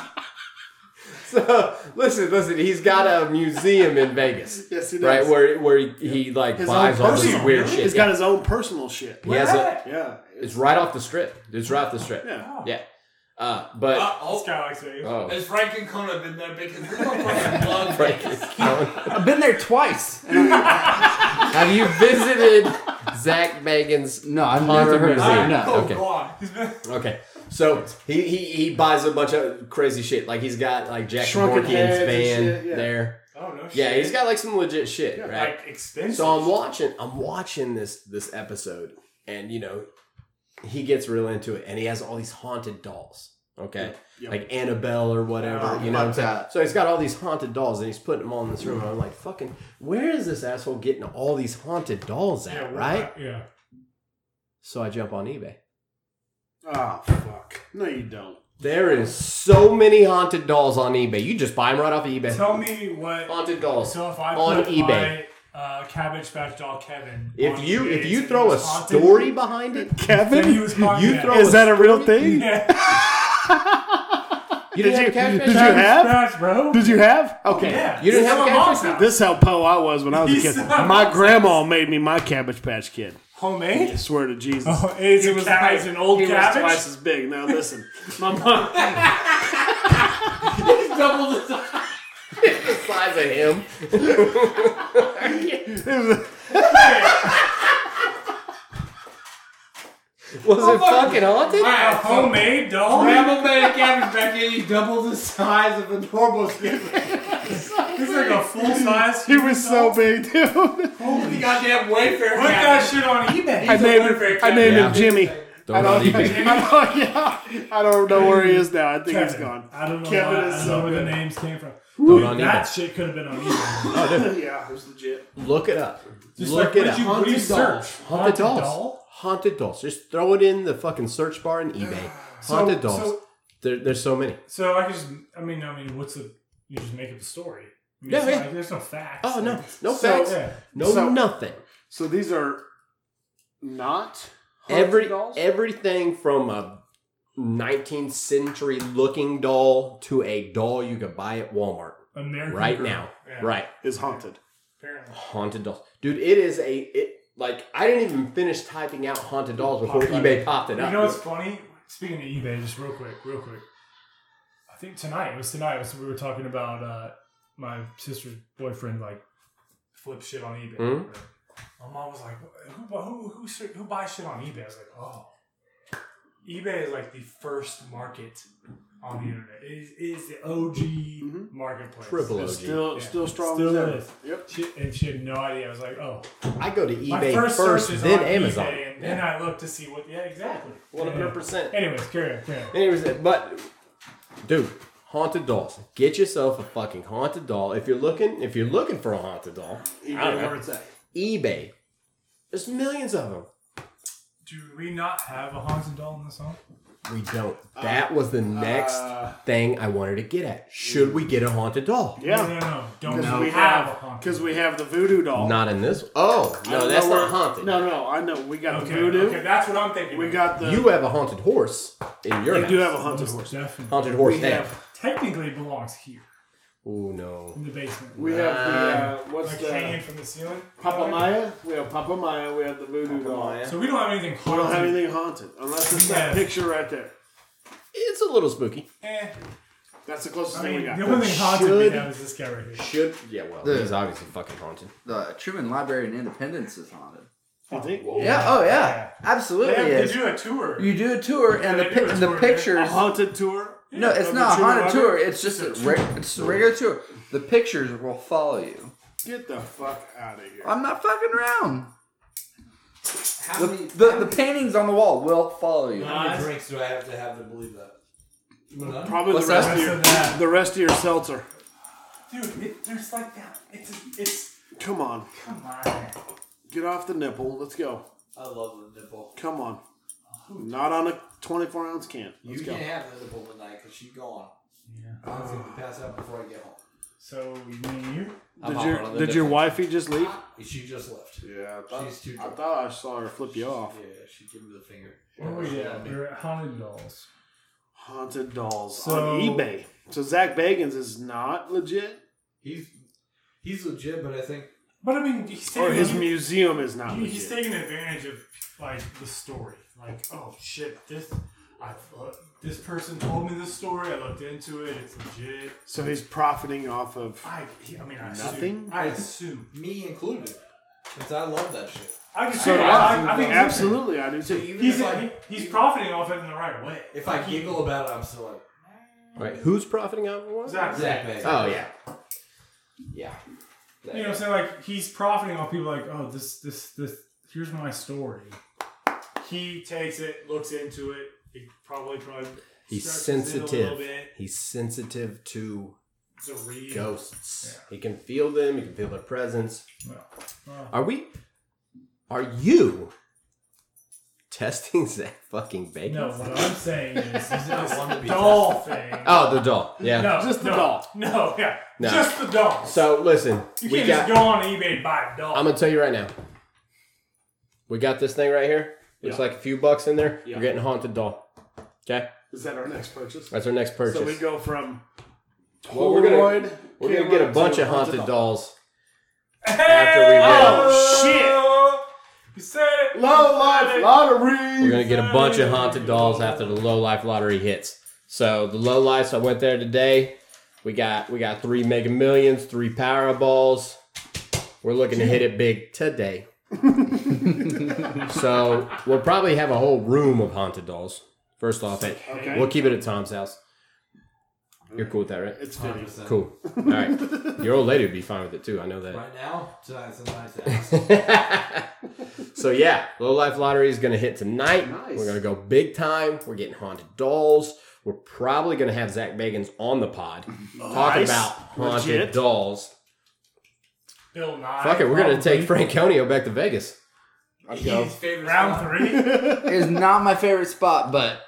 Speaker 2: so listen, listen. He's got a museum in Vegas,
Speaker 4: Yes, he does.
Speaker 2: right? Where where he, he like
Speaker 4: his own
Speaker 2: buys all this
Speaker 4: personal.
Speaker 2: weird
Speaker 4: He's
Speaker 2: shit.
Speaker 4: got his own personal shit.
Speaker 2: He has a,
Speaker 4: Yeah,
Speaker 2: it's right off the strip. It's right off the strip.
Speaker 4: yeah.
Speaker 2: Yeah. Uh, but
Speaker 3: Uh,
Speaker 5: This
Speaker 3: oh,
Speaker 5: guy likes it.
Speaker 2: oh,
Speaker 3: has Frank and Kona been there because this motherfucker loves
Speaker 2: Frank
Speaker 3: Vegas.
Speaker 2: is going-
Speaker 8: I've been there twice. And I,
Speaker 2: Have you visited Zach Megan's?
Speaker 8: no, I've
Speaker 2: Haunted
Speaker 8: never heard of
Speaker 2: Museum.
Speaker 8: it. No.
Speaker 3: Oh,
Speaker 2: okay.
Speaker 3: God.
Speaker 2: Okay, so he, he he buys a bunch of crazy shit. Like he's got like Jack
Speaker 4: Shrunken
Speaker 2: Borkian's
Speaker 4: heads and
Speaker 2: van
Speaker 4: shit, yeah.
Speaker 2: there.
Speaker 5: Oh no. Shit.
Speaker 2: Yeah, he's got like some legit shit, right?
Speaker 5: Like expensive.
Speaker 2: so I'm watching I'm watching this this episode, and you know, he gets real into it, and he has all these haunted dolls. Okay,
Speaker 4: Yeah.
Speaker 2: like Annabelle or whatever.
Speaker 5: Oh,
Speaker 2: you know what I'm
Speaker 8: fuck
Speaker 2: saying?
Speaker 8: that.
Speaker 2: So he's got all these haunted dolls, and he's putting them all in this room. And I'm like, fucking, where is this asshole getting all these haunted dolls at?
Speaker 5: Yeah, we're
Speaker 2: right?
Speaker 5: not- Yeah.
Speaker 2: So I jump on eBay.
Speaker 4: Oh fuck! No, you don't.
Speaker 2: There is so many haunted dolls on eBay. You just buy them right off of eBay.
Speaker 5: Tell me what.
Speaker 2: haunted dolls.
Speaker 5: So if I
Speaker 2: Oh, on
Speaker 5: put
Speaker 2: eBay.
Speaker 5: my, uh, Cabbage Patch Doll Kevin.
Speaker 2: If
Speaker 5: on
Speaker 2: you
Speaker 5: eBay,
Speaker 2: if you
Speaker 5: and
Speaker 2: throw
Speaker 5: he
Speaker 2: a
Speaker 5: was haunted,
Speaker 2: story behind it,
Speaker 5: then he
Speaker 4: Kevin,
Speaker 5: was haunted.
Speaker 2: you
Speaker 5: Yeah.
Speaker 2: throw- Is that
Speaker 4: a real thing?
Speaker 5: Yeah.
Speaker 2: you didn't have a cash
Speaker 4: Did you
Speaker 2: register?
Speaker 4: have?
Speaker 5: Scratch, bro.
Speaker 4: Did you have? Okay.
Speaker 5: Yeah.
Speaker 2: You didn't have a cash
Speaker 5: cabbage
Speaker 4: This is how po I was when I was a
Speaker 5: He
Speaker 4: kid.
Speaker 5: sucks.
Speaker 4: My grandma made me my Cabbage Patch Kid.
Speaker 5: Homemade.
Speaker 4: I swear to Jesus.
Speaker 5: Oh, it's, it was
Speaker 4: Cabbage-
Speaker 5: it's an old
Speaker 4: he
Speaker 5: cabbage.
Speaker 4: was twice as big. Now listen, my mom.
Speaker 3: Double the size.
Speaker 2: the size of him. Was
Speaker 5: Oh
Speaker 2: it fucking haunted?
Speaker 5: A homemade doll.
Speaker 3: Grandma made a cabbage back in you double the size of a normal skin.
Speaker 5: He's like a full size.
Speaker 4: He was so big, dude.
Speaker 3: Holy goddamn Wayfair
Speaker 5: Put that
Speaker 3: cabbage.
Speaker 5: shit on eBay.
Speaker 4: I named,
Speaker 3: Wayfair
Speaker 4: I named
Speaker 2: Yeah.
Speaker 4: him Jimmy.
Speaker 2: Throw
Speaker 4: I
Speaker 2: it on
Speaker 4: don't,
Speaker 2: eBay.
Speaker 4: I, don't, yeah, I don't know where he is now. I think he's gone.
Speaker 5: I don't know,
Speaker 4: Kevin
Speaker 5: why,
Speaker 4: is
Speaker 5: I don't
Speaker 4: so
Speaker 5: know where the
Speaker 4: good.
Speaker 5: names came from.
Speaker 2: it on
Speaker 5: Dude,
Speaker 2: eBay.
Speaker 5: that shit could have been on eBay.
Speaker 4: Yeah, it was legit.
Speaker 2: Look it up.
Speaker 5: Just
Speaker 2: Look
Speaker 5: like, what
Speaker 2: it
Speaker 5: did
Speaker 2: up.
Speaker 5: you, what do you
Speaker 4: Haunted doll.
Speaker 5: search?
Speaker 2: Haunted dolls.
Speaker 5: doll?
Speaker 2: Haunted dolls. Just throw it in the fucking search bar in eBay.
Speaker 5: So-
Speaker 2: Haunted dolls.
Speaker 5: so-
Speaker 2: there, there's so many.
Speaker 5: So I could just, I mean, I mean, what's the, you just make up a story. I mean,
Speaker 2: Yeah,
Speaker 5: it's not
Speaker 2: yeah.
Speaker 5: like- there's no facts.
Speaker 2: Oh no,
Speaker 5: Like,
Speaker 2: no
Speaker 4: So-
Speaker 2: facts,
Speaker 5: yeah.
Speaker 2: no
Speaker 4: so-
Speaker 2: nothing.
Speaker 4: So these are not haunted
Speaker 2: Every
Speaker 4: dolls?
Speaker 2: everything from a 19th century looking doll to a doll you could buy at Walmart
Speaker 5: American
Speaker 2: right
Speaker 5: Girl.
Speaker 2: now.
Speaker 5: Yeah,
Speaker 2: Right,
Speaker 4: is haunted.
Speaker 5: Apparently.
Speaker 2: haunted dolls, dude. It is a it like I didn't even finish typing out haunted dolls before eBay popped it
Speaker 5: You
Speaker 2: up.
Speaker 5: know what's funny? Speaking of eBay, just real quick, real quick. I think tonight, it was tonight, was we were talking about uh, my sister's boyfriend, like, flip shit on eBay.
Speaker 2: Mhm.
Speaker 5: My mom was like, who, bu- who, who, ser- who buys shit on eBay? I was like, oh. eBay is like the first market on the internet. It is, it is the OG
Speaker 4: Mhm.
Speaker 5: marketplace.
Speaker 2: Mm-hmm. Triple
Speaker 4: It's
Speaker 2: OG.
Speaker 4: still
Speaker 5: Yeah.
Speaker 4: still strong.
Speaker 5: Still
Speaker 4: as ever.
Speaker 5: is.
Speaker 4: Yep.
Speaker 5: She, and she had no idea. I was like, oh.
Speaker 2: I go to
Speaker 5: My
Speaker 2: eBay
Speaker 5: first,
Speaker 2: first,
Speaker 5: search is
Speaker 2: then
Speaker 5: on
Speaker 2: Amazon.
Speaker 5: eBay, and then I look to see what. Yeah, exactly.
Speaker 2: One
Speaker 5: Yeah.
Speaker 2: hundred percent.
Speaker 5: Anyways, carry on, carry on.
Speaker 2: Anyways, but dude, haunted dolls. Get yourself a fucking haunted doll if you're looking. If you're looking for a haunted doll,
Speaker 4: Even
Speaker 2: I don't know.
Speaker 4: where it's at.
Speaker 2: eBay. There's millions of them.
Speaker 5: Do we not have a Haunted doll in this song?
Speaker 2: We don't. That was the next
Speaker 4: uh,
Speaker 2: thing I wanted to get at. Should we get a haunted doll?
Speaker 5: No,
Speaker 4: Yeah,
Speaker 5: no, no. Don't
Speaker 4: because we
Speaker 5: have a
Speaker 4: have
Speaker 5: Haunted
Speaker 4: because we have the voodoo doll.
Speaker 2: Not in this. Oh
Speaker 4: I
Speaker 2: no,
Speaker 4: don't
Speaker 2: that's
Speaker 4: know
Speaker 2: not
Speaker 4: where-
Speaker 2: haunted.
Speaker 4: No, no, I know. We got
Speaker 5: Okay,
Speaker 4: the voodoo.
Speaker 5: okay, that's what I'm thinking.
Speaker 4: We got the.
Speaker 2: You have a haunted horse in your
Speaker 4: we
Speaker 2: house.
Speaker 4: do have a haunted
Speaker 5: Almost
Speaker 4: horse.
Speaker 5: definitely.
Speaker 2: haunted horse.
Speaker 4: We
Speaker 2: head.
Speaker 4: have
Speaker 5: Technically belongs here.
Speaker 2: Ooh no.
Speaker 5: in the basement.
Speaker 4: We have the, uh, what's
Speaker 5: like
Speaker 4: the
Speaker 5: hanging from the ceiling.
Speaker 4: Papa Maya? We have Papa Maya. We have the Voodoo doll. We
Speaker 5: So we don't have anything haunted.
Speaker 4: don't have anything haunted unless it's that
Speaker 5: Yeah.
Speaker 4: picture right there.
Speaker 2: It's a little spooky.
Speaker 5: Eh,
Speaker 4: That's the closest
Speaker 5: I
Speaker 4: thing
Speaker 5: mean,
Speaker 4: we got.
Speaker 5: the only thing haunted we
Speaker 2: should-
Speaker 5: have is this guy right here.
Speaker 2: Should yeah, well,
Speaker 8: The-
Speaker 2: he's obviously fucking haunted.
Speaker 8: The Truman Library in Independence is haunted.
Speaker 4: You think?
Speaker 8: Yeah. Oh yeah.
Speaker 5: Yeah.
Speaker 8: Absolutely.
Speaker 5: They, have,
Speaker 8: is.
Speaker 5: they do a tour.
Speaker 8: You do a tour, and
Speaker 5: Yeah,
Speaker 8: the
Speaker 5: they
Speaker 8: pi-
Speaker 5: do a
Speaker 8: and the
Speaker 5: tour, yeah.
Speaker 4: A
Speaker 8: pictures.
Speaker 4: haunted tour.
Speaker 8: No, it's
Speaker 4: Of
Speaker 8: not a
Speaker 4: the Truman
Speaker 8: haunted tour. It's just a re- it's a regular tour. The pictures will follow you.
Speaker 4: Get the fuck out of here.
Speaker 8: I'm not fucking around.
Speaker 3: How
Speaker 8: The,
Speaker 3: many, how
Speaker 8: the, the
Speaker 3: many-
Speaker 8: paintings on the wall will follow you.
Speaker 3: how many drinks do I have to have to believe that? None?
Speaker 4: Probably
Speaker 8: What's
Speaker 4: the rest
Speaker 8: that?
Speaker 4: of
Speaker 5: Rest
Speaker 4: your
Speaker 5: of that.
Speaker 4: the rest of your seltzer.
Speaker 5: Dude, it, there's like that. It's, it's,
Speaker 4: Come on,
Speaker 5: come on.
Speaker 4: get off the nipple. Let's go.
Speaker 3: I love the nipple.
Speaker 4: Come on. Not on a 24 ounce can. Let's
Speaker 3: you
Speaker 4: go.
Speaker 3: can't have the nipple tonight because she's gone. I'm going to pass out before I get home.
Speaker 5: So you mean you?
Speaker 4: Did
Speaker 8: I'm not one of
Speaker 4: your
Speaker 8: the
Speaker 4: did your
Speaker 8: different-
Speaker 4: wifey just leave?
Speaker 3: She just left.
Speaker 4: Yeah,
Speaker 3: She's too
Speaker 4: I
Speaker 3: drunk.
Speaker 4: thought I saw her flip you off.
Speaker 3: Yeah, she gave me the finger.
Speaker 4: Oh,
Speaker 5: Where were you
Speaker 3: Yeah.
Speaker 5: at? We were at Haunted Dolls.
Speaker 4: Haunted dolls
Speaker 5: So-
Speaker 4: on eBay. So Zach Bagans is not legit,
Speaker 3: He's he's legit, but I think
Speaker 5: But I mean, he's
Speaker 4: or
Speaker 5: taking,
Speaker 4: his
Speaker 5: he-
Speaker 4: museum is not
Speaker 5: he- he's
Speaker 4: legit.
Speaker 5: taking advantage of like the story. Like, oh shit, this I uh, this person told me this story. I looked into it. It's legit.
Speaker 4: So he's profiting off of.
Speaker 5: I, he- I mean, I
Speaker 4: Nothing?
Speaker 5: Assume, I assume.
Speaker 3: me included, since I love that shit.
Speaker 5: I could
Speaker 4: So
Speaker 5: say I, I, I think he's-
Speaker 4: absolutely, I do too.
Speaker 3: Even
Speaker 5: He's
Speaker 3: if I,
Speaker 5: he, he's profiting off it in the right way.
Speaker 3: if I giggle about it, I'm still like
Speaker 2: Right. Who's profiting off of what?
Speaker 5: Exactly.
Speaker 3: Zach Bagans.
Speaker 2: Oh yeah. Yeah.
Speaker 5: You know what I'm saying? Like he's profiting off people like, oh, this this this here's my story. He takes it, looks into it, he probably probably
Speaker 2: He's
Speaker 5: stretches it a little
Speaker 2: sensitive.
Speaker 5: bit,
Speaker 2: He's sensitive to
Speaker 5: the real-
Speaker 2: ghosts.
Speaker 5: Yeah.
Speaker 2: He can feel them, he can feel their presence.
Speaker 5: Well,
Speaker 2: Are we are you testing Zach fucking bacon?
Speaker 5: no, what I'm saying is he's
Speaker 3: I
Speaker 5: this
Speaker 3: want to be
Speaker 5: doll thing.
Speaker 2: Oh, the doll. Yeah.
Speaker 5: no,
Speaker 4: just the
Speaker 5: no,
Speaker 4: doll.
Speaker 5: No, yeah.
Speaker 2: No.
Speaker 5: Just the doll.
Speaker 2: So listen,
Speaker 5: you
Speaker 2: we
Speaker 5: can't
Speaker 2: got
Speaker 5: just go on eBay and buy a doll.
Speaker 2: I'm gonna tell you right now. We got this thing right here. Looks like a few bucks in there.
Speaker 4: Yeah.
Speaker 2: We're getting a haunted doll. Okay?
Speaker 4: Is that our next purchase?
Speaker 2: That's our next purchase.
Speaker 4: So we go from
Speaker 2: Well, we're gonna-
Speaker 4: Polaroid
Speaker 2: We're gonna
Speaker 4: camera
Speaker 2: get a bunch
Speaker 4: to
Speaker 2: of haunted dolls.
Speaker 5: after
Speaker 2: we
Speaker 5: oh shit! You said it.
Speaker 4: Low life
Speaker 2: We're
Speaker 4: lottery.
Speaker 2: gonna get a bunch of haunted dolls after the low life lottery hits. So the low life, I went there today. We got we got three Mega Millions, three Powerballs. We're looking to hit it big today. so we'll probably have a whole room of haunted dolls. First off, it,
Speaker 4: Okay.
Speaker 2: we'll keep it at Tom's house. You're cool with that, right?
Speaker 3: Uh,
Speaker 4: It's fitting.
Speaker 3: 100%.
Speaker 2: Cool. All right. Your old lady would be fine with it too. I know that.
Speaker 3: Right now, tonight's a nice ass.
Speaker 2: so yeah, Low Life Lottery is gonna hit tonight.
Speaker 4: Nice.
Speaker 2: We're gonna go big time. We're getting haunted dolls. We're probably gonna have Zach Bagans on the pod talking
Speaker 4: Nice.
Speaker 2: about haunted
Speaker 4: Legit.
Speaker 2: dolls.
Speaker 5: Bill Nye.
Speaker 2: Fuck it, we're gonna take
Speaker 5: probably.
Speaker 2: Franconio back to Vegas.
Speaker 8: I'd go.
Speaker 3: His favorite spot.
Speaker 5: round three.
Speaker 8: It's not my favorite spot, but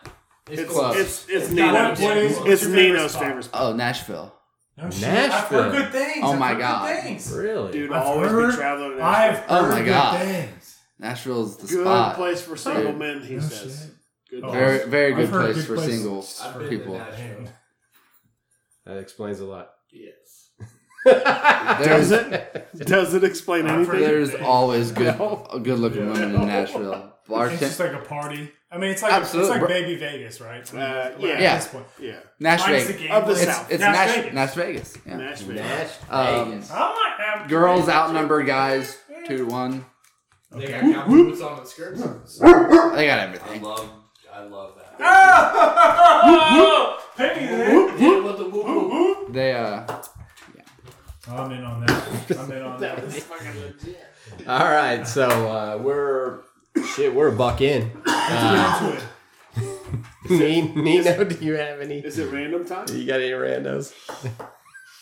Speaker 4: It's uh,
Speaker 8: close.
Speaker 4: it's it's
Speaker 5: What-
Speaker 4: Nino's.
Speaker 5: what is- what's
Speaker 4: It's
Speaker 5: your favorite
Speaker 4: Nino's
Speaker 5: spot?
Speaker 4: favorite spot.
Speaker 8: oh Nashville.
Speaker 5: No I've
Speaker 2: Nashville.
Speaker 5: heard good things.
Speaker 8: Oh
Speaker 5: I've
Speaker 8: my
Speaker 5: heard good
Speaker 8: God.
Speaker 5: things.
Speaker 2: Really?
Speaker 4: Dude,
Speaker 5: I've
Speaker 4: always
Speaker 5: heard-
Speaker 4: be traveling. to Nashville.
Speaker 5: I've
Speaker 8: Oh
Speaker 5: heard
Speaker 8: my
Speaker 5: good
Speaker 8: God.
Speaker 5: things.
Speaker 8: Nashville's the
Speaker 4: Good
Speaker 8: spot.
Speaker 4: place for single men, he
Speaker 5: No
Speaker 4: says.
Speaker 5: shit.
Speaker 4: Good
Speaker 5: Oh.
Speaker 4: place.
Speaker 8: Very very
Speaker 5: I've
Speaker 8: good
Speaker 5: heard
Speaker 8: place
Speaker 5: good
Speaker 8: for
Speaker 5: places.
Speaker 8: singles
Speaker 3: I've
Speaker 8: for
Speaker 3: been
Speaker 8: people.
Speaker 3: to Nashville.
Speaker 2: That explains a lot.
Speaker 3: Yes.
Speaker 4: Does
Speaker 8: There's
Speaker 4: it? Does it explain
Speaker 5: I've heard-
Speaker 4: anything?
Speaker 8: there's always good
Speaker 4: No.
Speaker 8: good looking women in Nashville.
Speaker 5: It's just
Speaker 8: Bartend
Speaker 5: like a party. I mean, it's like
Speaker 8: Absolutely,
Speaker 5: it's
Speaker 8: bro.
Speaker 5: like baby Vegas, right? I mean,
Speaker 4: Uh,
Speaker 5: like
Speaker 4: yeah.
Speaker 5: At
Speaker 8: Yeah.
Speaker 5: this point.
Speaker 4: Yeah.
Speaker 8: Nash
Speaker 5: Minus the
Speaker 8: Vegas.
Speaker 5: game.
Speaker 4: Of the
Speaker 5: list.
Speaker 4: South.
Speaker 8: It's it's
Speaker 5: Nash
Speaker 8: Nash
Speaker 5: Vegas.
Speaker 8: Nash Vegas. Yeah.
Speaker 4: Nashville.
Speaker 2: Nash
Speaker 8: Um,
Speaker 2: Vegas.
Speaker 5: I might have
Speaker 8: Girls outnumber guys two to one.
Speaker 3: They got cowboy boots on the skirts. I
Speaker 8: They got everything.
Speaker 3: love, I love that.
Speaker 5: Oh, Penny there.
Speaker 3: Yeah, with the whoop whoop.
Speaker 8: They uh
Speaker 5: I'm in on that. I'm in on that.
Speaker 2: All right, so uh, we're shit. We're a buck in.
Speaker 5: Let's get into it.
Speaker 2: Me, Nino, do you have any?
Speaker 4: Is it random time?
Speaker 2: You got any randos?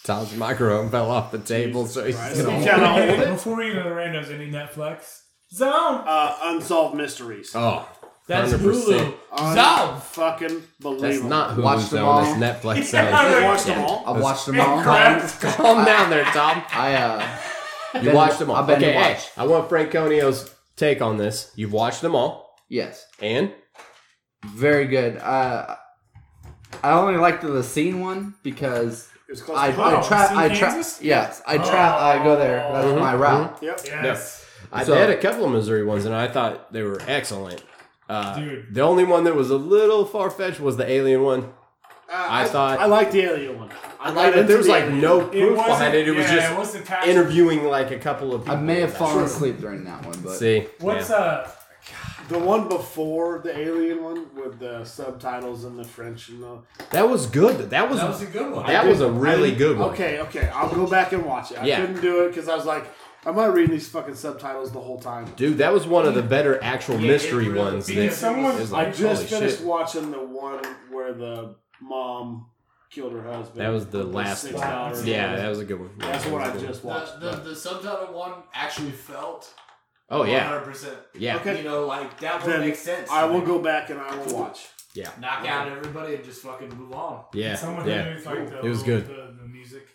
Speaker 2: Tom's microphone fell off the table, so he's
Speaker 4: Christ.
Speaker 2: still
Speaker 4: You
Speaker 2: on.
Speaker 4: gotta hold
Speaker 5: Hey,
Speaker 4: it.
Speaker 5: before we get into the randos, any Netflix zone?
Speaker 4: Uh, unsolved mysteries.
Speaker 2: Oh,
Speaker 5: That's
Speaker 2: 100%.
Speaker 5: Hulu.
Speaker 4: Fucking believable.
Speaker 2: That's not Hulu
Speaker 8: Watch them all.
Speaker 2: zone. That's Netflix zone.
Speaker 5: Yeah.
Speaker 4: You watched them all.
Speaker 8: I've watched them all.
Speaker 5: Incorrect.
Speaker 2: Calm down there, Tom.
Speaker 8: I uh
Speaker 2: You
Speaker 8: Been-
Speaker 2: watched them all.
Speaker 8: I've been to
Speaker 2: okay, hey,
Speaker 8: watch.
Speaker 2: I want Franconio's take on this. You've watched them all,
Speaker 8: yes.
Speaker 2: and
Speaker 8: Very good. Uh I only liked the Lacine one because
Speaker 4: It was close.
Speaker 8: I,
Speaker 4: to
Speaker 5: Wow,
Speaker 8: I tra-
Speaker 5: see
Speaker 8: I tra-
Speaker 5: Kansas?
Speaker 8: yes, I tra- I go there. That's
Speaker 5: Oh.
Speaker 8: my route.
Speaker 4: Yep.
Speaker 5: Yes.
Speaker 2: I
Speaker 8: So-
Speaker 2: did a couple of Missouri ones, and I thought they were excellent. Uh,
Speaker 5: Dude.
Speaker 2: the only one that was a little far fetched was the alien one. I thought-
Speaker 4: I liked the alien one. I liked
Speaker 2: But
Speaker 4: it.
Speaker 2: there was like no
Speaker 5: It
Speaker 2: proof
Speaker 5: wasn't.
Speaker 2: behind it. It was
Speaker 5: yeah,
Speaker 2: just
Speaker 5: it wasn't attached.
Speaker 2: interviewing like a couple of people.
Speaker 8: I may have fallen asleep during that one, but
Speaker 2: See,
Speaker 5: What's
Speaker 2: yeah.
Speaker 5: uh?
Speaker 4: the one before the alien one with the subtitles in the French and the.
Speaker 2: that was good. That was
Speaker 3: That was a good one.
Speaker 2: that was a really good one.
Speaker 4: Okay, okay, I'll go back and watch it. I
Speaker 2: Yeah.
Speaker 4: couldn't do it because I was like, am I reading these fucking subtitles the whole time?
Speaker 2: Dude, that was one of the better actual
Speaker 3: Yeah, it
Speaker 2: mystery
Speaker 3: really-
Speaker 2: ones.
Speaker 3: because
Speaker 2: That
Speaker 5: someone-
Speaker 2: is like,
Speaker 4: I just
Speaker 2: holy
Speaker 4: finished
Speaker 2: shit.
Speaker 4: watching the one where the mom killed her husband.
Speaker 2: That was the
Speaker 4: With
Speaker 2: last
Speaker 4: six
Speaker 5: one.
Speaker 4: dollars.
Speaker 2: Yeah, that was a good one. Yeah,
Speaker 4: That's
Speaker 2: that
Speaker 4: what
Speaker 2: was a
Speaker 4: I
Speaker 2: good one.
Speaker 4: just watched.
Speaker 3: The, the, the subtitle one actually felt.
Speaker 2: Oh yeah,
Speaker 3: 100%.
Speaker 2: yeah.
Speaker 4: Okay.
Speaker 3: You know, like that one
Speaker 4: Then
Speaker 3: makes sense.
Speaker 4: I will go back and I will watch.
Speaker 3: knock out everybody and just fucking move on.
Speaker 2: Yeah,
Speaker 5: Someone
Speaker 2: yeah.
Speaker 5: who knew, like, the,
Speaker 2: It was good.
Speaker 5: The, the music.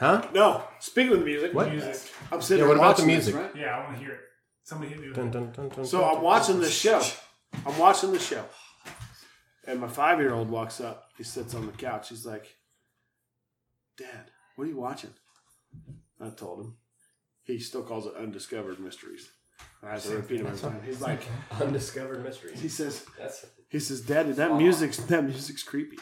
Speaker 2: Huh?
Speaker 4: No, speaking of the music,
Speaker 2: What?
Speaker 5: Music.
Speaker 4: I'm sitting.
Speaker 2: Yeah,
Speaker 4: here
Speaker 2: what about
Speaker 4: watching
Speaker 2: the
Speaker 4: this,
Speaker 2: music?
Speaker 4: right?
Speaker 5: Yeah, I want to hear it. Somebody hit me with
Speaker 2: Dun,
Speaker 5: it.
Speaker 2: dun, dun, dun,
Speaker 4: So
Speaker 2: dun,
Speaker 4: I'm
Speaker 2: dun.
Speaker 4: watching this show. I'm watching the show. And my five year old walks up. He sits on the couch. He's like, Dad, what are you watching? I told him. He still calls it Undiscovered Mysteries. And I have to repeat it every time. He's like,
Speaker 2: Undiscovered mystery.
Speaker 4: he says,
Speaker 2: That's
Speaker 4: he says, Daddy, that music's that music's creepy.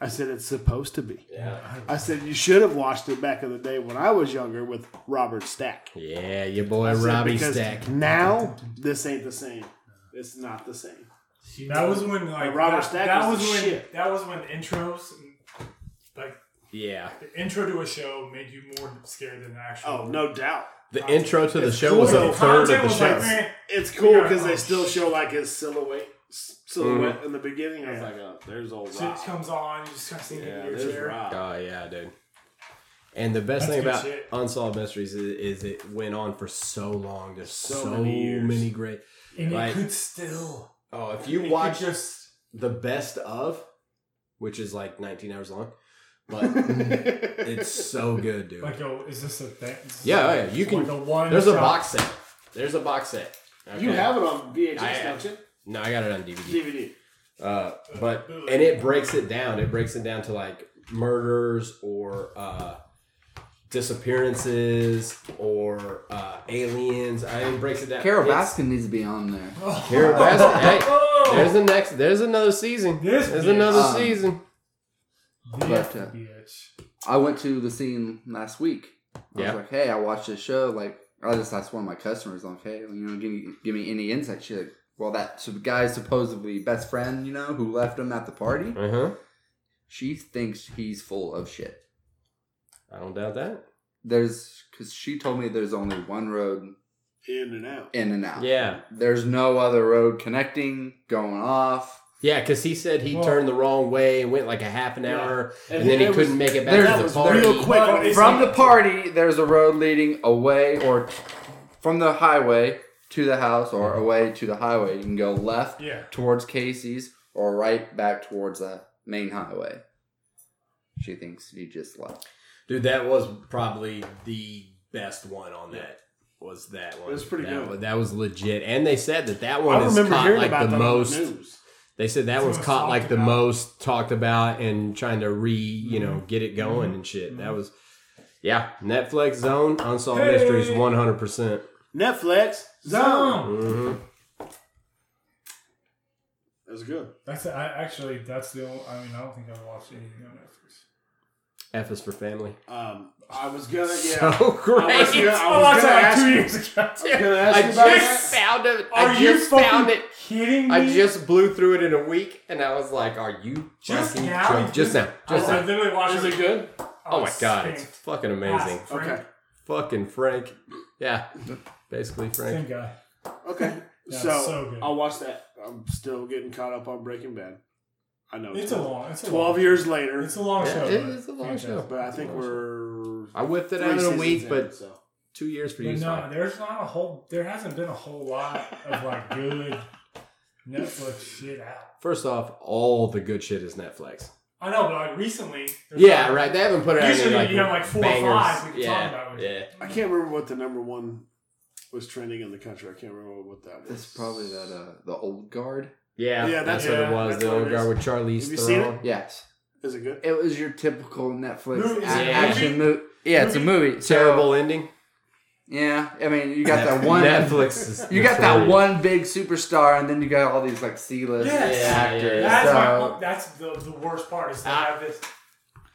Speaker 4: I said it's supposed to be.
Speaker 2: yeah,
Speaker 4: I said you should have watched it back in the day when I was younger with Robert Stack.
Speaker 2: yeah. Your boy
Speaker 4: I said,
Speaker 2: Robbie
Speaker 4: because
Speaker 2: Stack.
Speaker 4: Now this ain't the same. It's not the same.
Speaker 5: That was when like
Speaker 4: And Robert
Speaker 5: that,
Speaker 4: Stack
Speaker 5: that
Speaker 4: was the
Speaker 5: when
Speaker 4: shit.
Speaker 5: that was when intros, like
Speaker 2: Yeah,
Speaker 5: the intro to a show, made you more scared than the actual.
Speaker 4: Oh, no doubt.
Speaker 2: the intro to the
Speaker 4: It's
Speaker 2: show
Speaker 4: cool
Speaker 2: was
Speaker 4: though.
Speaker 2: a third of the
Speaker 5: was
Speaker 2: show.
Speaker 5: like, eh,
Speaker 4: It's cool
Speaker 5: Yeah.
Speaker 4: because they still show like his silhouette s- silhouette
Speaker 2: Mm-hmm.
Speaker 4: in the beginning. I was
Speaker 5: Yeah.
Speaker 4: like, oh, there's old
Speaker 5: shit
Speaker 4: Rob.
Speaker 5: comes on, you just kind of sink
Speaker 4: Yeah,
Speaker 5: into your
Speaker 4: there's
Speaker 5: chair.
Speaker 4: Rob.
Speaker 2: Oh yeah, dude. And the best
Speaker 5: That's
Speaker 2: thing
Speaker 5: good
Speaker 2: about
Speaker 5: shit.
Speaker 2: Unsolved Mysteries is, is it went on for so long. There's so,
Speaker 4: So
Speaker 2: many,
Speaker 4: many years.
Speaker 2: great.
Speaker 5: And
Speaker 2: Like-
Speaker 5: it could still
Speaker 2: Oh, if you
Speaker 5: it could
Speaker 2: watch
Speaker 5: just
Speaker 2: the best of, which is like 19 hours long, but it's so good, dude.
Speaker 5: like yo, is this a thing? Is this
Speaker 2: Yeah, oh,
Speaker 5: a-
Speaker 2: yeah, you
Speaker 5: like
Speaker 2: can-
Speaker 5: a one
Speaker 2: There's a
Speaker 5: shot-
Speaker 2: box set. There's a box set.
Speaker 4: You
Speaker 2: Okay.
Speaker 4: have it on VHS,
Speaker 2: I-
Speaker 4: don't you?
Speaker 2: No, I got it on DVD.
Speaker 4: DVD.
Speaker 2: Uh, but and it breaks it down. It breaks it down to like murders or uh, disappearances or uh, aliens. I it breaks it down.
Speaker 8: Carol
Speaker 2: It's-
Speaker 8: Baskin needs to be on there.
Speaker 2: Carol Baskin. Hey, there's the next. There's another season.
Speaker 5: This
Speaker 2: There's
Speaker 5: bitch.
Speaker 2: another
Speaker 8: Um,
Speaker 2: season.
Speaker 8: But, uh,
Speaker 5: bitch.
Speaker 8: I went to the scene last week. I
Speaker 2: Yeah.
Speaker 8: was like, hey, I watched this show. Like, I just asked one of my customers, like, hey, you know, give me, give me any insight. She's like, well, that so the guy's supposedly best friend, you know, who left him at the party.
Speaker 2: Uh huh.
Speaker 8: She thinks he's full of shit.
Speaker 2: I don't doubt that.
Speaker 8: There's, because she told me there's only one road
Speaker 4: In and out.
Speaker 8: in and out.
Speaker 2: Yeah,
Speaker 8: There's no other road connecting, going off.
Speaker 2: yeah. Because he said he
Speaker 5: Well-
Speaker 2: turned the wrong way and went like a half an hour,
Speaker 4: Yeah.
Speaker 2: and,
Speaker 4: And
Speaker 2: then he
Speaker 4: it was-
Speaker 2: couldn't make it
Speaker 8: there
Speaker 2: back
Speaker 8: it
Speaker 2: to the
Speaker 8: was,
Speaker 2: party.
Speaker 4: Real quick.
Speaker 5: Well,
Speaker 4: on-
Speaker 5: it's-
Speaker 8: From the party, there's a road leading away or t- from the highway to the house or away to the highway. You can go left
Speaker 5: Yeah.
Speaker 8: towards Casey's or right back towards the main highway. She thinks he just left.
Speaker 2: Dude, that was probably the best one on that. Was that one?
Speaker 4: It was pretty
Speaker 2: that
Speaker 4: good.
Speaker 2: One, that was legit, and they said that that
Speaker 4: I
Speaker 2: one is
Speaker 4: remember
Speaker 2: caught
Speaker 4: hearing
Speaker 2: like
Speaker 4: about
Speaker 2: the
Speaker 4: that
Speaker 2: most.
Speaker 4: on the news.
Speaker 2: They said that
Speaker 5: It's
Speaker 2: one's
Speaker 5: most
Speaker 2: caught
Speaker 5: talked
Speaker 2: like the
Speaker 5: about.
Speaker 2: most talked about and trying to re, you know,
Speaker 4: Mm-hmm.
Speaker 2: get it going and shit. That was, yeah, Netflix Zone Unsolved
Speaker 5: Hey!
Speaker 2: Mysteries, one hundred percent. Mm-hmm.
Speaker 4: Netflix Zone.
Speaker 5: Zone.
Speaker 4: That was good.
Speaker 5: That's I actually that's the only. I mean, I don't think I've watched anything on Netflix.
Speaker 2: F is for family.
Speaker 4: Um, I was gonna, yeah.
Speaker 2: So great.
Speaker 4: I was gonna,
Speaker 5: I,
Speaker 4: I
Speaker 5: watched that Oh,
Speaker 4: was gonna
Speaker 5: like
Speaker 4: ask
Speaker 5: two
Speaker 4: you.
Speaker 5: years ago.
Speaker 4: I was gonna ask
Speaker 2: I
Speaker 4: you about
Speaker 2: just
Speaker 4: that.
Speaker 2: found it.
Speaker 5: Are
Speaker 2: I
Speaker 5: you
Speaker 2: just
Speaker 5: fucking
Speaker 2: found it.
Speaker 5: kidding me?
Speaker 2: I just blew through it in a week, and I was like, "Are you
Speaker 5: Just
Speaker 2: fucking
Speaker 5: now?
Speaker 2: joking? Just now?
Speaker 5: I was
Speaker 2: Just now?
Speaker 5: like, literally watched
Speaker 4: Is it good?
Speaker 2: Oh my god, it's fucking amazing.
Speaker 4: Okay.
Speaker 2: Fucking Frank. Yeah. Basically
Speaker 5: Same
Speaker 2: Frank.
Speaker 5: guy.
Speaker 4: Okay.
Speaker 5: Yeah,
Speaker 4: so
Speaker 5: so good.
Speaker 4: I'll watch that. I'm still getting caught up on Breaking Bad. I know
Speaker 5: It's a long. It's a
Speaker 4: 12
Speaker 5: long,
Speaker 4: years later,
Speaker 5: It's a long
Speaker 2: Yeah,
Speaker 5: show.
Speaker 2: it
Speaker 5: but
Speaker 2: is a long
Speaker 5: fantastic.
Speaker 2: show.
Speaker 4: but I think we're
Speaker 2: I whipped it
Speaker 4: three
Speaker 2: out in a
Speaker 4: seasons
Speaker 2: week,
Speaker 4: in,
Speaker 2: but
Speaker 4: so.
Speaker 2: two years for you.
Speaker 5: But
Speaker 2: is
Speaker 5: no,
Speaker 2: fine.
Speaker 5: there's not a whole. There hasn't been a whole lot of like good Netflix shit out.
Speaker 2: First off, all the good shit is Netflix.
Speaker 5: I know, but like recently. there's
Speaker 2: Yeah,
Speaker 5: not-
Speaker 2: right. They haven't put it out any,
Speaker 5: Usually
Speaker 2: like,
Speaker 5: you have, like, four or
Speaker 2: bangers.
Speaker 5: five we can
Speaker 2: yeah,
Speaker 5: talk about.
Speaker 2: Yeah.
Speaker 4: I can't remember what the number one was trending in the country. I can't remember what that was.
Speaker 8: It's probably that uh the old guard.
Speaker 2: Yeah,
Speaker 4: Yeah,
Speaker 2: that's
Speaker 4: that's-
Speaker 2: what it
Speaker 5: yeah,
Speaker 2: was.
Speaker 4: that's
Speaker 2: The
Speaker 4: what
Speaker 2: old
Speaker 4: it
Speaker 2: guy
Speaker 4: is.
Speaker 2: with Charlize
Speaker 4: Have you seen
Speaker 2: Theron.
Speaker 8: Yes.
Speaker 4: Is it good?
Speaker 8: It was your typical Netflix
Speaker 14: Movie- is
Speaker 8: a-
Speaker 2: it a
Speaker 8: action movie. Yeah, it's a movie. So,
Speaker 2: Terrible ending.
Speaker 8: Yeah, I mean, you got that one.
Speaker 2: Netflix. Is
Speaker 8: You got that
Speaker 2: notorious.
Speaker 8: one big superstar, and then you got all these like C-list
Speaker 5: Yes. Yeah,
Speaker 8: actors.
Speaker 2: yeah.
Speaker 5: That's, my,
Speaker 8: so,
Speaker 5: that's the, the worst part is to
Speaker 2: Ah.
Speaker 5: have this.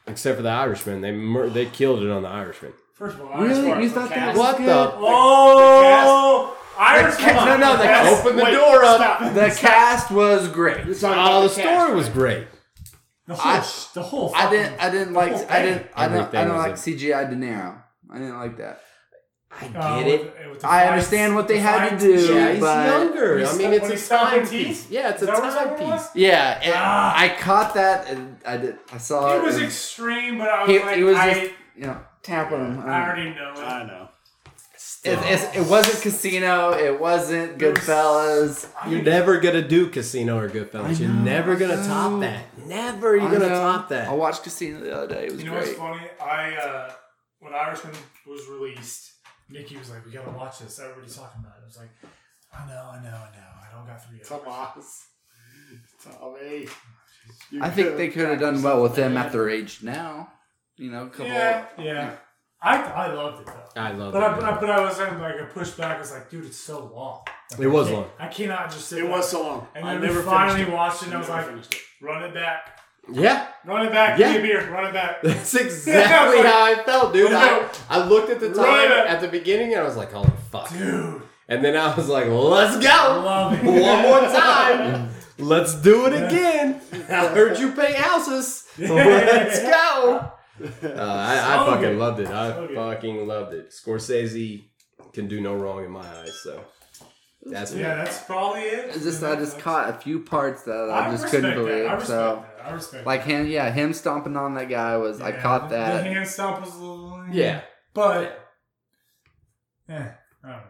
Speaker 2: Except for the Irishman, they mur- they killed it on the Irishman.
Speaker 5: First of all, I was-
Speaker 8: really, you
Speaker 4: the
Speaker 8: thought that
Speaker 4: cast.
Speaker 8: was
Speaker 2: What
Speaker 8: good?
Speaker 2: the?
Speaker 5: oh, Irish
Speaker 2: The ca- no, no, the
Speaker 5: Yes.
Speaker 2: open the door up.
Speaker 8: The cast was great.
Speaker 2: Oh, the story was great.
Speaker 5: The whole,
Speaker 8: I-
Speaker 5: the whole.
Speaker 8: I didn't. I didn't like.
Speaker 5: whole
Speaker 8: I didn't. I don't. I
Speaker 2: Everything
Speaker 8: don't
Speaker 2: was
Speaker 8: like
Speaker 2: a-
Speaker 8: CGI De Niro. I didn't like that.
Speaker 2: I
Speaker 5: fucking,
Speaker 2: get
Speaker 5: uh,
Speaker 2: it.
Speaker 5: with- with the
Speaker 8: I
Speaker 5: fine-
Speaker 8: understand what they
Speaker 5: the
Speaker 8: had
Speaker 5: fine
Speaker 8: to do.
Speaker 2: Yeah, he's
Speaker 8: but-
Speaker 2: younger.
Speaker 5: When
Speaker 2: I
Speaker 5: he
Speaker 2: mean,
Speaker 5: stung-
Speaker 2: it's
Speaker 5: when he
Speaker 2: a
Speaker 5: stung in
Speaker 2: time piece.
Speaker 5: teeth?
Speaker 2: Yeah, it's a
Speaker 5: Is that what
Speaker 2: time
Speaker 5: that one was?
Speaker 2: piece.
Speaker 8: Yeah, it,
Speaker 5: Ah.
Speaker 8: I caught that, and I did. I saw
Speaker 5: It was
Speaker 8: and
Speaker 5: extreme, but I was
Speaker 8: he,
Speaker 5: like,
Speaker 8: he was
Speaker 5: I,
Speaker 8: just you know tapping him.
Speaker 5: I already know it.
Speaker 2: Uh,
Speaker 4: I know.
Speaker 8: It, it's- it wasn't Casino. It wasn't
Speaker 5: It was-
Speaker 8: Goodfellas.
Speaker 2: You're never gonna do Casino or Goodfellas. You're never gonna top that. Never. You're
Speaker 8: I
Speaker 2: gonna
Speaker 8: know.
Speaker 2: top
Speaker 8: I
Speaker 2: that.
Speaker 8: watched Casino the other day. It was
Speaker 5: You know
Speaker 8: great.
Speaker 5: what's funny? I uh, when Irishman was released, Nikki was like, "We gotta watch this. Everybody's talking about it." I was like, "I know, I know, I know. I don't got three hours."
Speaker 4: Tomas. Tommy.
Speaker 8: I think they could have done well with them at their age now. You know, a couple.
Speaker 5: Yeah, yeah. I, I loved it though.
Speaker 2: I love
Speaker 5: But I, but
Speaker 2: that.
Speaker 5: I, but I was having like a pushback. I was like, dude, it's so long. Like,
Speaker 2: It was
Speaker 5: I can't-
Speaker 2: long.
Speaker 5: I cannot just sit.
Speaker 4: It
Speaker 5: there.
Speaker 4: was so long.
Speaker 5: And
Speaker 4: I
Speaker 5: then we
Speaker 4: never
Speaker 5: finally
Speaker 4: finished it.
Speaker 5: watched it, and I was
Speaker 4: never
Speaker 5: like,
Speaker 4: finished it.
Speaker 5: "Run it back,
Speaker 2: Yeah,
Speaker 5: run it back, give
Speaker 2: Yeah.
Speaker 5: me a beer, run it back."
Speaker 2: that's exactly
Speaker 5: Yeah,
Speaker 2: how I felt, dude. I,
Speaker 5: Right.
Speaker 2: I looked at the
Speaker 5: Right.
Speaker 2: time at the beginning and I was like, "Holy fuck!"
Speaker 5: Dude,
Speaker 2: And then I was like, "Let's
Speaker 5: I
Speaker 2: go
Speaker 5: love it.
Speaker 2: one more time. Let's do it again." I heard you pay houses. Let's go. Uh, I, I
Speaker 5: So
Speaker 2: fucking
Speaker 5: good.
Speaker 2: loved it. I
Speaker 5: So good.
Speaker 2: fucking loved it. Scorsese can do no wrong in my eyes, so that's me.
Speaker 5: Yeah, that's probably it.
Speaker 8: It's just I just caught a few parts that I,
Speaker 5: I
Speaker 8: just
Speaker 5: respect
Speaker 8: couldn't
Speaker 5: that.
Speaker 8: believe.
Speaker 5: I respect
Speaker 8: so,
Speaker 5: that. I respect
Speaker 8: like him, yeah, him stomping on that guy was I
Speaker 5: Yeah,
Speaker 8: caught
Speaker 5: the-
Speaker 8: that.
Speaker 5: The hand stomp was a little.
Speaker 2: Yeah.
Speaker 5: But, eh, I don't know.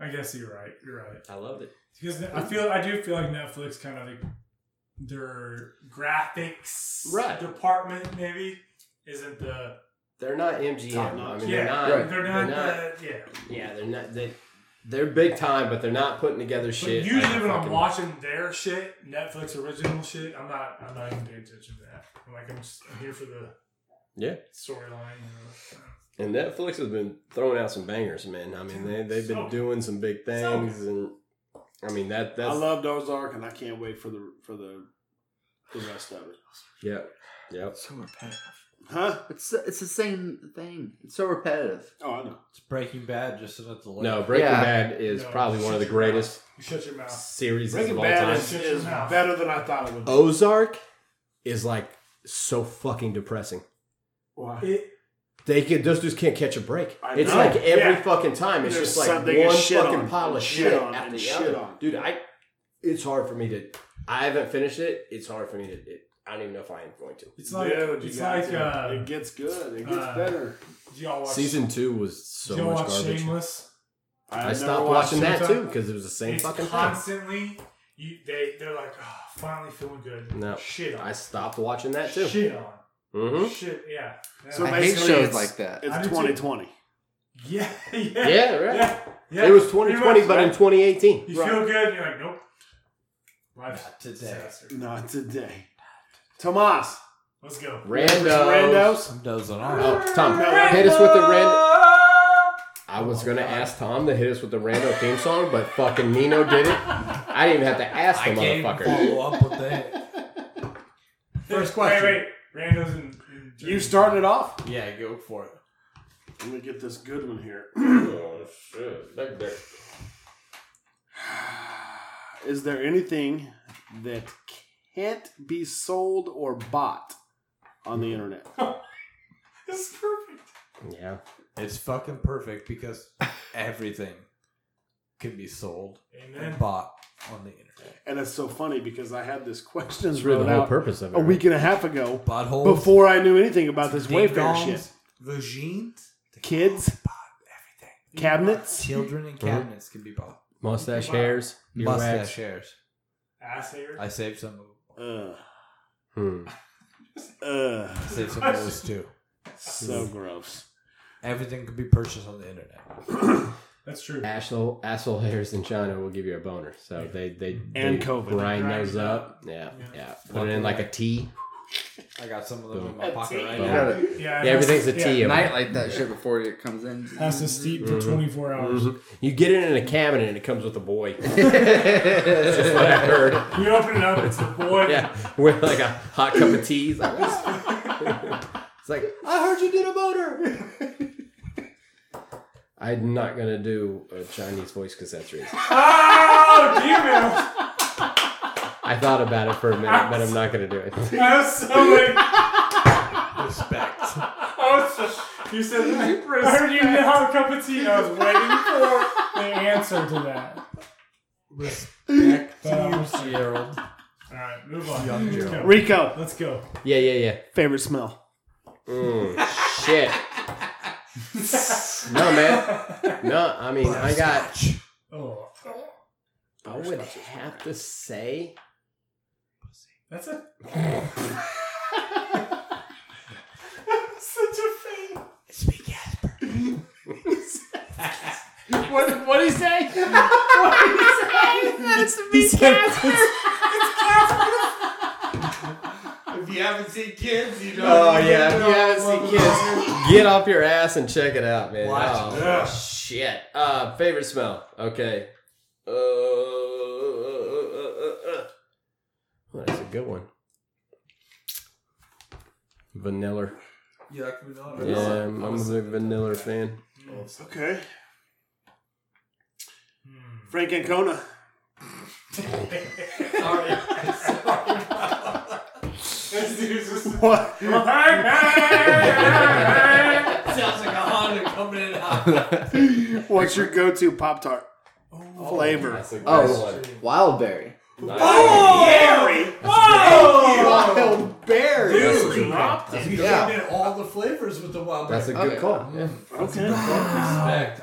Speaker 5: I guess you're right. You're right.
Speaker 2: I loved it.
Speaker 5: Because I feel, I do feel like Netflix kind of like their graphics
Speaker 2: Right.
Speaker 5: department maybe isn't the
Speaker 2: They're not MGM.
Speaker 4: Top
Speaker 2: I
Speaker 4: notch.
Speaker 2: mean,
Speaker 5: yeah
Speaker 2: they're not.
Speaker 8: Right.
Speaker 5: they're not, the yeah.
Speaker 2: Yeah, they're not. They, they're big time, but they're not putting together shit.
Speaker 5: but usually
Speaker 2: like
Speaker 5: when I'm
Speaker 2: fucking-
Speaker 5: watching their shit, Netflix original shit, I'm not I'm not even paying attention to that. I'm like I'm, just, I'm here for the
Speaker 2: Yeah.
Speaker 5: storyline. You know.
Speaker 2: And Netflix has been throwing out some bangers, man. I mean, they they've been
Speaker 5: So-
Speaker 2: doing some big things, and I mean that
Speaker 4: I
Speaker 2: that's
Speaker 4: loved Ozark, and I can't wait for the for the the rest of it.
Speaker 2: yeah, yeah.
Speaker 8: so repetitive.
Speaker 4: Huh?
Speaker 8: It's it's the same thing. It's so repetitive.
Speaker 4: Oh, I know.
Speaker 3: It's Breaking Bad, just so that's a little.
Speaker 2: No, Breaking
Speaker 8: Yeah.
Speaker 2: Bad is
Speaker 5: No,
Speaker 2: probably
Speaker 5: shut
Speaker 2: one of the
Speaker 5: your mouth.
Speaker 2: greatest
Speaker 5: You shut your mouth.
Speaker 2: series
Speaker 4: Breaking
Speaker 2: of all
Speaker 4: Bad
Speaker 2: time.
Speaker 4: is, is better than I thought it would. be.
Speaker 2: Ozark is like so fucking depressing.
Speaker 4: Why?
Speaker 5: It,
Speaker 2: They can those dudes can't catch a break.
Speaker 4: I
Speaker 2: It's
Speaker 4: know.
Speaker 2: like every
Speaker 5: Yeah.
Speaker 2: fucking time. It's
Speaker 4: There's
Speaker 2: just like
Speaker 4: something to
Speaker 2: one
Speaker 4: shit
Speaker 2: fucking
Speaker 4: on,
Speaker 2: pile of
Speaker 4: and
Speaker 2: shit,
Speaker 4: shit on,
Speaker 2: after
Speaker 4: and
Speaker 2: the
Speaker 4: shit
Speaker 2: other.
Speaker 4: on.
Speaker 2: Dude, I it's hard for me to. I haven't finished it. It's hard for me to. It, I don't even know if I am going to.
Speaker 5: it's like
Speaker 4: Dude, you
Speaker 5: it's
Speaker 4: got
Speaker 5: like
Speaker 4: to.
Speaker 5: uh,
Speaker 4: it gets good. It gets
Speaker 5: uh,
Speaker 4: better.
Speaker 5: Do y'all watch
Speaker 2: Season two was
Speaker 5: do
Speaker 2: so
Speaker 5: y'all
Speaker 2: much
Speaker 5: watch
Speaker 2: garbage.
Speaker 5: Shameless?
Speaker 2: I
Speaker 4: I've
Speaker 2: stopped
Speaker 4: never
Speaker 2: watching
Speaker 4: watched
Speaker 2: that
Speaker 5: Shameless.
Speaker 2: too because it was the same
Speaker 5: it's
Speaker 2: fucking thing.
Speaker 5: constantly you they they're like oh, finally feeling good.
Speaker 2: No,
Speaker 5: shit on
Speaker 2: I stopped watching that too.
Speaker 5: shit on
Speaker 2: Mm-hmm.
Speaker 5: shit yeah. Yeah.
Speaker 4: So
Speaker 8: I hate
Speaker 4: basically
Speaker 8: shows
Speaker 4: it's-
Speaker 8: like that.
Speaker 4: It's
Speaker 5: I do too.
Speaker 4: 2020.
Speaker 5: yeah yeah
Speaker 2: Yeah, right.
Speaker 5: yeah yeah.
Speaker 2: It was
Speaker 5: Pretty
Speaker 2: 2020,
Speaker 5: much,
Speaker 2: but in
Speaker 5: right?
Speaker 2: 2018.
Speaker 5: you feel good and you're like nope. Life's
Speaker 3: Not
Speaker 5: a
Speaker 3: today.
Speaker 5: disaster.
Speaker 4: Not today. Tomas.
Speaker 5: Let's go.
Speaker 2: Randos.
Speaker 4: Randos.
Speaker 3: I'm dozing off.
Speaker 2: Oh, Tom,
Speaker 4: Rando.
Speaker 2: hit us with the random. I was gonna ask Tom to hit us with the rando theme song, but fucking Nino did it. I didn't even have to ask the
Speaker 3: I can't even
Speaker 2: motherfucker.
Speaker 3: follow up with that. First question.
Speaker 5: Wait wait. Randos and, and
Speaker 4: You started it off.
Speaker 3: Yeah, go for it.
Speaker 4: Let me get this good one here.
Speaker 2: Oh, shit. That- that-
Speaker 4: Is there anything that can't be sold or bought on the internet?
Speaker 5: This is perfect.
Speaker 2: Yeah.
Speaker 3: It's fucking perfect because everything can be sold and
Speaker 5: Amen.
Speaker 3: bought on the internet.
Speaker 4: And it's so funny because I had this question
Speaker 2: That's really
Speaker 4: wrote
Speaker 2: the whole
Speaker 4: out
Speaker 2: purpose of it.
Speaker 4: a
Speaker 2: right?
Speaker 4: week and a half ago
Speaker 3: Buttholes.
Speaker 4: before I knew anything about this Wayfair shit.
Speaker 3: Vagines.
Speaker 4: Kids,
Speaker 3: Everything.
Speaker 4: cabinets.
Speaker 3: Children and cabinets can be bought.
Speaker 2: Mustache hairs. earwax.
Speaker 3: Mustache hairs.
Speaker 5: Ass hair.
Speaker 3: I saved some of
Speaker 4: Uh,
Speaker 2: Hmm.
Speaker 4: uh,
Speaker 3: I saved some of those too.
Speaker 4: so gross.
Speaker 3: Everything can be purchased on the internet.
Speaker 5: That's true.
Speaker 2: Asshole, asshole hairs in China will give you a boner. So they they,
Speaker 4: And
Speaker 2: they
Speaker 4: COVID.
Speaker 2: grind
Speaker 5: Grind
Speaker 2: those
Speaker 5: it
Speaker 2: up. Yeah, yeah. Put it in like a tea.
Speaker 3: I got some of them in my
Speaker 4: A
Speaker 3: pocket
Speaker 4: tea.
Speaker 3: right
Speaker 8: You
Speaker 3: now.
Speaker 8: gotta
Speaker 5: Yeah,
Speaker 2: Yeah, everything's a
Speaker 5: yeah,
Speaker 2: tea. Mm-hmm.
Speaker 8: night like that shit before it comes in.
Speaker 5: Has to steep for 24 hours.
Speaker 2: You get it in a cabinet and it comes with a boy.
Speaker 8: That's
Speaker 2: That's what I heard.
Speaker 5: You open it up, it's the boy.
Speaker 2: Yeah, with like a hot cup of tea. It's like, what's- it's like I heard you did a motor. I'm not gonna do a Chinese voice because that's racist.
Speaker 5: Oh, Gmail.
Speaker 2: I thought about it for a minute, but I'm not gonna do it.
Speaker 5: I was so like,
Speaker 14: Respect.
Speaker 5: I was just, you said, I heard you did have a cup of tea. I was waiting for the answer to that.
Speaker 3: Respect
Speaker 5: But I was
Speaker 3: to you, Gerald.
Speaker 5: All right, move on.
Speaker 3: Young
Speaker 5: Let's
Speaker 3: Joe.
Speaker 5: go.
Speaker 4: Rico,
Speaker 5: Let's go.
Speaker 2: Yeah, yeah,
Speaker 4: favorite smell.
Speaker 2: yeah. Mm, shit. No, man. No, I mean I got.
Speaker 5: Oh,
Speaker 2: I would have to say.
Speaker 5: that's it.
Speaker 4: What what do you say?
Speaker 3: If you haven't seen kids, you know.
Speaker 2: Oh yeah, kids. Get off your ass and check it out, man.
Speaker 3: Watch
Speaker 2: Oh, shit. Uh, favorite smell. Okay. Uh, uh, uh, uh, uh. Well, that's a good one. Vanilla.
Speaker 3: You like vanilla?
Speaker 2: Yeah, I'm, I'm a big vanilla fan.
Speaker 4: Okay.
Speaker 5: Hmm.
Speaker 4: Frank Ancona.
Speaker 3: Sorry.
Speaker 4: What?
Speaker 3: Sounds like a Honda coming in hot.
Speaker 4: What's your go-to Pop Tart flavor?
Speaker 2: That's a good
Speaker 8: Oh, Wildberry.
Speaker 2: one.
Speaker 4: Oh,
Speaker 5: Oh,
Speaker 2: Oh!
Speaker 4: Berry.
Speaker 8: Wild
Speaker 3: Yeah.
Speaker 8: berry.
Speaker 3: They
Speaker 8: Yeah.
Speaker 3: did all the flavors with the wild
Speaker 2: That's a
Speaker 3: berry.
Speaker 2: good
Speaker 8: Okay.
Speaker 2: call. Yeah.
Speaker 4: Okay.
Speaker 3: respect.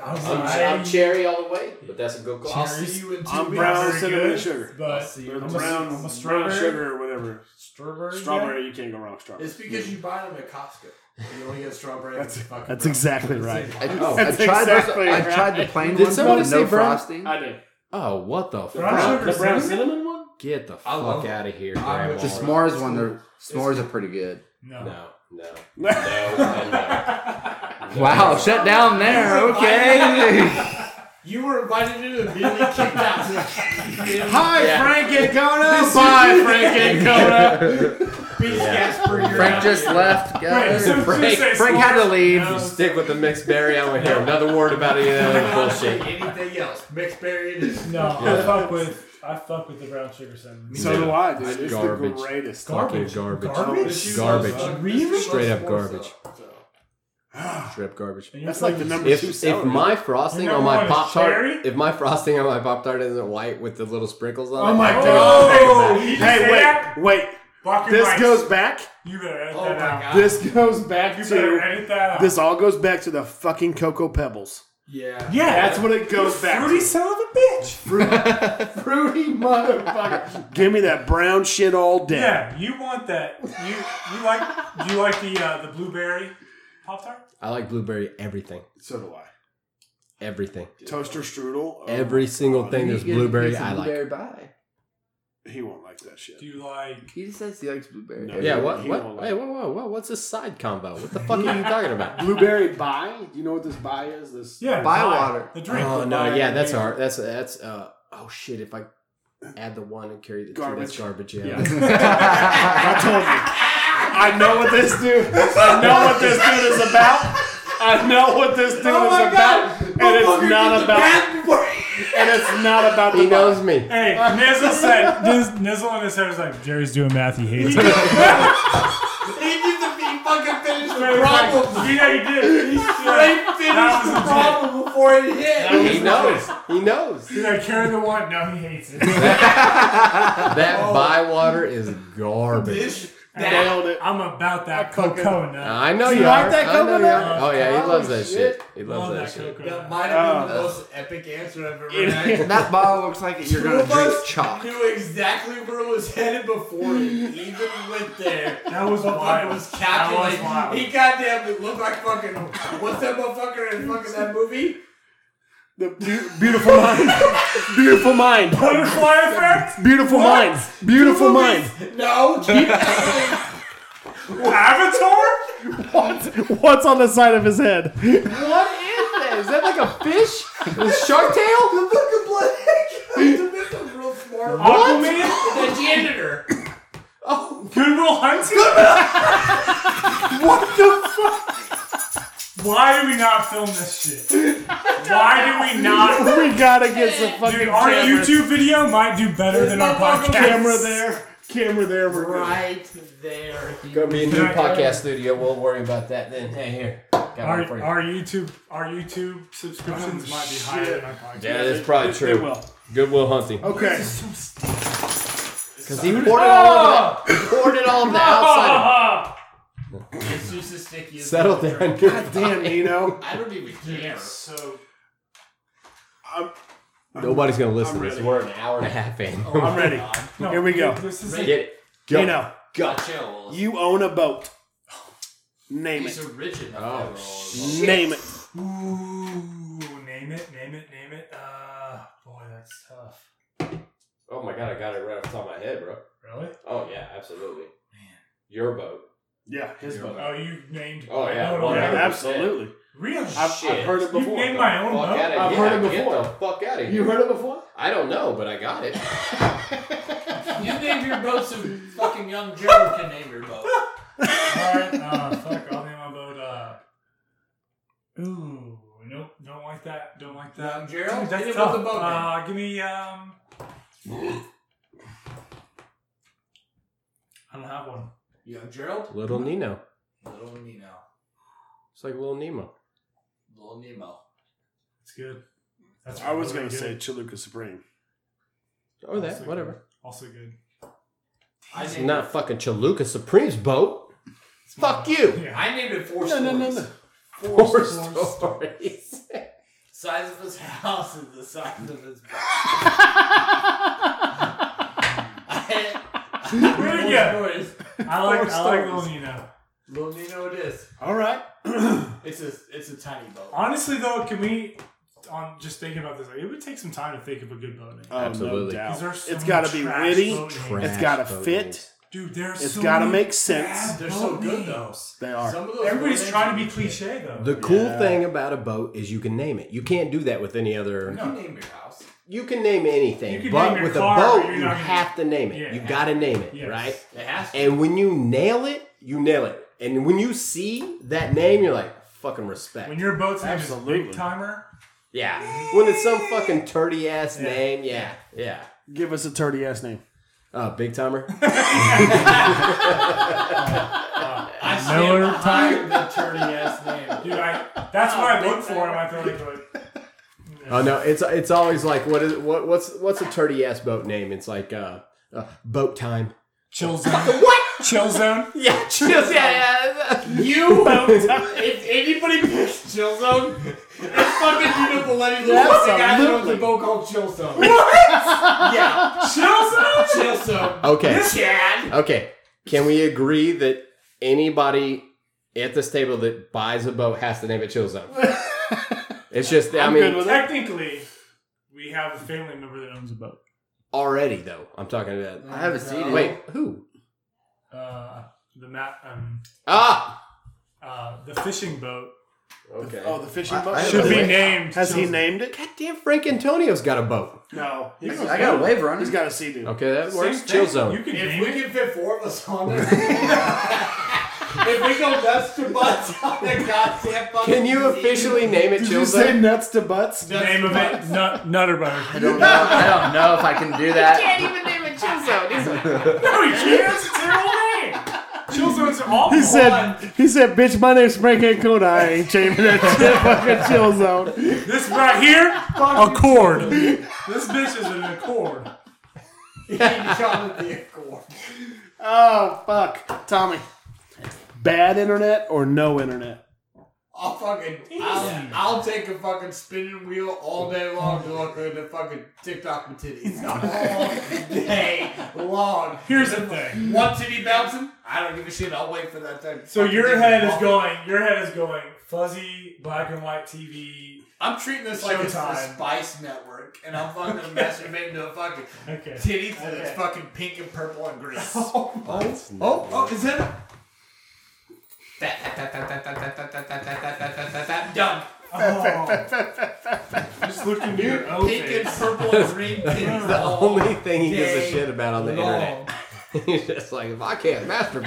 Speaker 3: I was
Speaker 2: I'm,
Speaker 3: like,
Speaker 2: I'm cherry all the way, but that's a good
Speaker 3: I'll
Speaker 2: call.
Speaker 3: see you in two
Speaker 4: I'm
Speaker 3: weeks.
Speaker 4: brown
Speaker 5: very
Speaker 4: cinnamon
Speaker 5: good.
Speaker 4: sugar.
Speaker 5: But
Speaker 4: Or
Speaker 5: I'm a-
Speaker 4: brown,
Speaker 5: I'm a
Speaker 4: brown
Speaker 5: strawberry.
Speaker 4: sugar or whatever.
Speaker 5: Strawberry. guy?
Speaker 4: Strawberry, you can't go wrong. Strawberry.
Speaker 3: It's because you buy them at Costco. You only get strawberry.
Speaker 4: That's-
Speaker 3: and fucking
Speaker 4: That's
Speaker 3: brown.
Speaker 4: exactly right.
Speaker 8: I,
Speaker 2: Oh.
Speaker 8: I
Speaker 4: That's
Speaker 8: tried.
Speaker 4: exactly
Speaker 8: those, I
Speaker 4: right.
Speaker 8: tried the plain
Speaker 2: Did
Speaker 8: one,
Speaker 2: somebody
Speaker 8: but
Speaker 2: say
Speaker 8: no
Speaker 2: brown?
Speaker 8: frosting.
Speaker 4: I do.
Speaker 2: Oh, what the fuck?
Speaker 5: Brown sugar
Speaker 4: The brown
Speaker 5: cinnamon?
Speaker 4: cinnamon one?
Speaker 2: Get the
Speaker 3: I love
Speaker 2: fuck out of here,
Speaker 3: I
Speaker 2: Grandma.
Speaker 3: would-
Speaker 8: The s'mores one, the s'mores are pretty good.
Speaker 5: No.
Speaker 2: No, no, no, and no.
Speaker 8: Wow, shut down there. Okay.
Speaker 3: You were invited in and immediately kicked out.
Speaker 4: Hi,
Speaker 2: Yeah.
Speaker 4: Frank Ancona. Bye, Frank Ancona.
Speaker 3: Beat Casper, you're
Speaker 8: Frank
Speaker 3: out
Speaker 8: just
Speaker 3: here.
Speaker 8: left.
Speaker 5: Wait,
Speaker 8: Guys.
Speaker 5: so
Speaker 2: Frank-
Speaker 5: Frank,
Speaker 8: Frank had to leave.
Speaker 2: Stick with the mixed berry. I don't hear another word about any of that other
Speaker 3: Say
Speaker 2: bullshit.
Speaker 3: anything else. Mixed berry it is.
Speaker 5: No, I
Speaker 2: Yeah.
Speaker 5: fuck with I fuck with the brown sugar cinnamon.
Speaker 4: So do I, dude. It's,
Speaker 2: garbage.
Speaker 4: the greatest.
Speaker 2: Fucking
Speaker 5: Garbage.
Speaker 2: garbage.
Speaker 5: Garbage?
Speaker 2: Garbage.
Speaker 5: Really?
Speaker 2: Straight up garbage. Straight up garbage.
Speaker 5: And you're
Speaker 4: That's like the number two
Speaker 2: If,
Speaker 4: seller.
Speaker 2: if my frosting
Speaker 5: Your
Speaker 2: on
Speaker 5: number
Speaker 2: my
Speaker 5: one is
Speaker 2: pop tart,
Speaker 5: cherry?
Speaker 2: if my frosting on my pop tart isn't white with the little sprinkles on it,
Speaker 4: oh my
Speaker 5: Oh,
Speaker 4: god!
Speaker 5: you
Speaker 4: Hey,
Speaker 5: say
Speaker 4: wait,
Speaker 5: that?
Speaker 4: wait.
Speaker 5: Fuck your
Speaker 4: This
Speaker 5: mics.
Speaker 4: goes back.
Speaker 5: You better edit
Speaker 3: Oh my
Speaker 5: that out.
Speaker 3: god.
Speaker 4: This goes back
Speaker 5: You better
Speaker 4: to.
Speaker 5: edit that out.
Speaker 4: This all goes back to the fucking cocoa pebbles.
Speaker 3: yeah.
Speaker 5: yeah,
Speaker 4: That's what it goes back.
Speaker 5: fruity
Speaker 4: to.
Speaker 5: son of a bitch.
Speaker 4: fruity motherfucker. Give me that brown shit all day.
Speaker 5: Yeah, you want that? You you like? Do you like the uh, the blueberry pop tart?
Speaker 2: I like blueberry everything.
Speaker 4: So do I.
Speaker 2: Everything.
Speaker 4: Toaster strudel. Oh,
Speaker 2: Every single thing there's blueberry, I like.
Speaker 8: Blueberry pie.
Speaker 4: He won't like that shit.
Speaker 5: Do you like?
Speaker 8: He just says he likes blueberry.
Speaker 4: No.
Speaker 2: Yeah, what?
Speaker 4: He
Speaker 2: what?
Speaker 4: don't like
Speaker 2: Hey, whoa, whoa, whoa. What's this side combo? What the fuck are you talking about?
Speaker 4: Blueberry bye. Do you know what this bye is? This
Speaker 5: Yeah,
Speaker 8: Bywater.
Speaker 5: The drink.
Speaker 2: Oh
Speaker 5: with
Speaker 2: no,
Speaker 5: Bywater
Speaker 2: yeah, that's
Speaker 5: beer.
Speaker 2: our that's that's uh oh shit, if I add the one and carry the two, that's garbage, yeah.
Speaker 4: I told you. I know what this dude. I know what this dude is about. I know what this dude is about, and it's not about. And it's not about the
Speaker 2: he knows me.
Speaker 5: Hey, Nizzle said. Niz, Nizzle in his head was like, "Jerry's doing math. He hates it."
Speaker 3: He needs to be fucking finished the problem.
Speaker 5: yeah, he did. He
Speaker 3: Frank
Speaker 5: straight
Speaker 3: finished the problem before it hit.
Speaker 2: He knows. He knows.
Speaker 5: Did I carry the one? No, he hates it.
Speaker 2: That Bywater is garbage. Uh,
Speaker 3: This, that,
Speaker 4: Nailed it.
Speaker 5: I'm about that
Speaker 4: fucking-
Speaker 5: coconut.
Speaker 2: I know
Speaker 4: Uh, You
Speaker 2: you
Speaker 4: like
Speaker 2: are.
Speaker 4: that
Speaker 2: I know
Speaker 4: coconut?
Speaker 2: you are. Oh yeah, he
Speaker 4: Oh,
Speaker 2: loves that
Speaker 4: shit.
Speaker 2: shit. He
Speaker 5: Love
Speaker 2: loves that shit.
Speaker 3: that
Speaker 5: coconut.
Speaker 3: might have been the most epic answer I've ever had.
Speaker 8: And that bottle looks like you're
Speaker 3: Two
Speaker 8: gonna
Speaker 3: of us
Speaker 8: drink chalk.
Speaker 3: Knew exactly where it was headed before it even went there.
Speaker 5: That was
Speaker 3: Motherfucker
Speaker 5: wild.
Speaker 3: was
Speaker 5: That was wild.
Speaker 3: calculating. He goddamn it looked like fucking what's that motherfucker in fucking that movie?
Speaker 4: The beau- beautiful mind. Beautiful mind.
Speaker 5: Butterfly effect.
Speaker 4: Beautiful mind. Beautiful mind.
Speaker 3: No.
Speaker 5: Avatar?
Speaker 4: What's, what's on the side of his head?
Speaker 2: What is that? Is that like a fish? A shark tail?
Speaker 5: Aquaman?
Speaker 3: The janitor.
Speaker 4: Oh.
Speaker 5: Goodwill Hunting?
Speaker 4: What the fuck?
Speaker 5: Why do we not film this shit? Why do we not?
Speaker 4: We gotta get some fucking
Speaker 5: Dude, our
Speaker 4: cameras.
Speaker 5: YouTube video might do better than our podcast.
Speaker 4: camera there. Camera there. We're good.
Speaker 3: Right there.
Speaker 2: Go be a new
Speaker 5: Can I-
Speaker 2: podcast studio. We'll worry about that then. Hey, here. Got
Speaker 5: Our,
Speaker 2: one for you.
Speaker 5: our YouTube our YouTube subscriptions
Speaker 4: Oh,
Speaker 5: might be
Speaker 4: shit.
Speaker 5: higher than our podcast.
Speaker 2: yeah, that's probably
Speaker 4: They
Speaker 2: true.
Speaker 4: will.
Speaker 2: Goodwill Hunting.
Speaker 4: Okay.
Speaker 2: Because Oh, he poured it all over the, poured it all over the outside.
Speaker 3: It's just as sticky
Speaker 2: Of,
Speaker 3: as
Speaker 2: settle
Speaker 3: butter.
Speaker 2: down. Good
Speaker 4: Damn, Nino.
Speaker 3: I don't even care.
Speaker 5: So
Speaker 4: I'm,
Speaker 2: Nobody's gonna listen
Speaker 4: I'm
Speaker 2: to this.
Speaker 4: ready.
Speaker 2: We're an hour and a half in.
Speaker 4: I'm ready.
Speaker 5: no,
Speaker 4: Here we go.
Speaker 5: This is
Speaker 2: Get it. Go.
Speaker 4: Nino,
Speaker 3: Chill.
Speaker 4: you own a boat. Name
Speaker 3: He's
Speaker 4: it.
Speaker 3: a rigid.
Speaker 2: Oh,
Speaker 4: Name it.
Speaker 5: Ooh, name it, name it, name it. Uh, boy, that's tough.
Speaker 2: Oh my god, I got it right off the top of my head, bro.
Speaker 5: Really?
Speaker 2: Oh yeah, absolutely. Your boat.
Speaker 4: Yeah, his boat.
Speaker 5: Oh, you named.
Speaker 2: Oh, yeah.
Speaker 5: no,
Speaker 2: Well,
Speaker 4: Yeah,
Speaker 5: no.
Speaker 2: yeah.
Speaker 4: absolutely.
Speaker 5: Real
Speaker 4: I've,
Speaker 5: shit.
Speaker 4: I've heard it
Speaker 5: You
Speaker 4: before.
Speaker 5: named my own
Speaker 2: Fuck
Speaker 5: boat.
Speaker 2: outta
Speaker 4: I've
Speaker 2: here.
Speaker 4: heard it
Speaker 2: Get the fuck out of here.
Speaker 4: You heard it before?
Speaker 2: I don't know, but I got it.
Speaker 3: You named your boat some fucking young Gerald can name your boat.
Speaker 5: Alright, uh, fuck, I'll name my boat. Uh, ooh, nope, don't like that. Don't like that.
Speaker 3: Young Gerald?
Speaker 5: Dude, that's
Speaker 3: Hit him
Speaker 5: tough.
Speaker 3: with the boat, man.
Speaker 5: uh, give me. Um, I don't have one.
Speaker 3: Young Gerald?
Speaker 2: Little Nino.
Speaker 3: Little Nemo.
Speaker 2: It's like Little Nemo.
Speaker 3: Little Nemo.
Speaker 5: It's good. That's
Speaker 4: I was
Speaker 5: really
Speaker 4: going to
Speaker 5: good.
Speaker 4: say Chiluka Supreme.
Speaker 2: Or
Speaker 5: Also
Speaker 2: that,
Speaker 5: good.
Speaker 2: whatever.
Speaker 5: Also good.
Speaker 3: I
Speaker 2: It's
Speaker 3: named,
Speaker 2: not fucking Chaluka Supreme's boat. Fuck you.
Speaker 3: it,
Speaker 5: Yeah.
Speaker 3: I named it four
Speaker 4: No,
Speaker 3: stories.
Speaker 4: no, no, no.
Speaker 2: Four
Speaker 5: Four
Speaker 2: stories.
Speaker 3: Size of his house is the size of his boat. I,
Speaker 5: There you
Speaker 3: I,
Speaker 5: go.
Speaker 3: four stories.
Speaker 5: I like.
Speaker 4: Four
Speaker 5: I like
Speaker 4: stories.
Speaker 5: Little Nino.
Speaker 3: Little Nino it is.
Speaker 4: All right.
Speaker 3: It's a, it's a tiny boat.
Speaker 5: Honestly, though, can we? On just thinking about this, like, it would take some time to think of a good boat name.
Speaker 4: Oh,
Speaker 2: Absolutely.
Speaker 4: No doubt.
Speaker 5: Because there's so
Speaker 4: it's
Speaker 5: many
Speaker 4: got to be
Speaker 5: trash
Speaker 4: witty.
Speaker 5: boat names.
Speaker 2: Trash
Speaker 4: It's got to
Speaker 2: boat
Speaker 4: fit.
Speaker 2: names.
Speaker 5: Dude, there's
Speaker 4: It's
Speaker 5: so
Speaker 4: gotta
Speaker 5: many
Speaker 4: make sense.
Speaker 5: bad
Speaker 3: They're so
Speaker 5: boat
Speaker 3: good, though.
Speaker 5: names.
Speaker 4: They are.
Speaker 3: Some of those
Speaker 5: Everybody's
Speaker 3: boat
Speaker 5: trying to be
Speaker 3: names are legit.
Speaker 5: cliche though.
Speaker 2: The cool
Speaker 4: Yeah.
Speaker 2: thing about a boat is you can name it. You can't do that with any other.
Speaker 3: You name your house.
Speaker 2: You can name
Speaker 5: You
Speaker 2: anything,
Speaker 5: can
Speaker 2: but
Speaker 5: name your
Speaker 2: with a
Speaker 5: car,
Speaker 2: boat,
Speaker 5: you're
Speaker 2: you
Speaker 5: not gonna-
Speaker 2: have to name it.
Speaker 5: Yeah.
Speaker 2: you got to name it,
Speaker 5: Yes.
Speaker 2: right?
Speaker 3: It has to.
Speaker 2: And when you nail it, you nail it. And when you see that name, you're like, fucking respect.
Speaker 5: When your boat's name is
Speaker 4: Absolutely.
Speaker 5: Big Timer,
Speaker 2: yeah. When it's some fucking turdy ass
Speaker 5: Yeah.
Speaker 2: name, yeah, yeah.
Speaker 4: Give us a turdy ass name.
Speaker 2: Uh, big timer.
Speaker 3: I stand
Speaker 5: Miller
Speaker 3: behind the turny ass name.
Speaker 5: dude, I, that's what I look for in my thirty foot.
Speaker 2: oh no, it's it's always like what is what what's what's a turdy ass boat name? It's like uh, uh boat time.
Speaker 5: Chill zone. what? Chill zone.
Speaker 2: Yeah, just, yeah, yeah.
Speaker 3: You, if anybody picks Chill Zone, it's fucking beautiful Lenny Lewis. The guy that owns a
Speaker 4: Absolutely.
Speaker 3: boat called Chill Zone. What? Yeah.
Speaker 5: Chill zone.
Speaker 3: Chill Zone.
Speaker 2: Okay.
Speaker 3: Chad.
Speaker 2: Okay. Can we agree that anybody at this table that buys a boat has to name it Chill Zone? It's just, I
Speaker 4: I'm good
Speaker 2: mean,
Speaker 4: with it.
Speaker 5: Technically, we have a family member that owns a boat.
Speaker 2: already though. I'm talking about.
Speaker 3: I haven't seen
Speaker 5: Oh.
Speaker 3: it.
Speaker 2: Wait, who?
Speaker 5: Uh, the map, um,
Speaker 2: Ah.
Speaker 5: uh, the fishing boat
Speaker 2: Okay.
Speaker 4: Oh, the fishing
Speaker 8: I-
Speaker 4: boat?
Speaker 8: I-
Speaker 5: should
Speaker 8: Should
Speaker 5: be
Speaker 8: be
Speaker 5: named.
Speaker 4: Has he named it?
Speaker 2: Goddamn, Frank Antonio's got a boat.
Speaker 4: No. He's,
Speaker 8: I got a waiver on
Speaker 4: he's
Speaker 8: it.
Speaker 4: got a sea dude.
Speaker 2: Okay, that works. Chill
Speaker 5: You
Speaker 2: Zone.
Speaker 5: can
Speaker 3: If
Speaker 5: name
Speaker 3: we
Speaker 5: it.
Speaker 3: can fit four of us on there, if we go nuts to butts on the goddamn fucking.
Speaker 2: Can you
Speaker 3: disease,
Speaker 2: officially name it
Speaker 4: Did
Speaker 2: Chill
Speaker 4: you say
Speaker 2: Zone?
Speaker 4: nuts to butts?
Speaker 3: nuts
Speaker 5: Name
Speaker 3: to
Speaker 5: of
Speaker 3: butts.
Speaker 5: it nut, Nutter
Speaker 8: I
Speaker 5: Butter.
Speaker 8: don't know. I don't know if I can do that.
Speaker 2: even name it Chill Zone. He's like,
Speaker 5: no, you can't. It's a terrible name. Chill zone's awful.
Speaker 4: He said, he said, bitch, my name's Frank Ancona. I ain't changing that shit fucking chill zone.
Speaker 5: This right here, Accord. this bitch is an Accord.
Speaker 3: He shot at the acorn.
Speaker 4: Oh, fuck. Tommy. Bad internet or no internet?
Speaker 3: I'll fucking I'll, I'll take a fucking spinning wheel all day long to look at the fucking TikTok with titties all day long.
Speaker 5: Here's the thing.
Speaker 3: One titty bouncing, I don't give a shit. I'll wait for that thing.
Speaker 5: So
Speaker 3: fucking
Speaker 5: your
Speaker 3: thing
Speaker 5: head
Speaker 3: to
Speaker 5: is
Speaker 3: pop.
Speaker 5: going. Your head is going fuzzy, black and white TV.
Speaker 3: I'm treating this like it's the
Speaker 5: Showtime.
Speaker 3: Spice Network, and I'm fucking masturbating to a fucking
Speaker 5: Okay.
Speaker 3: titties that's
Speaker 5: Okay.
Speaker 3: fucking pink and purple and green. oh, oh, oh, is that? Fat, fat, fat, fat, fat, fat, fat, fat, fat, fat, fat, fat, fat, fat, fat. Done.
Speaker 5: Oh. Just look into your own
Speaker 3: Pink and
Speaker 5: face.
Speaker 3: purple and green
Speaker 2: It's
Speaker 3: titties
Speaker 2: the
Speaker 3: all
Speaker 2: only thing he gives a
Speaker 3: day
Speaker 2: shit about on the internet.
Speaker 3: long.
Speaker 2: He's just like, if I can't masturbate,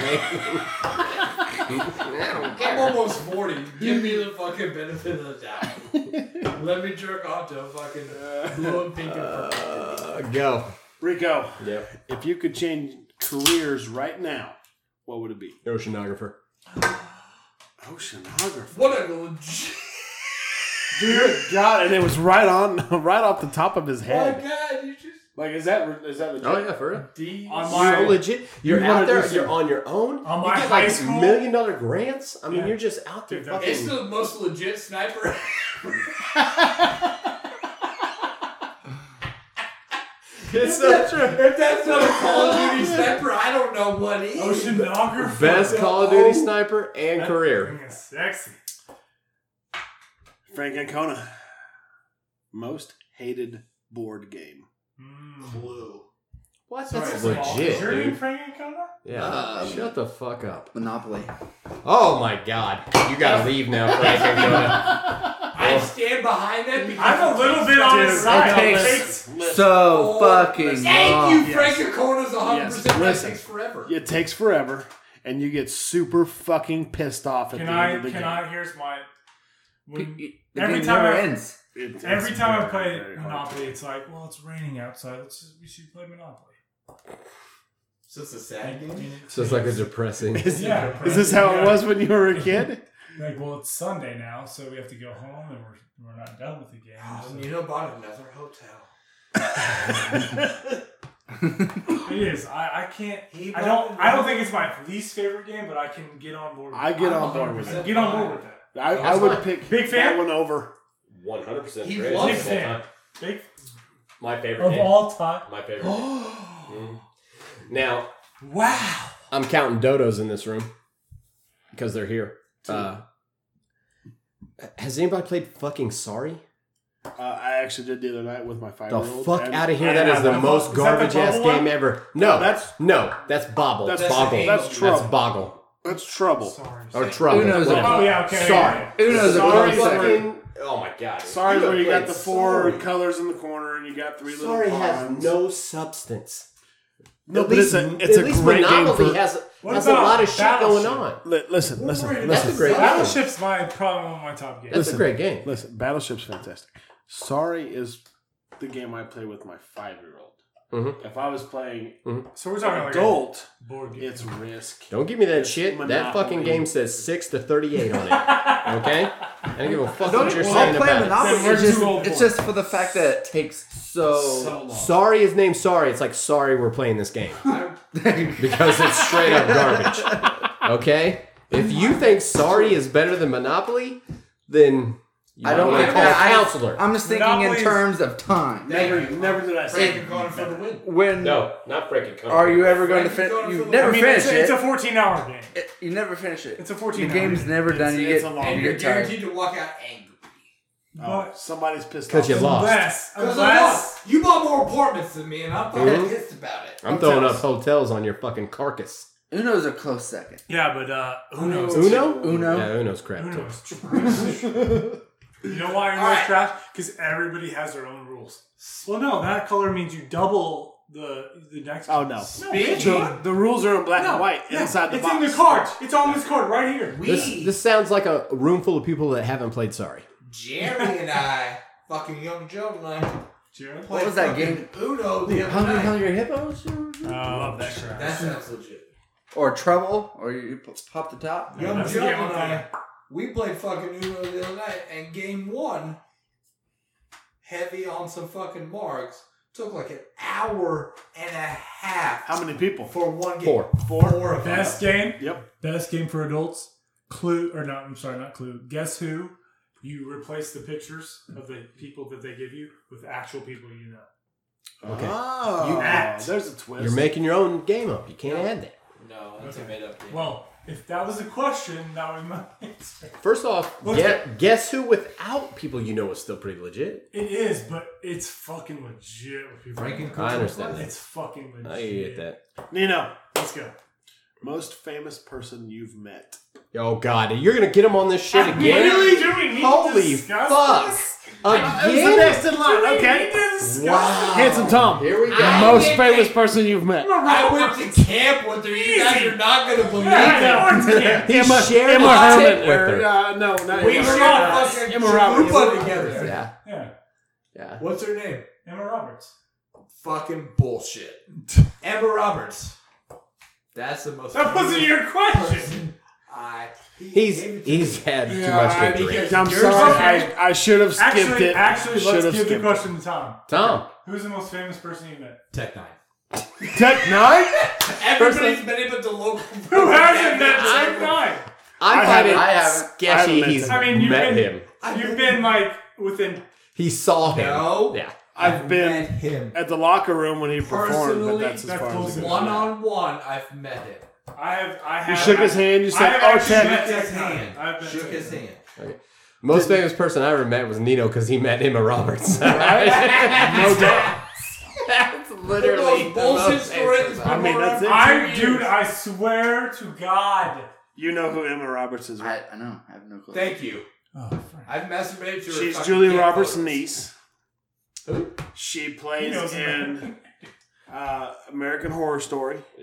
Speaker 2: I don't
Speaker 3: I'm
Speaker 2: care.
Speaker 3: almost 40. Give me the fucking benefit of the doubt. Let me jerk off to a fucking blue and pink and purple.
Speaker 2: Uh, go.
Speaker 4: Rico,
Speaker 2: Yep.
Speaker 4: if you could change careers right now, what would it be?
Speaker 2: Oceanographer.
Speaker 4: Oceanographer.
Speaker 3: What a legit.
Speaker 4: Dear God, and it was right on, right off the top of his
Speaker 3: Oh my
Speaker 4: head.
Speaker 3: god, you just.
Speaker 4: Like, is that is that legit?
Speaker 2: Oh yeah, for real.
Speaker 3: D.
Speaker 5: On
Speaker 2: So
Speaker 5: my,
Speaker 2: legit. You're
Speaker 4: You wanna
Speaker 2: out there.
Speaker 4: do some-
Speaker 2: You're on your own.
Speaker 5: On
Speaker 2: you
Speaker 5: my
Speaker 2: get
Speaker 5: high
Speaker 2: like
Speaker 5: school-
Speaker 2: million dollar grants. I mean,
Speaker 5: Yeah.
Speaker 2: you're just out there
Speaker 5: Dude, that-
Speaker 3: It's
Speaker 2: fucking.
Speaker 3: the most legit sniper.
Speaker 2: It's the
Speaker 3: if that's not a Call of Duty sniper, I don't know what is.
Speaker 5: Oh, oceanographer.
Speaker 2: best Call of Duty sniper and
Speaker 5: That
Speaker 2: career.
Speaker 5: thing is Sexy.
Speaker 4: Frank Ancona. Most hated board game.
Speaker 5: Mm.
Speaker 3: Blue.
Speaker 2: What?
Speaker 5: Sorry,
Speaker 2: That's
Speaker 5: it's all-
Speaker 2: legit,
Speaker 5: Is your name
Speaker 2: dude.
Speaker 5: Frank Ancona?
Speaker 2: Yeah.
Speaker 8: Um,
Speaker 2: Shut the fuck up.
Speaker 8: Monopoly.
Speaker 2: Oh my god. You gotta leave now, Frank Ancona.
Speaker 3: I stand behind that because
Speaker 5: I'm a little bit on his
Speaker 4: Dude,
Speaker 5: side.
Speaker 8: okay.
Speaker 5: It's-
Speaker 8: So
Speaker 3: Oh,
Speaker 8: fucking
Speaker 3: Thank
Speaker 8: long.
Speaker 3: you,
Speaker 4: Yes.
Speaker 3: Frank Akona's 100%
Speaker 4: Yes.
Speaker 3: yes.
Speaker 4: Listen.
Speaker 3: takes forever.
Speaker 4: It takes forever, and you get super fucking pissed off at
Speaker 5: Can
Speaker 4: the
Speaker 5: I?
Speaker 4: end of the
Speaker 5: Can
Speaker 4: game.
Speaker 5: I? Here's my. When,
Speaker 8: The
Speaker 5: Every
Speaker 8: game
Speaker 5: time
Speaker 8: never
Speaker 5: I-
Speaker 8: ends.
Speaker 4: It-
Speaker 5: every
Speaker 4: it's
Speaker 5: time I
Speaker 4: very,
Speaker 5: play
Speaker 4: very hard.
Speaker 5: Monopoly, it's like, well, it's raining outside. Let's just, we should play Monopoly.
Speaker 3: So it's a sad game?
Speaker 2: So it's like a depressing.
Speaker 4: Is,
Speaker 5: Yeah.
Speaker 4: is this how it
Speaker 5: Yeah.
Speaker 4: was when you were a kid?
Speaker 5: Like, well, it's Sunday now, so we have to go home, and we're, we're not done with the game.
Speaker 3: Oh,
Speaker 5: so-
Speaker 3: Nino bought another hotel.
Speaker 5: It is. I, I can't.
Speaker 3: He
Speaker 5: I don't.
Speaker 3: bought
Speaker 5: I don't
Speaker 3: another-
Speaker 5: think it's my least favorite game, but I can get on board. With
Speaker 4: I get on board
Speaker 5: it.
Speaker 4: with
Speaker 5: I
Speaker 4: it.
Speaker 5: get on board with that.
Speaker 4: I, I would pick
Speaker 5: Big
Speaker 4: that
Speaker 5: fan?
Speaker 4: one over.
Speaker 2: 100%
Speaker 3: He
Speaker 2: great.
Speaker 3: loves
Speaker 5: Big fan. Big
Speaker 2: My favorite
Speaker 5: of
Speaker 2: game.
Speaker 5: all
Speaker 4: Oh.
Speaker 5: time.
Speaker 2: My favorite game. Mm. Now,
Speaker 5: Wow.
Speaker 2: I'm counting dodos in this room because they're here. Uh, has anybody played fucking Sorry?
Speaker 4: Uh, I actually did the other night with my five
Speaker 2: The
Speaker 4: year old.
Speaker 2: fuck out of here!
Speaker 4: and
Speaker 2: That is the
Speaker 4: I-
Speaker 2: most
Speaker 5: is that the
Speaker 2: garbage ass
Speaker 5: bubble
Speaker 2: game
Speaker 5: one?
Speaker 2: ever. No,
Speaker 4: That's
Speaker 2: no, that's bobble.
Speaker 4: That's-
Speaker 2: boggle.
Speaker 3: that's
Speaker 2: That's,
Speaker 4: trouble.
Speaker 2: boggle
Speaker 4: that's trouble.
Speaker 5: Sorry.
Speaker 2: or trouble.
Speaker 8: Uno's a-
Speaker 5: Oh yeah. Okay.
Speaker 2: Sorry.
Speaker 5: yeah,
Speaker 8: Uno's a
Speaker 4: Sorry,
Speaker 8: close
Speaker 4: fucking-
Speaker 8: second.
Speaker 2: Oh my god!
Speaker 4: Sorry, where you got
Speaker 2: played
Speaker 4: the four
Speaker 2: Sorry.
Speaker 4: colors in the corner and you got three little.
Speaker 2: Sorry has
Speaker 4: pawns.
Speaker 2: no substance.
Speaker 4: No,
Speaker 2: at
Speaker 4: but it's
Speaker 2: least,
Speaker 4: a it's
Speaker 2: at
Speaker 4: a
Speaker 2: least
Speaker 4: great game
Speaker 2: Monopoly
Speaker 4: for.
Speaker 2: has,
Speaker 5: What
Speaker 2: has a
Speaker 5: about
Speaker 2: lot of shit going
Speaker 5: Battleship?
Speaker 2: on.
Speaker 4: Li- listen, listen, listen,
Speaker 2: That's a great
Speaker 5: yeah.
Speaker 2: game.
Speaker 5: Battleship's my probably one of my top games.
Speaker 2: That's a
Speaker 4: Listen.
Speaker 2: great game.
Speaker 4: listen. Battleship's fantastic. Sorry is the game I play with my five year old.
Speaker 2: Mhm.
Speaker 4: If I was playing
Speaker 5: So we're talking about like
Speaker 4: adult,
Speaker 5: a board game.
Speaker 4: it's risk.
Speaker 2: Don't give me that shit. That
Speaker 4: Monopoly.
Speaker 2: fucking game says six to thirty-eight on it. Okay, I don't give a fuck
Speaker 8: Don't
Speaker 2: what you're
Speaker 8: well,
Speaker 2: saying
Speaker 8: play
Speaker 2: about
Speaker 8: Monopoly.
Speaker 5: Then we're
Speaker 8: It's just,
Speaker 5: too old
Speaker 8: it's
Speaker 5: for it.
Speaker 8: just for the fact that it takes so.
Speaker 3: So
Speaker 2: it.
Speaker 3: long.
Speaker 2: Sorry is named Sorry. It's like sorry we're playing this game because it's straight up garbage. Okay, if you think Sorry is better than Monopoly, then you
Speaker 8: I don't
Speaker 2: want
Speaker 8: like
Speaker 2: to call
Speaker 8: that.
Speaker 2: a
Speaker 8: I-
Speaker 2: counselor.
Speaker 8: I'm just thinking
Speaker 5: Monopoly's-
Speaker 8: in terms of time.
Speaker 4: Never, never did I say
Speaker 3: Frank Akona for the win.
Speaker 8: When
Speaker 2: not freaking.
Speaker 8: are you ever going to
Speaker 3: Frank
Speaker 8: finish?
Speaker 3: Ancona for
Speaker 8: You
Speaker 3: the-
Speaker 8: never
Speaker 5: I mean,
Speaker 8: finish
Speaker 5: it's, a- it's a
Speaker 8: it.
Speaker 5: 14 hour game.
Speaker 8: It- You never finish it.
Speaker 5: It's a
Speaker 8: The
Speaker 5: 14 hour
Speaker 8: game's
Speaker 5: game.
Speaker 8: never done. You
Speaker 4: it's
Speaker 8: get
Speaker 4: a long
Speaker 3: And
Speaker 8: you
Speaker 3: you're
Speaker 8: get tired.
Speaker 3: guaranteed to walk out angry.
Speaker 4: oh,
Speaker 5: But
Speaker 4: somebody's pissed off.
Speaker 2: Because you lost.
Speaker 5: unless,
Speaker 3: Because I
Speaker 5: unless,
Speaker 3: lost. You bought more apartments than me, and I'm fucking
Speaker 2: Mhm.
Speaker 3: pissed about it.
Speaker 2: I'm throwing up hotels on your fucking carcass.
Speaker 8: Uno's a close second.
Speaker 5: yeah, but uh, who knows?
Speaker 2: Uno?
Speaker 8: Uno.
Speaker 2: Yeah, Uno's crap
Speaker 5: Who
Speaker 2: too.
Speaker 5: knows? you know why Uno's
Speaker 3: Alright.
Speaker 5: trash? Because everybody has their own rules. Well, no, that color means you double the the next.
Speaker 4: Oh no.
Speaker 5: bitch.
Speaker 4: The, the rules are in black
Speaker 5: No,
Speaker 4: and white
Speaker 5: yeah,
Speaker 4: inside the
Speaker 5: it's
Speaker 4: box.
Speaker 5: in the card. It's on this card right here.
Speaker 3: We,
Speaker 2: This, this sounds like a room full of people that haven't played Sorry.
Speaker 3: Jerry and I, fucking young Joe and I,
Speaker 5: Jared?
Speaker 3: played
Speaker 8: was that
Speaker 3: fucking Uno the other
Speaker 8: Hungry,
Speaker 3: night.
Speaker 8: hungry hippos,
Speaker 5: I love that crap.
Speaker 3: That sounds legit.
Speaker 8: or trouble, or you p- pop the top.
Speaker 3: Young
Speaker 5: that's
Speaker 3: Joe
Speaker 5: the
Speaker 3: and
Speaker 5: only
Speaker 3: I, we played fucking Uno the other night, and game one, heavy on some fucking marks, took like an hour and a half
Speaker 4: How many people?
Speaker 3: for one game.
Speaker 2: Four.
Speaker 3: Four, of
Speaker 5: Best
Speaker 3: us.
Speaker 5: game.
Speaker 4: Yep.
Speaker 5: Best game for adults. Clue, or not? I'm sorry, not Clue. Guess who? You replace the pictures of the people that they give you with actual people you know.
Speaker 2: Okay.
Speaker 4: Oh,
Speaker 5: You act.
Speaker 4: There's a twist.
Speaker 2: Uh, You're making your own game up. You can't add that.
Speaker 3: No, that's a
Speaker 5: Okay.
Speaker 3: made up game.
Speaker 5: Well, if that was a question, that was my answer.
Speaker 2: First off,
Speaker 5: Look
Speaker 2: gue- guess who without people you know is still pretty legit?
Speaker 5: It is, but it's fucking legit. With people.
Speaker 3: Franken-
Speaker 2: I understand that.
Speaker 5: It's fucking legit.
Speaker 2: I get that.
Speaker 4: Nino,
Speaker 5: Let's go.
Speaker 4: most famous person you've met.
Speaker 2: Oh God, you're gonna get him on this shit again.
Speaker 5: Really? Do we need to
Speaker 2: Holy
Speaker 5: discuss
Speaker 2: fuck!
Speaker 5: this?
Speaker 4: It was the
Speaker 2: Again?
Speaker 4: next in
Speaker 5: Do we
Speaker 4: line.
Speaker 5: need
Speaker 4: Okay.
Speaker 5: to discuss
Speaker 2: Wow.
Speaker 4: Handsome Tom.
Speaker 8: Here we go.
Speaker 4: The most famous person you've met.
Speaker 3: I went to camp with her. You guys are not going to believe it.
Speaker 2: He
Speaker 4: Emma,
Speaker 2: shared
Speaker 4: Emma
Speaker 2: a
Speaker 4: Herman.
Speaker 2: tit with her.
Speaker 4: Uh, no, not
Speaker 3: We
Speaker 4: Emma.
Speaker 3: were not fucking
Speaker 4: Emma Roberts.
Speaker 3: Chalupa together.
Speaker 2: Yeah,
Speaker 5: Yeah,
Speaker 2: yeah.
Speaker 3: What's her name?
Speaker 5: Emma Roberts.
Speaker 3: Fucking bullshit. Emma Roberts. That's the most.
Speaker 5: That wasn't your question.
Speaker 3: person I.
Speaker 2: He's he's had too
Speaker 4: Yeah,
Speaker 2: much to drink.
Speaker 4: because I'm
Speaker 3: Yours
Speaker 4: sorry.
Speaker 5: okay.
Speaker 4: I, I should have skipped
Speaker 5: Actually,
Speaker 4: it.
Speaker 5: actually,
Speaker 4: Should
Speaker 5: let's
Speaker 4: have
Speaker 5: give the
Speaker 4: skipped
Speaker 5: question to Tom.
Speaker 2: Tom,
Speaker 5: Who's the most famous person you met?
Speaker 3: Tech Nine.
Speaker 4: it. Tech Nine.
Speaker 3: Everybody's been able to local.
Speaker 5: Who hasn't met Tech
Speaker 2: I,
Speaker 4: I
Speaker 2: find
Speaker 4: haven't-
Speaker 2: it
Speaker 4: I
Speaker 8: haven't-
Speaker 4: I haven't
Speaker 2: sketchy.
Speaker 4: met
Speaker 2: He's
Speaker 4: him.
Speaker 5: I mean, you've
Speaker 2: met
Speaker 5: been-
Speaker 2: him.
Speaker 5: Nine? You've been like within.
Speaker 2: He saw him.
Speaker 3: No.
Speaker 2: Yeah.
Speaker 3: met
Speaker 4: I've been
Speaker 3: him
Speaker 4: at the locker room when he performed, but
Speaker 3: Personally,
Speaker 4: that's as
Speaker 5: that
Speaker 4: far as it
Speaker 5: pulls
Speaker 4: goes.
Speaker 3: one on one. I've met him.
Speaker 5: I have. I
Speaker 4: You
Speaker 5: have.
Speaker 4: shook his hand. You
Speaker 5: I
Speaker 4: said,
Speaker 5: have
Speaker 4: "Oh,
Speaker 5: actually
Speaker 4: Tech."
Speaker 5: met-
Speaker 3: Shook his
Speaker 5: Tech Nine.
Speaker 3: hand.
Speaker 5: I've met
Speaker 3: Shook
Speaker 5: Tech
Speaker 3: his
Speaker 5: Nine.
Speaker 3: hand.
Speaker 2: Most famous person I ever met was Nino because he met Emma Roberts.
Speaker 4: No doubt.
Speaker 2: That's
Speaker 3: The
Speaker 2: literally
Speaker 3: most bullshit story that's been
Speaker 4: I mean,
Speaker 3: going on for
Speaker 4: that's it.
Speaker 3: two
Speaker 5: I,
Speaker 3: years.
Speaker 5: dude, I swear to God.
Speaker 4: You know who Emma Roberts is,
Speaker 8: I,
Speaker 4: right?
Speaker 8: I know. I have no clue.
Speaker 3: Thank you.
Speaker 5: Oh,
Speaker 3: I've masturbated to her.
Speaker 4: She's
Speaker 3: fucking
Speaker 4: Julia
Speaker 3: dick
Speaker 4: Roberts' E-
Speaker 3: photos.
Speaker 4: niece.
Speaker 3: Who?
Speaker 4: She
Speaker 5: He
Speaker 4: plays
Speaker 5: knows
Speaker 4: in uh, American Horror Story. Oh,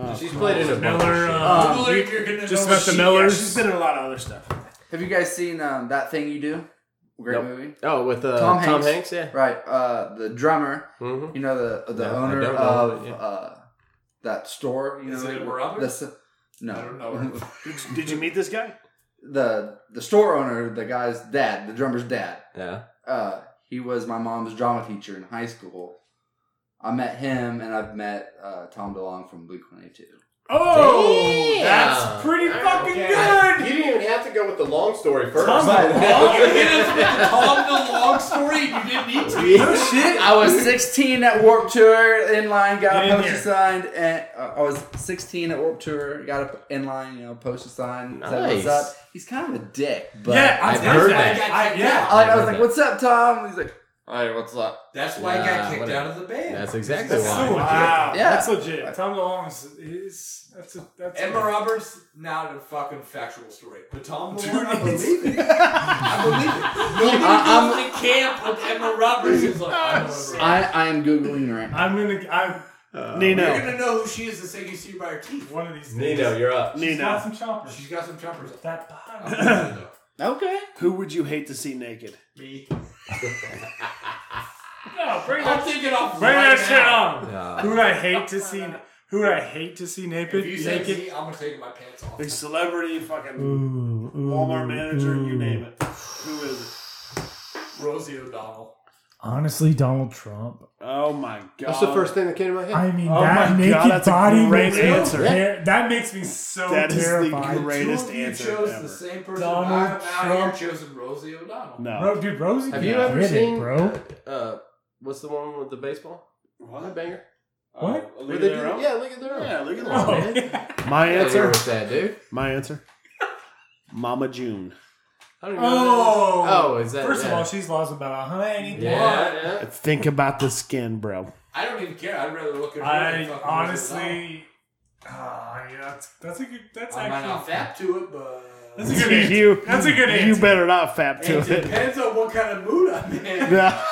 Speaker 4: Yeah.
Speaker 2: She's played in a bunch of
Speaker 5: Miller,
Speaker 2: shit. Um,
Speaker 5: uh,
Speaker 3: I believe you're gonna
Speaker 5: just
Speaker 3: know
Speaker 5: about the
Speaker 3: she-
Speaker 5: Millers.
Speaker 4: she's been in a lot of other stuff.
Speaker 8: Have you guys seen um, that thing you do? Great
Speaker 2: Nope.
Speaker 8: movie.
Speaker 2: Oh, with uh, Tom,
Speaker 8: Tom
Speaker 2: Hanks.
Speaker 8: Hanks.
Speaker 2: yeah.
Speaker 8: Right. Uh, the drummer.
Speaker 2: hmm
Speaker 8: You know the the
Speaker 2: No, I
Speaker 8: owner
Speaker 2: don't know,
Speaker 8: of
Speaker 2: yeah.
Speaker 8: uh, that store. You
Speaker 3: Is
Speaker 8: know
Speaker 3: it
Speaker 8: the-
Speaker 3: Roberts?
Speaker 8: the- no.
Speaker 3: I don't know.
Speaker 4: Did, did you meet this guy?
Speaker 8: the the store owner, the guy's dad, the drummer's dad.
Speaker 2: Yeah.
Speaker 8: Uh, he was my mom's drama teacher in high school. I met him, and I've met uh, Tom DeLong from Blue Twenty Two.
Speaker 5: Oh,
Speaker 2: Damn.
Speaker 5: that's pretty fucking
Speaker 3: Okay.
Speaker 5: good.
Speaker 2: You didn't even have to go with the long story first.
Speaker 5: Tom
Speaker 3: Oh, you hit us with the Tom the long story. You didn't need to.
Speaker 2: shit.
Speaker 8: I was 16 at Warp Tour in line, got
Speaker 5: Get
Speaker 8: a
Speaker 5: in
Speaker 8: poster
Speaker 5: here.
Speaker 8: signed, and uh, I was 16 at Warp Tour, got a p- in line, you know, poster sign. said,
Speaker 2: Nice.
Speaker 8: "What's up?" He's kind of a dick, but
Speaker 5: yeah, I
Speaker 2: I've
Speaker 5: that's
Speaker 2: heard
Speaker 5: why I
Speaker 2: that.
Speaker 5: got I-
Speaker 3: kicked
Speaker 5: yeah.
Speaker 3: out.
Speaker 8: I, I was
Speaker 2: I've
Speaker 8: like,
Speaker 2: heard
Speaker 8: "What's up, Tom?" He's like, "All right, what's up?"
Speaker 3: That's why I
Speaker 2: Yeah,
Speaker 3: got kicked
Speaker 2: whatever.
Speaker 3: out of the band.
Speaker 2: That's exactly
Speaker 5: That's so legit.
Speaker 2: why.
Speaker 4: Wow.
Speaker 8: Yeah.
Speaker 5: That's legit. Tom DeLong is, is that's a that's
Speaker 3: Emma
Speaker 5: a,
Speaker 3: Roberts, not a fucking factual story. But Tom DeLonge, I believe it. I believe it.
Speaker 8: I-
Speaker 3: Nobody goes to camp with Emma Roberts. Is like, I know Emma Roberts.
Speaker 8: I, I am googling right now.
Speaker 5: I'm gonna I'm
Speaker 2: Uh,
Speaker 3: You're
Speaker 4: Nino.
Speaker 3: gonna know who she is the second you see her by her teeth.
Speaker 5: one of these.
Speaker 2: Nino,
Speaker 5: days.
Speaker 2: Oh, you're up.
Speaker 5: She's got
Speaker 4: Nino. Oh
Speaker 5: some chompers.
Speaker 3: She's got some choppers.
Speaker 5: that
Speaker 3: I'm
Speaker 5: bottom.
Speaker 3: gonna know.
Speaker 8: Okay.
Speaker 4: Who would you hate to see naked?
Speaker 3: Me.
Speaker 5: No, bring
Speaker 3: I'll
Speaker 5: that
Speaker 3: take it off.
Speaker 5: bring
Speaker 3: right
Speaker 5: that shit
Speaker 3: now.
Speaker 5: on. Who would I hate to see? Who would I hate to see naked?
Speaker 3: If you say
Speaker 5: naked?
Speaker 3: me, I'm gonna take my pants off.
Speaker 4: Like celebrity, fucking Walmart manager, you name it. Who is it?
Speaker 3: Rosie O'Donnell.
Speaker 5: Honestly, Donald Trump.
Speaker 4: Oh my god.
Speaker 2: That's the first thing that came to my head.
Speaker 5: I mean,
Speaker 4: Oh my
Speaker 5: that
Speaker 4: God,
Speaker 5: naked
Speaker 4: that's a
Speaker 5: body
Speaker 4: great
Speaker 5: makes me
Speaker 4: answer.
Speaker 5: ter- That makes me so
Speaker 4: That is the
Speaker 5: terrified.
Speaker 4: great- Greatest
Speaker 3: Two of you
Speaker 4: answer
Speaker 3: chose
Speaker 4: ever.
Speaker 3: the same person.
Speaker 5: Donald
Speaker 3: I'm out
Speaker 5: Trump.
Speaker 3: here chosen Rosie O'Donnell.
Speaker 4: No.
Speaker 5: Bro, dude, Rosie.
Speaker 2: Have
Speaker 5: can
Speaker 2: you
Speaker 5: get
Speaker 2: ever
Speaker 5: rid of it,
Speaker 2: seen
Speaker 5: bro?
Speaker 2: Uh, uh, what's the one with the baseball? The banger.
Speaker 5: What?
Speaker 4: Uh,
Speaker 2: Where
Speaker 4: League
Speaker 2: they
Speaker 4: of
Speaker 2: do-
Speaker 4: Their Own?
Speaker 2: yeah, look at their own.
Speaker 4: Yeah, League of Their Own.
Speaker 5: Oh,
Speaker 4: My
Speaker 2: I answer
Speaker 4: answer.
Speaker 2: with that, dude.
Speaker 4: My answer. Mama June.
Speaker 2: I don't even know
Speaker 5: Oh,
Speaker 2: Oh, is that-
Speaker 5: First
Speaker 2: yeah.
Speaker 5: of all, she's lost about a
Speaker 2: who
Speaker 5: hundred.
Speaker 2: that is. Yeah, yeah.
Speaker 4: Think about the skin, bro.
Speaker 3: I don't even care. I'd rather look at her.
Speaker 5: I
Speaker 3: than fucking Rosie O'Donnell.
Speaker 5: honestly, ah, yeah, that's, that's a good. That's
Speaker 3: I might not
Speaker 5: actually.
Speaker 3: fap to it, but
Speaker 5: That's a good answer. that's a good
Speaker 4: You
Speaker 5: answer.
Speaker 4: better not fap to
Speaker 3: it
Speaker 4: it.
Speaker 3: depends on what kind of mood I'm in.
Speaker 4: Yeah.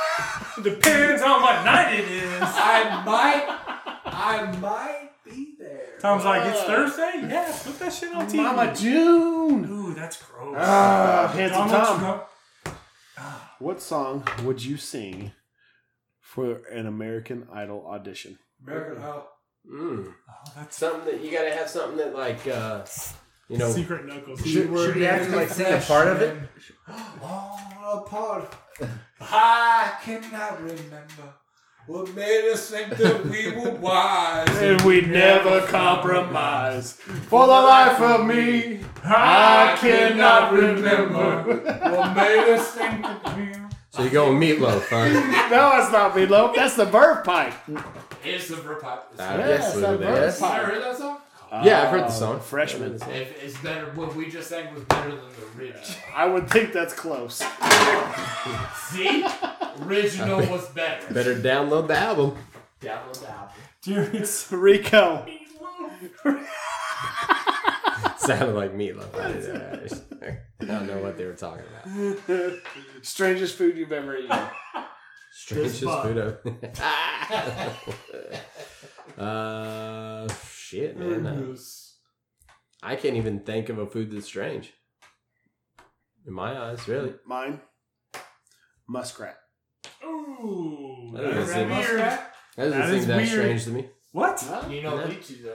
Speaker 5: Depends on what night it is.
Speaker 3: I might, I might be there.
Speaker 5: Tom's like, it's Thursday. Yeah, put that shit on TV.
Speaker 4: Mama June.
Speaker 5: Ooh, that's gross.
Speaker 4: Ah, handsome
Speaker 5: Donald
Speaker 4: Tom.
Speaker 5: Trump.
Speaker 4: What song would you sing for an American Idol audition?
Speaker 3: American Idol.
Speaker 2: Mm.
Speaker 5: Oh, that's
Speaker 2: Something that you gotta have something that like uh, you know.
Speaker 5: secret knuckles.
Speaker 2: Should- should we actually, like, sing a part of it?
Speaker 3: On a part, I cannot remember what made us think that we were wise.
Speaker 4: And we never compromise. For the life of me, I cannot remember.
Speaker 3: what made us think that we.
Speaker 2: So you go with meatloaf, huh?
Speaker 4: No, it's not meatloaf. That's the birth pipe.
Speaker 3: It's the repop.
Speaker 2: I
Speaker 4: Yeah,
Speaker 2: guess
Speaker 4: it's
Speaker 2: we
Speaker 4: that
Speaker 2: would
Speaker 4: bird
Speaker 2: ask.
Speaker 3: You ever heard that song?
Speaker 2: Yeah, I've heard the song.
Speaker 4: Uh, Freshman.
Speaker 3: If it's better, what we just sang was better than the original.
Speaker 4: I would think that's close.
Speaker 3: See, original was better.
Speaker 2: Better download the album.
Speaker 3: Download the album.
Speaker 5: Dude, it's
Speaker 4: Rico.
Speaker 2: sounded like meatloaf. I don't know. I don't know what they were talking about.
Speaker 4: Strangest food you've ever eaten.
Speaker 2: Strangest
Speaker 5: Just
Speaker 2: food I've- uh, shit, man. Uh, I can't even think of a food that's strange. In my eyes, really.
Speaker 4: Mine. Muskrat.
Speaker 5: Ooh,
Speaker 2: That doesn't
Speaker 5: that's
Speaker 2: seem-
Speaker 5: weird.
Speaker 2: That doesn't
Speaker 5: That
Speaker 2: seem
Speaker 5: is
Speaker 2: that
Speaker 5: weird.
Speaker 2: strange to me.
Speaker 5: What?
Speaker 3: You know,
Speaker 2: Yeah.
Speaker 3: you two then.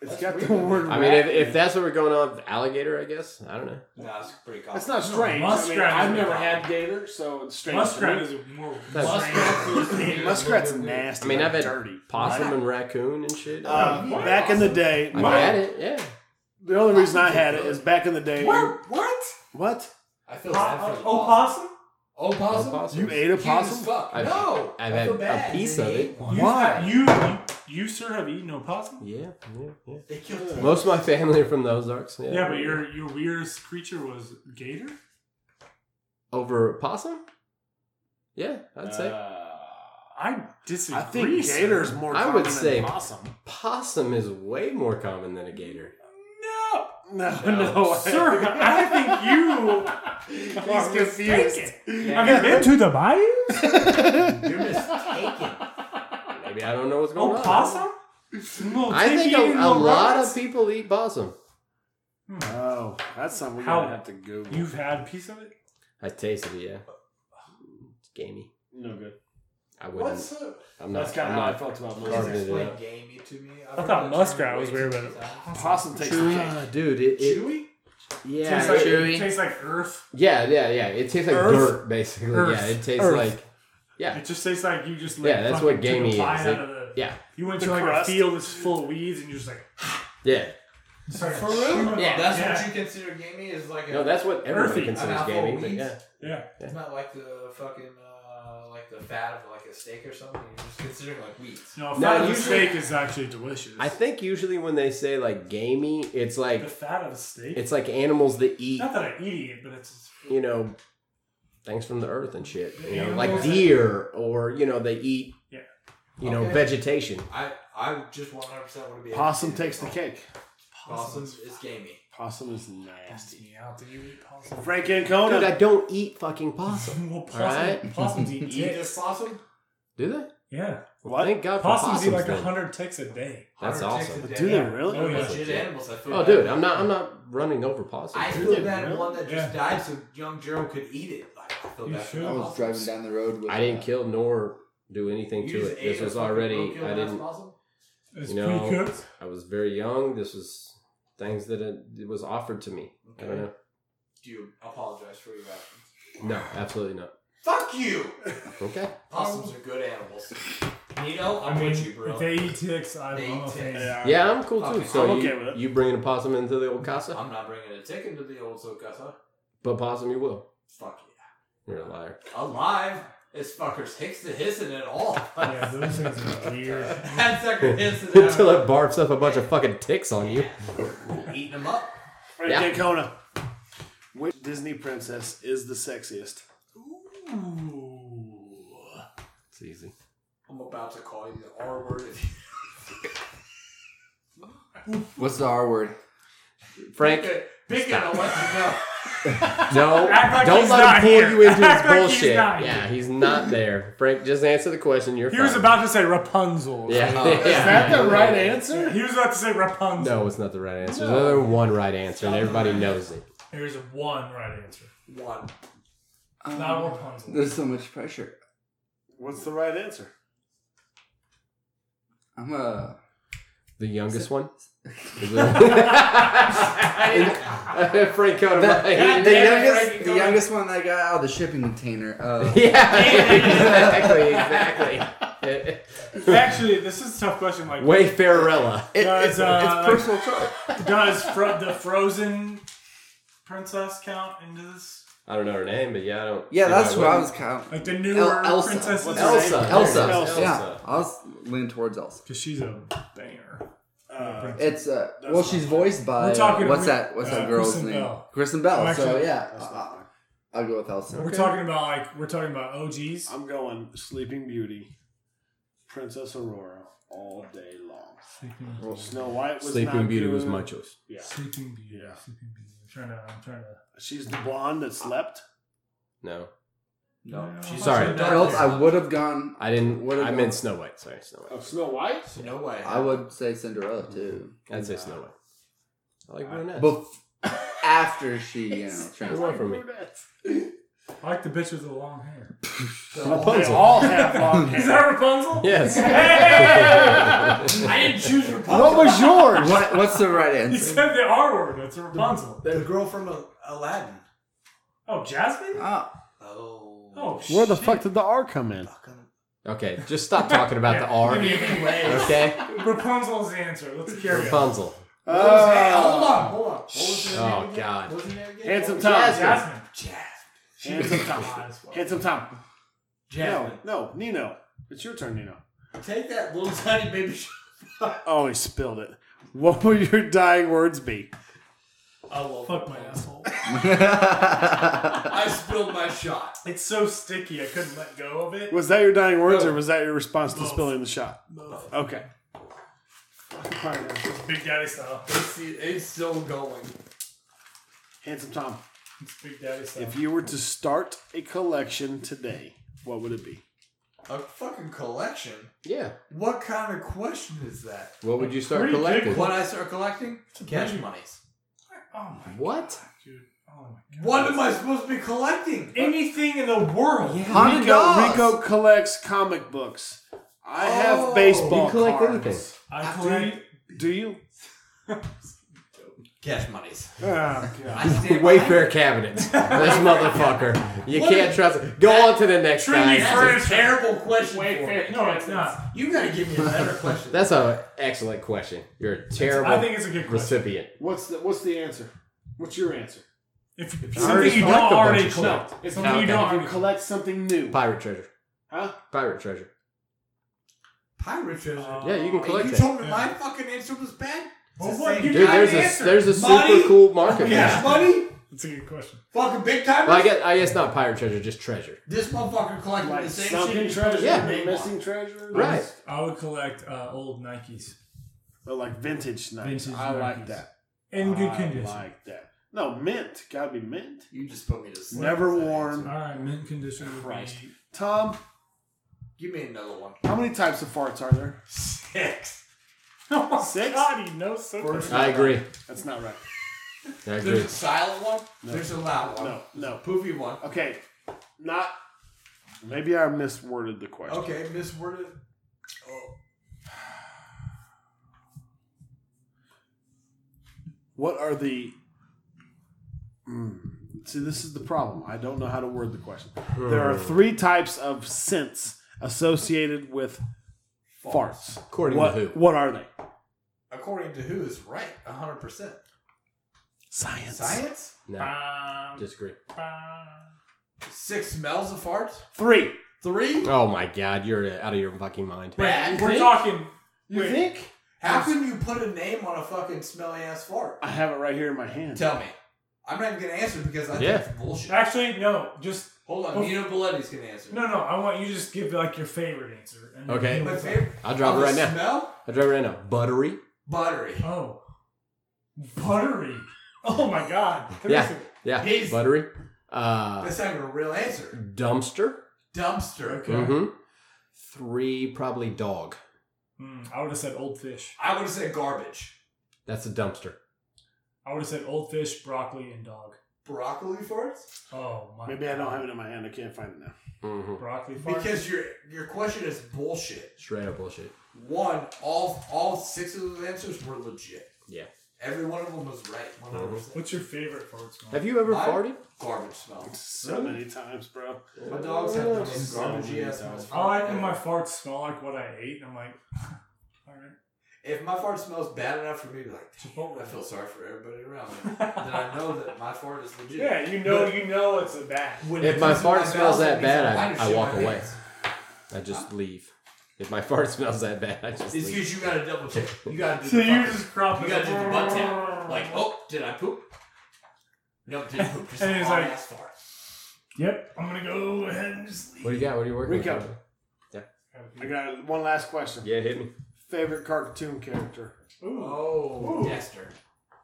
Speaker 4: It's
Speaker 3: That's
Speaker 4: got the
Speaker 3: weird.
Speaker 4: word.
Speaker 2: I mean, if,
Speaker 4: rat in
Speaker 2: if
Speaker 4: it.
Speaker 2: that's what we're going on, alligator, I guess. I don't know.
Speaker 3: Nah, it's pretty common.
Speaker 4: that's not strange. I mean,
Speaker 5: muskrat
Speaker 4: I've
Speaker 5: is
Speaker 4: never
Speaker 5: weird.
Speaker 4: had gator, so it's strange. to
Speaker 5: Muskrat
Speaker 4: me.
Speaker 5: is more.
Speaker 2: That's-
Speaker 4: Muskrat- Muskrat's nasty.
Speaker 2: I mean,
Speaker 4: like
Speaker 2: I've had
Speaker 4: dirty.
Speaker 2: Possum and raccoon and shit.
Speaker 4: Uh,
Speaker 3: What?
Speaker 4: back in the day,
Speaker 2: I've
Speaker 4: my-
Speaker 2: had it, yeah.
Speaker 4: the only reason I had it is back in the day.
Speaker 5: What? What?
Speaker 4: What?
Speaker 3: I
Speaker 5: Uh,
Speaker 3: feel bad for the
Speaker 5: oh, Opossum?
Speaker 3: Opossum? Opossum?
Speaker 2: Opossum.
Speaker 4: You ate a
Speaker 3: Cute as
Speaker 4: possum?
Speaker 3: fuck.
Speaker 2: Oh, I've-
Speaker 3: no.
Speaker 2: I've
Speaker 3: I
Speaker 2: had
Speaker 3: feel
Speaker 2: a
Speaker 3: bad.
Speaker 2: piece
Speaker 3: They
Speaker 2: of
Speaker 3: ate
Speaker 2: it.
Speaker 3: one.
Speaker 5: You,
Speaker 8: Why?
Speaker 5: You, you, you, sir, have eaten opossum?
Speaker 2: Yeah, yeah, yeah.
Speaker 3: They killed it.
Speaker 2: Most of my family are from the Ozarks. Yeah,
Speaker 5: Yeah, but your your weirdest creature was gator.
Speaker 2: over possum. Yeah,
Speaker 5: Uh,
Speaker 2: I'd say
Speaker 5: I disagree.
Speaker 4: I think
Speaker 5: sir.
Speaker 4: gator's more.
Speaker 2: I would
Speaker 4: common than
Speaker 2: say-
Speaker 4: possum.
Speaker 2: possum is way more common than a gator.
Speaker 5: No,
Speaker 4: No, no,
Speaker 5: sir. I think you.
Speaker 4: He's
Speaker 5: are
Speaker 4: confused.
Speaker 5: mistaken. Have you been to the bayou?
Speaker 3: You're mistaken.
Speaker 2: Maybe I don't know what's
Speaker 5: Oh,
Speaker 2: going on.
Speaker 5: Opossum? Well,
Speaker 2: I
Speaker 5: take
Speaker 2: think
Speaker 5: eating
Speaker 2: a, a
Speaker 5: little
Speaker 2: lot
Speaker 5: rodents?
Speaker 2: of people eat possum.
Speaker 4: Oh, that's something we're
Speaker 5: How-
Speaker 4: gonna have to Google.
Speaker 5: You've had a piece of it.
Speaker 2: I tasted it. Yeah, it's gamey.
Speaker 4: no good.
Speaker 2: I wouldn't.
Speaker 3: What's up?
Speaker 2: I'm not.
Speaker 4: That's kind
Speaker 2: I'm
Speaker 4: of how I
Speaker 2: not.
Speaker 4: felt about
Speaker 3: Please
Speaker 2: Carving it
Speaker 4: most.
Speaker 3: explain
Speaker 2: up.
Speaker 3: gamey to me. I've
Speaker 5: I
Speaker 3: heard
Speaker 5: thought
Speaker 3: that term
Speaker 5: muskrat
Speaker 3: way
Speaker 5: was
Speaker 3: too
Speaker 5: weird,
Speaker 3: many
Speaker 5: but-
Speaker 3: times.
Speaker 4: Possum takes the cake.
Speaker 2: Ah, dude, it, it
Speaker 3: Chewy?
Speaker 2: yeah,
Speaker 5: tastes like,
Speaker 2: chewy.
Speaker 5: Tastes like earth.
Speaker 2: yeah, yeah, yeah. It tastes like
Speaker 4: Earth?
Speaker 2: dirt, basically. Yeah,
Speaker 5: Earth.
Speaker 2: it tastes
Speaker 4: Earth.
Speaker 2: like yeah,
Speaker 5: It just tastes like you just. Like
Speaker 2: Yeah, that's what gamey is.
Speaker 5: Out
Speaker 2: It-
Speaker 5: of the,
Speaker 2: yeah,
Speaker 5: You went
Speaker 4: The
Speaker 5: to like
Speaker 4: crust.
Speaker 5: a field that's full of weeds, and you're just like.
Speaker 2: yeah.
Speaker 5: started
Speaker 3: For real?
Speaker 5: chewing
Speaker 2: Yeah.
Speaker 5: on-
Speaker 3: That's
Speaker 5: yeah.
Speaker 3: what you consider gamey is like a.
Speaker 2: No, that's what everyone
Speaker 5: Earthy.
Speaker 2: considers
Speaker 3: An apple
Speaker 2: gamey. but
Speaker 3: eats.
Speaker 2: yeah.
Speaker 5: Yeah.
Speaker 3: It's not like the fucking uh, like the fat of like a steak or something. You're just considering like wheats.
Speaker 5: No,
Speaker 2: No,
Speaker 5: fat of a
Speaker 2: usually-
Speaker 5: steak is actually delicious.
Speaker 2: I think usually when they say like gamey, it's like
Speaker 5: the fat of a steak.
Speaker 2: it's like animals that eat,
Speaker 5: not that I eat it, but it's
Speaker 2: you know, things from the earth and shit. You know, like
Speaker 5: Animals that-
Speaker 2: deer or you know they eat,
Speaker 5: Yeah.
Speaker 2: you know,
Speaker 3: Okay.
Speaker 2: vegetation.
Speaker 3: I I just 100 percent want to be.
Speaker 4: Possum
Speaker 3: educated.
Speaker 4: takes the cake.
Speaker 3: Possum is gamey.
Speaker 4: Possum is nasty.
Speaker 5: me out. Do you eat possum?
Speaker 4: Frank
Speaker 2: Oh, Dude, I
Speaker 4: Ancona.
Speaker 2: don't eat fucking possum.
Speaker 5: Well, possum,
Speaker 2: Alright.
Speaker 5: possums eat
Speaker 3: You eat this
Speaker 5: ticks.
Speaker 3: possum?
Speaker 2: Do they?
Speaker 5: Yeah,
Speaker 2: Well,
Speaker 4: What?
Speaker 2: Thank God for
Speaker 5: possums eat like
Speaker 2: then.
Speaker 5: hundred ticks a day.
Speaker 2: That's
Speaker 3: 100 ticks
Speaker 2: awesome.
Speaker 3: a day.
Speaker 4: Do they really?
Speaker 5: Oh, yeah.
Speaker 3: Legit animals. I feel
Speaker 2: Oh,
Speaker 3: bad.
Speaker 2: dude, I'm not. I'm not running over
Speaker 3: I
Speaker 2: possums. dude.
Speaker 3: feel bad one that just
Speaker 5: Yeah.
Speaker 3: died so young Gerald could eat it. Like, I feel
Speaker 5: You
Speaker 3: bad.
Speaker 5: should.
Speaker 3: for
Speaker 8: I was
Speaker 3: possums.
Speaker 8: driving down the road with.
Speaker 2: I didn't
Speaker 8: uh,
Speaker 2: kill nor do anything
Speaker 3: You
Speaker 2: to
Speaker 3: just
Speaker 2: it.
Speaker 3: ate
Speaker 2: This
Speaker 3: a
Speaker 2: was
Speaker 3: fucking
Speaker 2: already.
Speaker 3: roadkill
Speaker 2: I
Speaker 3: ass
Speaker 2: didn't.
Speaker 3: Possum?
Speaker 5: It's
Speaker 2: You know,
Speaker 5: pretty good.
Speaker 2: I was very young. This was things that it, it was offered to me. I don't know.
Speaker 3: Do you apologize for your actions?
Speaker 2: No, absolutely not.
Speaker 3: Fuck you!
Speaker 2: Okay.
Speaker 3: Possums are good animals. Nino, I'm
Speaker 5: I mean,
Speaker 3: with you, bro.
Speaker 5: if they eat ticks, I'm,
Speaker 3: They
Speaker 5: I'm
Speaker 3: eat
Speaker 5: a fan.
Speaker 3: ticks.
Speaker 4: Yeah.
Speaker 2: Yeah, I'm cool too.
Speaker 3: Okay,
Speaker 2: So
Speaker 4: I'm
Speaker 2: you,
Speaker 4: okay with it.
Speaker 2: you bringing a possum into the old casa,
Speaker 3: I'm not bringing a ticket to the old Sokasa.
Speaker 2: but possum you will.
Speaker 3: Fuck yeah.
Speaker 2: You're a liar.
Speaker 3: Alive, this fucker's hicks to hissing at all.
Speaker 5: Yeah, those things are weird.
Speaker 3: that sucker hissing at
Speaker 2: Until it barfs up a bunch of fucking ticks on you.
Speaker 3: Eating him up.
Speaker 4: Frank
Speaker 2: Yeah.
Speaker 4: Ancona. Which Disney princess is the sexiest?
Speaker 5: Ooh.
Speaker 2: It's easy.
Speaker 3: I'm about to call you the R word. if you-
Speaker 8: What's the R word?
Speaker 2: Frank,
Speaker 3: Okay, Pick it, I'll let you know.
Speaker 2: no,
Speaker 5: uh, Act like
Speaker 2: don't
Speaker 5: he's
Speaker 2: let him
Speaker 5: not
Speaker 2: pull
Speaker 5: here.
Speaker 2: you into his
Speaker 5: Act like he's
Speaker 2: bullshit.
Speaker 5: not
Speaker 2: yeah,
Speaker 5: here.
Speaker 2: he's not there. Frank, just answer the question. You're
Speaker 5: He was
Speaker 2: fine.
Speaker 5: about to say Rapunzel.
Speaker 2: Yeah.
Speaker 8: Oh, is
Speaker 2: yeah.
Speaker 4: Is that the right answer?
Speaker 5: He was about to say Rapunzel.
Speaker 2: No, it's not the right answer. There's only one right answer, and everybody knows it.
Speaker 5: There's one right answer.
Speaker 3: One.
Speaker 5: Not
Speaker 8: Um,
Speaker 5: Rapunzel.
Speaker 8: there's so much pressure.
Speaker 4: What's the right answer?
Speaker 8: I'm uh, a.
Speaker 2: The youngest one. Is it- Frank Cohen.
Speaker 8: The,
Speaker 2: right?
Speaker 8: the
Speaker 3: damn it,
Speaker 8: youngest,
Speaker 3: Frankie,
Speaker 8: the
Speaker 3: go
Speaker 8: youngest one that got out of the shipping container. Uh,
Speaker 2: Yeah, exactly, exactly.
Speaker 5: Actually, this is a tough question. Like,
Speaker 2: Wayfarerella.
Speaker 8: it,
Speaker 5: Guys,
Speaker 8: it's,
Speaker 5: uh,
Speaker 8: it's personal choice.
Speaker 5: does Fro- the Frozen princess count into this?
Speaker 2: I don't know her name, but yeah, I don't.
Speaker 8: Yeah,
Speaker 2: see
Speaker 8: that's
Speaker 2: why
Speaker 8: what I
Speaker 2: wouldn't.
Speaker 8: was counting.
Speaker 5: Like the newer
Speaker 8: El- Elsa.
Speaker 5: princesses?
Speaker 4: What's
Speaker 5: are-
Speaker 4: her
Speaker 2: Elsa.
Speaker 4: name?
Speaker 2: Elsa.
Speaker 4: Elsa.
Speaker 8: Yeah, I was leaning towards Elsa.
Speaker 5: Cause she's a banger.
Speaker 4: Uh,
Speaker 8: It's uh, well,
Speaker 4: not
Speaker 8: she's
Speaker 4: mine.
Speaker 8: voiced by
Speaker 5: We're talking-
Speaker 8: uh, what's
Speaker 5: we-
Speaker 8: that? What's
Speaker 5: uh,
Speaker 8: that girl's
Speaker 5: Kristen
Speaker 8: name?
Speaker 5: Bell.
Speaker 8: Kristen Bell.
Speaker 5: I'm
Speaker 8: so
Speaker 5: actually-
Speaker 8: yeah,
Speaker 4: That's not
Speaker 8: I'll,
Speaker 4: mine.
Speaker 8: I'll go with Elsa.
Speaker 5: We're talking about like we're talking about OGs.
Speaker 4: I'm going Sleeping Beauty, Princess Aurora,
Speaker 14: all day long.
Speaker 5: Sleeping
Speaker 4: Well,
Speaker 5: Beauty.
Speaker 4: Snow White was
Speaker 2: Sleeping
Speaker 4: not
Speaker 2: Beauty
Speaker 4: good.
Speaker 2: was my choice.
Speaker 4: Yeah,
Speaker 5: Sleeping Beauty.
Speaker 4: Yeah.
Speaker 5: Sleeping Beauty. I'm trying to. I'm trying to.
Speaker 4: she's the blonde that slept.
Speaker 2: No,
Speaker 3: No,
Speaker 5: No.
Speaker 3: she's
Speaker 2: Sorry.
Speaker 3: not
Speaker 8: Or else
Speaker 3: there.
Speaker 8: I would have gone.
Speaker 2: I didn't.
Speaker 8: What
Speaker 2: What
Speaker 8: did
Speaker 2: I
Speaker 8: you-
Speaker 2: meant Snow White. Sorry, Snow White.
Speaker 4: Of Snow White.
Speaker 3: No way.
Speaker 8: I would say Cinderella too.
Speaker 2: I'd say Snow White. I like brunette.
Speaker 8: Bef- after she, you know,
Speaker 2: Come
Speaker 8: trans-
Speaker 2: on from me.
Speaker 5: I like the bitch with the long hair.
Speaker 4: They all have long
Speaker 5: Is
Speaker 4: hair.
Speaker 5: that Rapunzel?
Speaker 2: Yes.
Speaker 3: I didn't choose Rapunzel.
Speaker 4: What was yours?
Speaker 8: What, what's the right
Speaker 5: You
Speaker 8: answer?
Speaker 5: said the R word. That's Rapunzel.
Speaker 3: The girl from Al- Aladdin.
Speaker 5: Oh, Jasmine.
Speaker 8: Oh,
Speaker 3: Oh.
Speaker 5: Oh,
Speaker 4: Where the
Speaker 5: shit.
Speaker 4: fuck did the R come in?
Speaker 3: Fucking-
Speaker 2: okay, just stop talking about the R.
Speaker 3: Anyway.
Speaker 2: Okay,
Speaker 5: Rapunzel's the answer. Let's carry on.
Speaker 2: Rapunzel.
Speaker 3: What
Speaker 4: Uh,
Speaker 3: was that? Hold on, hold on. What was her
Speaker 2: Oh,
Speaker 3: name again?
Speaker 2: God.
Speaker 3: What was her name again?
Speaker 4: Handsome
Speaker 3: What was-
Speaker 4: Tom.
Speaker 5: Jasmine.
Speaker 3: Jasmine.
Speaker 4: Handsome Tom.
Speaker 5: Hot as fuck.
Speaker 4: Handsome Tom. No,
Speaker 3: Jasmine.
Speaker 4: no, Nino. It's your turn, Nino.
Speaker 3: Take that little tiny baby. sh-
Speaker 4: Oh, he spilled it. What will your dying words be?
Speaker 3: I love
Speaker 5: Fuck my
Speaker 3: Rapunzel.
Speaker 5: asshole.
Speaker 3: I spilled my shot.
Speaker 5: It's so sticky. I couldn't let go of it.
Speaker 4: Was that your dying words,
Speaker 3: No.
Speaker 4: or was that your response to
Speaker 5: Both.
Speaker 4: spilling the shot?
Speaker 5: Both.
Speaker 4: Okay.
Speaker 5: Big Daddy style.
Speaker 3: It's, it's still going.
Speaker 4: Handsome Tom,
Speaker 5: It's Big Daddy style.
Speaker 4: if you were to start a collection today, what would it be?
Speaker 3: A fucking collection?
Speaker 2: Yeah.
Speaker 3: What kind of question is that?
Speaker 2: What would you start
Speaker 5: Pretty good
Speaker 2: collecting?
Speaker 3: What I start collecting? Cash monies.
Speaker 5: oh my
Speaker 2: What?
Speaker 5: dude. Oh my god.
Speaker 3: What am I supposed to be collecting?
Speaker 5: Anything in the world.
Speaker 8: Haunted dolls.
Speaker 4: Rico collects comic books. I have
Speaker 3: Oh.
Speaker 4: baseball
Speaker 2: You collect
Speaker 4: cards.
Speaker 2: anything.
Speaker 5: I collect.
Speaker 4: Do you?
Speaker 3: Cash monies.
Speaker 5: Ah.
Speaker 4: Oh, God.
Speaker 3: I stand by-
Speaker 2: Wayfair cabinets. This motherfucker. You
Speaker 3: What
Speaker 2: can't
Speaker 3: is-
Speaker 2: trust it. Go on to the next
Speaker 5: Trinity
Speaker 2: guy.
Speaker 5: Fur-
Speaker 3: That's a terrible question. for me.
Speaker 5: No, it's not.
Speaker 3: You gotta give me a better question.
Speaker 2: That's an excellent question. You're a terrible
Speaker 5: I think it's a good question.
Speaker 2: recipient.
Speaker 4: What's the What's the answer? What's your answer?
Speaker 5: If, if
Speaker 2: I
Speaker 5: something
Speaker 2: already
Speaker 5: you
Speaker 2: collect a
Speaker 5: don't
Speaker 2: bunch
Speaker 5: already
Speaker 2: of shit.
Speaker 5: collect.
Speaker 4: It's
Speaker 5: Something
Speaker 2: not
Speaker 5: you
Speaker 2: that
Speaker 5: don't
Speaker 2: you
Speaker 5: already collect.
Speaker 4: Collect something new,
Speaker 2: Pirate treasure.
Speaker 4: huh?
Speaker 2: Pirate treasure.
Speaker 3: Pirate treasure.
Speaker 5: Uh,
Speaker 2: Yeah, you can
Speaker 5: Hey,
Speaker 3: And
Speaker 2: collect
Speaker 3: you
Speaker 2: that.
Speaker 3: told me my fucking answer was bad?
Speaker 5: Well,
Speaker 3: It's the
Speaker 5: what?
Speaker 3: same
Speaker 5: You
Speaker 2: Dude,
Speaker 5: got
Speaker 2: there's
Speaker 5: the
Speaker 2: a
Speaker 5: answer.
Speaker 2: there's a super
Speaker 3: Money?
Speaker 2: cool market.
Speaker 3: Cash
Speaker 2: there.
Speaker 3: money?
Speaker 5: It's a good question.
Speaker 3: Fucking big time?
Speaker 2: Well, I guess I guess not pirate treasure, just treasure.
Speaker 3: This motherfucker collected
Speaker 4: Like
Speaker 3: the same
Speaker 4: sunken
Speaker 3: shit.
Speaker 4: treasure,
Speaker 2: Yeah.
Speaker 4: missing treasure,
Speaker 2: Right.
Speaker 5: I would collect uh, old Nikes
Speaker 4: Or like vintage knives.
Speaker 5: Vintage
Speaker 4: I like
Speaker 5: Nikes.
Speaker 4: that.
Speaker 5: in good
Speaker 4: I
Speaker 5: condition.
Speaker 4: like that. No mint. Gotta be mint.
Speaker 3: You just put me to sleep.
Speaker 4: Never
Speaker 3: with that
Speaker 4: worn.
Speaker 3: answer.
Speaker 5: All right, mint condition. would be-
Speaker 4: Christ. Tom,
Speaker 3: Give me another one.
Speaker 4: how many types of farts are there?
Speaker 3: Six.
Speaker 5: Oh my
Speaker 4: Six?
Speaker 5: God, he knows so much.
Speaker 2: I agree.
Speaker 4: That's not right.
Speaker 2: I
Speaker 3: There's
Speaker 2: agree.
Speaker 3: a silent one. There's a loud one.
Speaker 4: No, no.
Speaker 3: Poofy one.
Speaker 4: Okay, not. Maybe I misworded the question.
Speaker 3: Okay, misworded. Oh.
Speaker 4: What are the? Mm. See, this is the problem. I don't know how to word the question. There are three types of scents associated with farts.
Speaker 2: According
Speaker 4: what,
Speaker 2: to who?
Speaker 4: What are they?
Speaker 3: According to who is right, 100%.
Speaker 4: Science.
Speaker 3: Science?
Speaker 2: No,
Speaker 5: Bam,
Speaker 2: disagree.
Speaker 5: bam.
Speaker 3: Six smells of farts?
Speaker 4: Three.
Speaker 3: Three?
Speaker 2: Oh my god, you're out of your fucking mind.
Speaker 3: Bad.
Speaker 5: We're talking.
Speaker 4: You
Speaker 5: Wait.
Speaker 4: think?
Speaker 3: How can you put a name on a fucking smelly ass fart?
Speaker 4: I have it right here in my hand.
Speaker 3: Tell me. I'm not even gonna answer because I think
Speaker 2: Yeah.
Speaker 3: it's bullshit.
Speaker 5: Actually, no. Just
Speaker 3: Hold on,
Speaker 5: Oh.
Speaker 3: Nino Belletti's gonna answer.
Speaker 5: no, no. I want you to just give like your favorite answer. and then
Speaker 2: Okay.
Speaker 5: we'll-
Speaker 3: My favorite.
Speaker 2: I'll drop it
Speaker 3: Oh, the
Speaker 2: right now.
Speaker 3: Smell?
Speaker 2: I'll drop it right now. Buttery.
Speaker 3: Buttery.
Speaker 5: Oh, buttery. Oh my God. Come
Speaker 2: Yeah.
Speaker 5: here.
Speaker 2: Yeah.
Speaker 3: He's-
Speaker 2: Buttery. Uh,
Speaker 3: That's not even a real answer.
Speaker 4: Mm.
Speaker 2: dumpster.
Speaker 3: Dumpster.
Speaker 5: Okay.
Speaker 2: hmm Three, probably dog.
Speaker 5: Mm, I would have said old fish.
Speaker 3: I would have said garbage.
Speaker 2: That's a dumpster.
Speaker 5: I would have said old fish, broccoli, and dog.
Speaker 3: Broccoli farts?
Speaker 5: Oh my.
Speaker 4: Maybe I don't
Speaker 5: God.
Speaker 4: have it in my hand. I can't find it now.
Speaker 2: Mm-hmm.
Speaker 5: broccoli farts.
Speaker 3: Because your your question is bullshit.
Speaker 2: Straight up bullshit.
Speaker 3: One, all all six of those answers were legit.
Speaker 2: Yeah.
Speaker 3: Every one of them was right. 100%.
Speaker 5: What's your favorite fart smell?
Speaker 2: Have you ever
Speaker 3: Mine?
Speaker 2: farted?
Speaker 4: Mm-hmm.
Speaker 3: Garbage smell.
Speaker 4: So many times, bro.
Speaker 3: My dogs have the most garbagey ass
Speaker 4: So many
Speaker 3: smells.
Speaker 5: I like when my farts smell like what I ate. I'm like, all right.
Speaker 3: If my fart smells bad enough for me to be like,
Speaker 5: Chipotle.
Speaker 3: I feel sorry for everybody around me, then I know that my fart is legit.
Speaker 5: Yeah, you know, you know it's a bat.
Speaker 3: When
Speaker 2: If
Speaker 3: it
Speaker 2: my
Speaker 3: comes to
Speaker 2: fart
Speaker 3: mouth,
Speaker 2: smells
Speaker 3: it
Speaker 2: that
Speaker 3: means
Speaker 2: bad,
Speaker 3: I'm
Speaker 2: I-
Speaker 3: trying to
Speaker 2: I
Speaker 3: shit
Speaker 2: walk
Speaker 3: my
Speaker 2: away.
Speaker 3: pants.
Speaker 2: I just leave. If my fart smells that bad, I just leave.
Speaker 3: It's because you gotta double check. You gotta do
Speaker 5: So
Speaker 3: the
Speaker 5: you
Speaker 3: fucking-
Speaker 5: just crop
Speaker 3: you gotta do the butt tap. Like, oh, did I poop? No, did I poop? Just
Speaker 5: And
Speaker 3: and
Speaker 5: he's
Speaker 3: hot
Speaker 5: like-
Speaker 3: ass fart.
Speaker 5: Yep, I'm gonna go ahead and just leave.
Speaker 2: What do you got? What are you working
Speaker 4: Rico.
Speaker 2: with?
Speaker 4: I got one last question.
Speaker 2: Yeah, hit me.
Speaker 4: Favorite cartoon character?
Speaker 3: Oh, Dexter.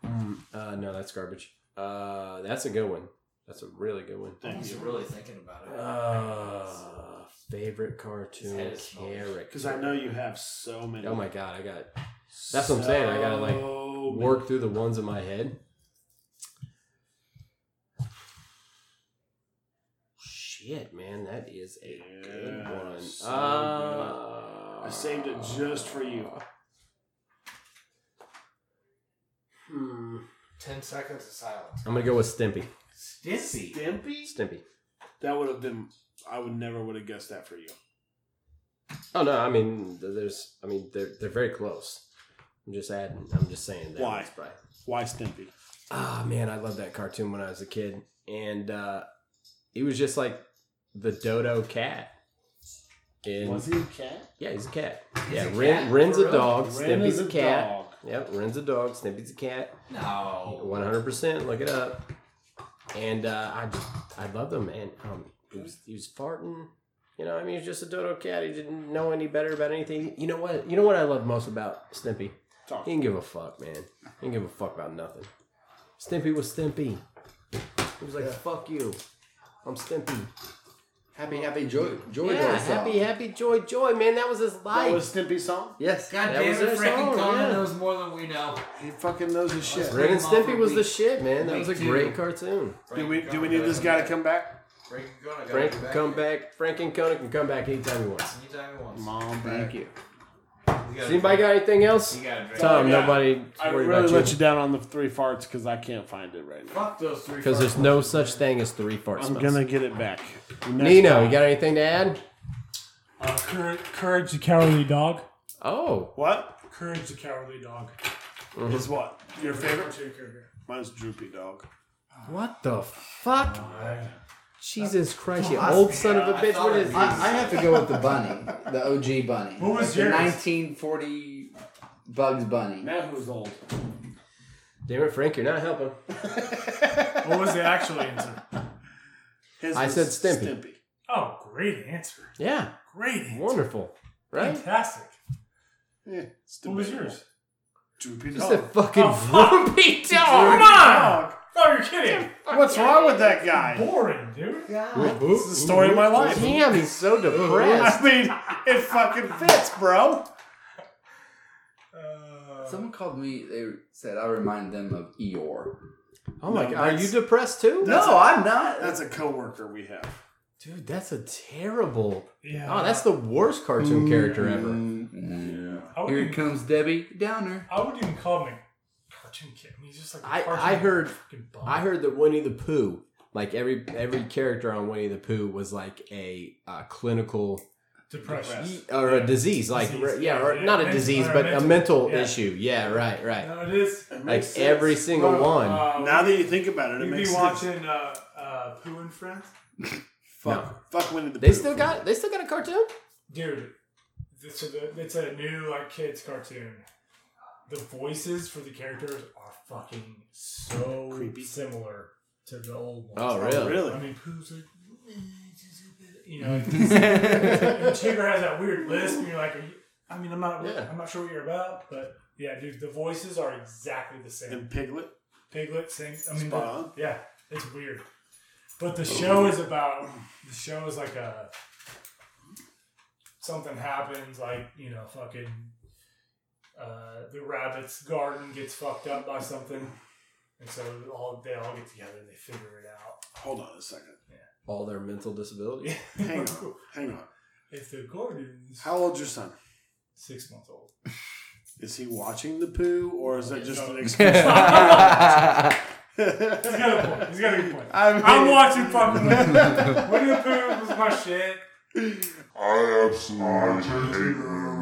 Speaker 2: Uh, no, that's garbage. Uh, that's a good one. That's a really good one.
Speaker 4: Thank
Speaker 3: He's
Speaker 4: you.
Speaker 3: really thinking about it.
Speaker 2: Uh, favorite
Speaker 3: His
Speaker 2: cartoon
Speaker 3: head is small.
Speaker 2: character.
Speaker 4: Because I know you have so many.
Speaker 2: Oh my god, I got. That's what I'm saying, I gotta, like,
Speaker 4: So many.
Speaker 2: work through the ones in my head. Shit, man, that is a good
Speaker 4: Yeah,
Speaker 2: one.
Speaker 4: so
Speaker 2: uh,
Speaker 4: I saved it just for you.
Speaker 2: Hmm.
Speaker 3: Ten seconds of silence.
Speaker 2: I'm gonna go with Stimpy.
Speaker 3: Stimpy.
Speaker 4: Dimpy?
Speaker 2: Stimpy.
Speaker 4: That would have been. I would never would have guessed that for you.
Speaker 2: Oh no, I mean, th- there's, I mean, they're they're very close. I'm just adding. I'm just saying that.
Speaker 4: Why?
Speaker 2: was probably-
Speaker 4: Why Stimpy?
Speaker 2: Ah man, I loved that cartoon when I was a kid, and uh, he was just like the dodo cat. And
Speaker 4: he a cat?
Speaker 2: Yeah, he's a cat. yeah,
Speaker 3: a
Speaker 2: Ren,
Speaker 3: cat?
Speaker 2: Ren's
Speaker 3: For
Speaker 2: a
Speaker 3: real?
Speaker 2: dog.
Speaker 4: Ren
Speaker 2: Snippy's
Speaker 4: is
Speaker 2: a
Speaker 4: a
Speaker 2: cat.
Speaker 4: dog.
Speaker 2: Yep, Ren's a dog. Snippy's a cat.
Speaker 3: No.
Speaker 2: One hundred percent. Look it up. And uh, I just, I love him, man. Um, he was, he was farting. You know, I mean, he was just a dodo cat. He didn't know any better about anything. You know what? You know what I love most about Snippy?
Speaker 4: Talk.
Speaker 2: He didn't give a fuck, man. He didn't give a fuck about nothing. Stimpy was Stimpy. He was like, "Fuck you, I'm Stimpy."
Speaker 8: Happy, happy, joy, joy.
Speaker 2: yeah,
Speaker 8: Boy song.
Speaker 2: happy, happy, joy, joy, man. That was his life.
Speaker 4: That was Stimpy's song.
Speaker 8: Yes.
Speaker 3: God
Speaker 2: That
Speaker 3: damn
Speaker 2: was
Speaker 3: it,
Speaker 2: their
Speaker 3: freaking
Speaker 2: song,
Speaker 3: Conan
Speaker 2: yeah.
Speaker 3: knows more than we know.
Speaker 4: He fucking knows his shit.
Speaker 2: Ren and Stimpy was the
Speaker 3: Week-
Speaker 2: shit, man. That was a
Speaker 3: week two.
Speaker 2: great cartoon.
Speaker 4: Do we do we need this guy to come back?
Speaker 3: Frank and Conan gotta
Speaker 2: Frank
Speaker 3: be
Speaker 2: can
Speaker 3: back
Speaker 2: come
Speaker 3: here.
Speaker 2: back. Frank and Conan can come back anytime he wants.
Speaker 3: Anytime he wants.
Speaker 4: Mom, thank you.
Speaker 3: You
Speaker 2: Does
Speaker 3: gotta
Speaker 2: anybody got anything else?
Speaker 3: drink. You gotta drink.
Speaker 2: Tom,
Speaker 4: I got.
Speaker 2: nobody
Speaker 4: I
Speaker 2: worried
Speaker 4: really
Speaker 2: about
Speaker 4: let
Speaker 2: you
Speaker 4: you down on the three farts because I can't find it right now.
Speaker 3: Fuck those three.
Speaker 2: because there's
Speaker 3: fucking-
Speaker 2: no such thing as three fart
Speaker 4: I'm
Speaker 2: smells.
Speaker 4: gonna get it back. Next
Speaker 2: Nino,
Speaker 4: time.
Speaker 2: you got anything to add?
Speaker 5: Uh, courage, courage the cowardly dog.
Speaker 2: Oh,
Speaker 4: what?
Speaker 5: Courage the cowardly dog.
Speaker 4: Is what your favorite?
Speaker 5: Cartoon character.
Speaker 4: Mine's Droopy Dog.
Speaker 2: what the fuck? Jesus Christ, you
Speaker 3: I-
Speaker 2: old son of a
Speaker 3: I
Speaker 2: bitch!
Speaker 3: thought
Speaker 2: What
Speaker 3: it
Speaker 2: is?
Speaker 8: I, I have to go with the bunny, the OG bunny.
Speaker 5: Who was
Speaker 8: the
Speaker 5: yours?
Speaker 8: 1940 Bugs Bunny.
Speaker 4: Now who's old?
Speaker 2: Damn it, Frank, you're not helping.
Speaker 5: What was the actual answer?
Speaker 4: His
Speaker 2: I
Speaker 4: was
Speaker 2: said Stimpy.
Speaker 5: Oh, great answer.
Speaker 2: Yeah,
Speaker 5: Great answer.
Speaker 2: wonderful, right?
Speaker 5: Fantastic.
Speaker 4: Yeah, it's
Speaker 5: What was
Speaker 4: debatable.
Speaker 5: yours?
Speaker 4: Droopy
Speaker 2: Just a
Speaker 4: Dog.
Speaker 2: fucking
Speaker 5: Oh, fuck.
Speaker 2: grumpy
Speaker 5: Come
Speaker 2: dog.
Speaker 5: on! Oh, you're kidding.
Speaker 4: What's wrong with that guy?
Speaker 5: Boring, dude.
Speaker 4: This is the story of my life.
Speaker 2: Damn, he's so depressed.
Speaker 4: I mean, it fucking fits, bro.
Speaker 5: Uh,
Speaker 8: Someone called me. They said I remind them of Eeyore.
Speaker 2: Oh my
Speaker 4: No,
Speaker 2: god, are you
Speaker 4: that's-
Speaker 2: depressed too?
Speaker 4: That's
Speaker 8: no,
Speaker 4: a-
Speaker 8: i I'm not.
Speaker 4: That's a coworker we have.
Speaker 2: Dude, that's a terrible.
Speaker 5: yeah.
Speaker 2: Oh, that's the worst cartoon character ever.
Speaker 8: Mm.
Speaker 5: I would,
Speaker 8: Here
Speaker 5: even,
Speaker 8: comes Debbie Downer.
Speaker 5: I would even call him a cartoon kid. I mean, he's just like a
Speaker 2: I-
Speaker 5: cartoon
Speaker 2: I heard-
Speaker 5: fucking bum.
Speaker 2: I heard that Winnie the Pooh, like every every character on Winnie the Pooh, was like a uh, clinical
Speaker 5: depression.
Speaker 2: or
Speaker 5: Yeah.
Speaker 2: a disease, like
Speaker 5: Disease,
Speaker 2: re- yeah,
Speaker 5: yeah,
Speaker 2: or
Speaker 5: yeah.
Speaker 2: not a
Speaker 5: Mental-
Speaker 2: disease,
Speaker 5: or
Speaker 2: but a
Speaker 5: mental-
Speaker 2: mental
Speaker 5: yeah.
Speaker 2: issue. Yeah, right, right.
Speaker 5: No, it is.
Speaker 4: It
Speaker 2: Like
Speaker 4: makes sense.
Speaker 2: every single one.
Speaker 5: Uh,
Speaker 4: Now that you think about it, it
Speaker 5: you'd
Speaker 4: makes
Speaker 5: be
Speaker 4: sense.
Speaker 5: watching uh, uh, Pooh and Friends,
Speaker 4: Fuck, fuck Winnie the
Speaker 2: they
Speaker 4: Pooh.
Speaker 2: still got they still got a cartoon.
Speaker 5: dude. It's a, it's a new like kids cartoon. The voices for the characters are fucking so
Speaker 4: Creepy.
Speaker 5: similar to the old ones.
Speaker 2: Oh,
Speaker 4: Oh,
Speaker 2: really?
Speaker 4: really?
Speaker 5: I mean, Pooh's like, you know, and Tigger has that weird lisp, and you're like, are you, I mean, I'm not,
Speaker 2: Yeah.
Speaker 5: I'm not sure what you're about, but yeah, dude, the voices are exactly the same.
Speaker 4: And Piglet.
Speaker 5: Piglet sings. I mean,
Speaker 4: Spot
Speaker 5: the-
Speaker 4: on.
Speaker 5: yeah, it's weird. But the show is about the show is like a something happens, like you know, fucking uh, the rabbit's garden gets fucked up by something, and so all they all get together, they figure it out.
Speaker 4: Hold on a second.
Speaker 2: All their mental disabilities.
Speaker 4: Hang on. Hang on.
Speaker 5: If the garden's
Speaker 4: How old's your son?
Speaker 5: six months old,
Speaker 4: Is he watching the poo, or is that just an excuse?
Speaker 8: I
Speaker 5: he's got a point. He's got a point. I'm
Speaker 4: I'm
Speaker 5: watching fucking Winnie the Pooh was my shit.
Speaker 1: I absolutely hate Winnie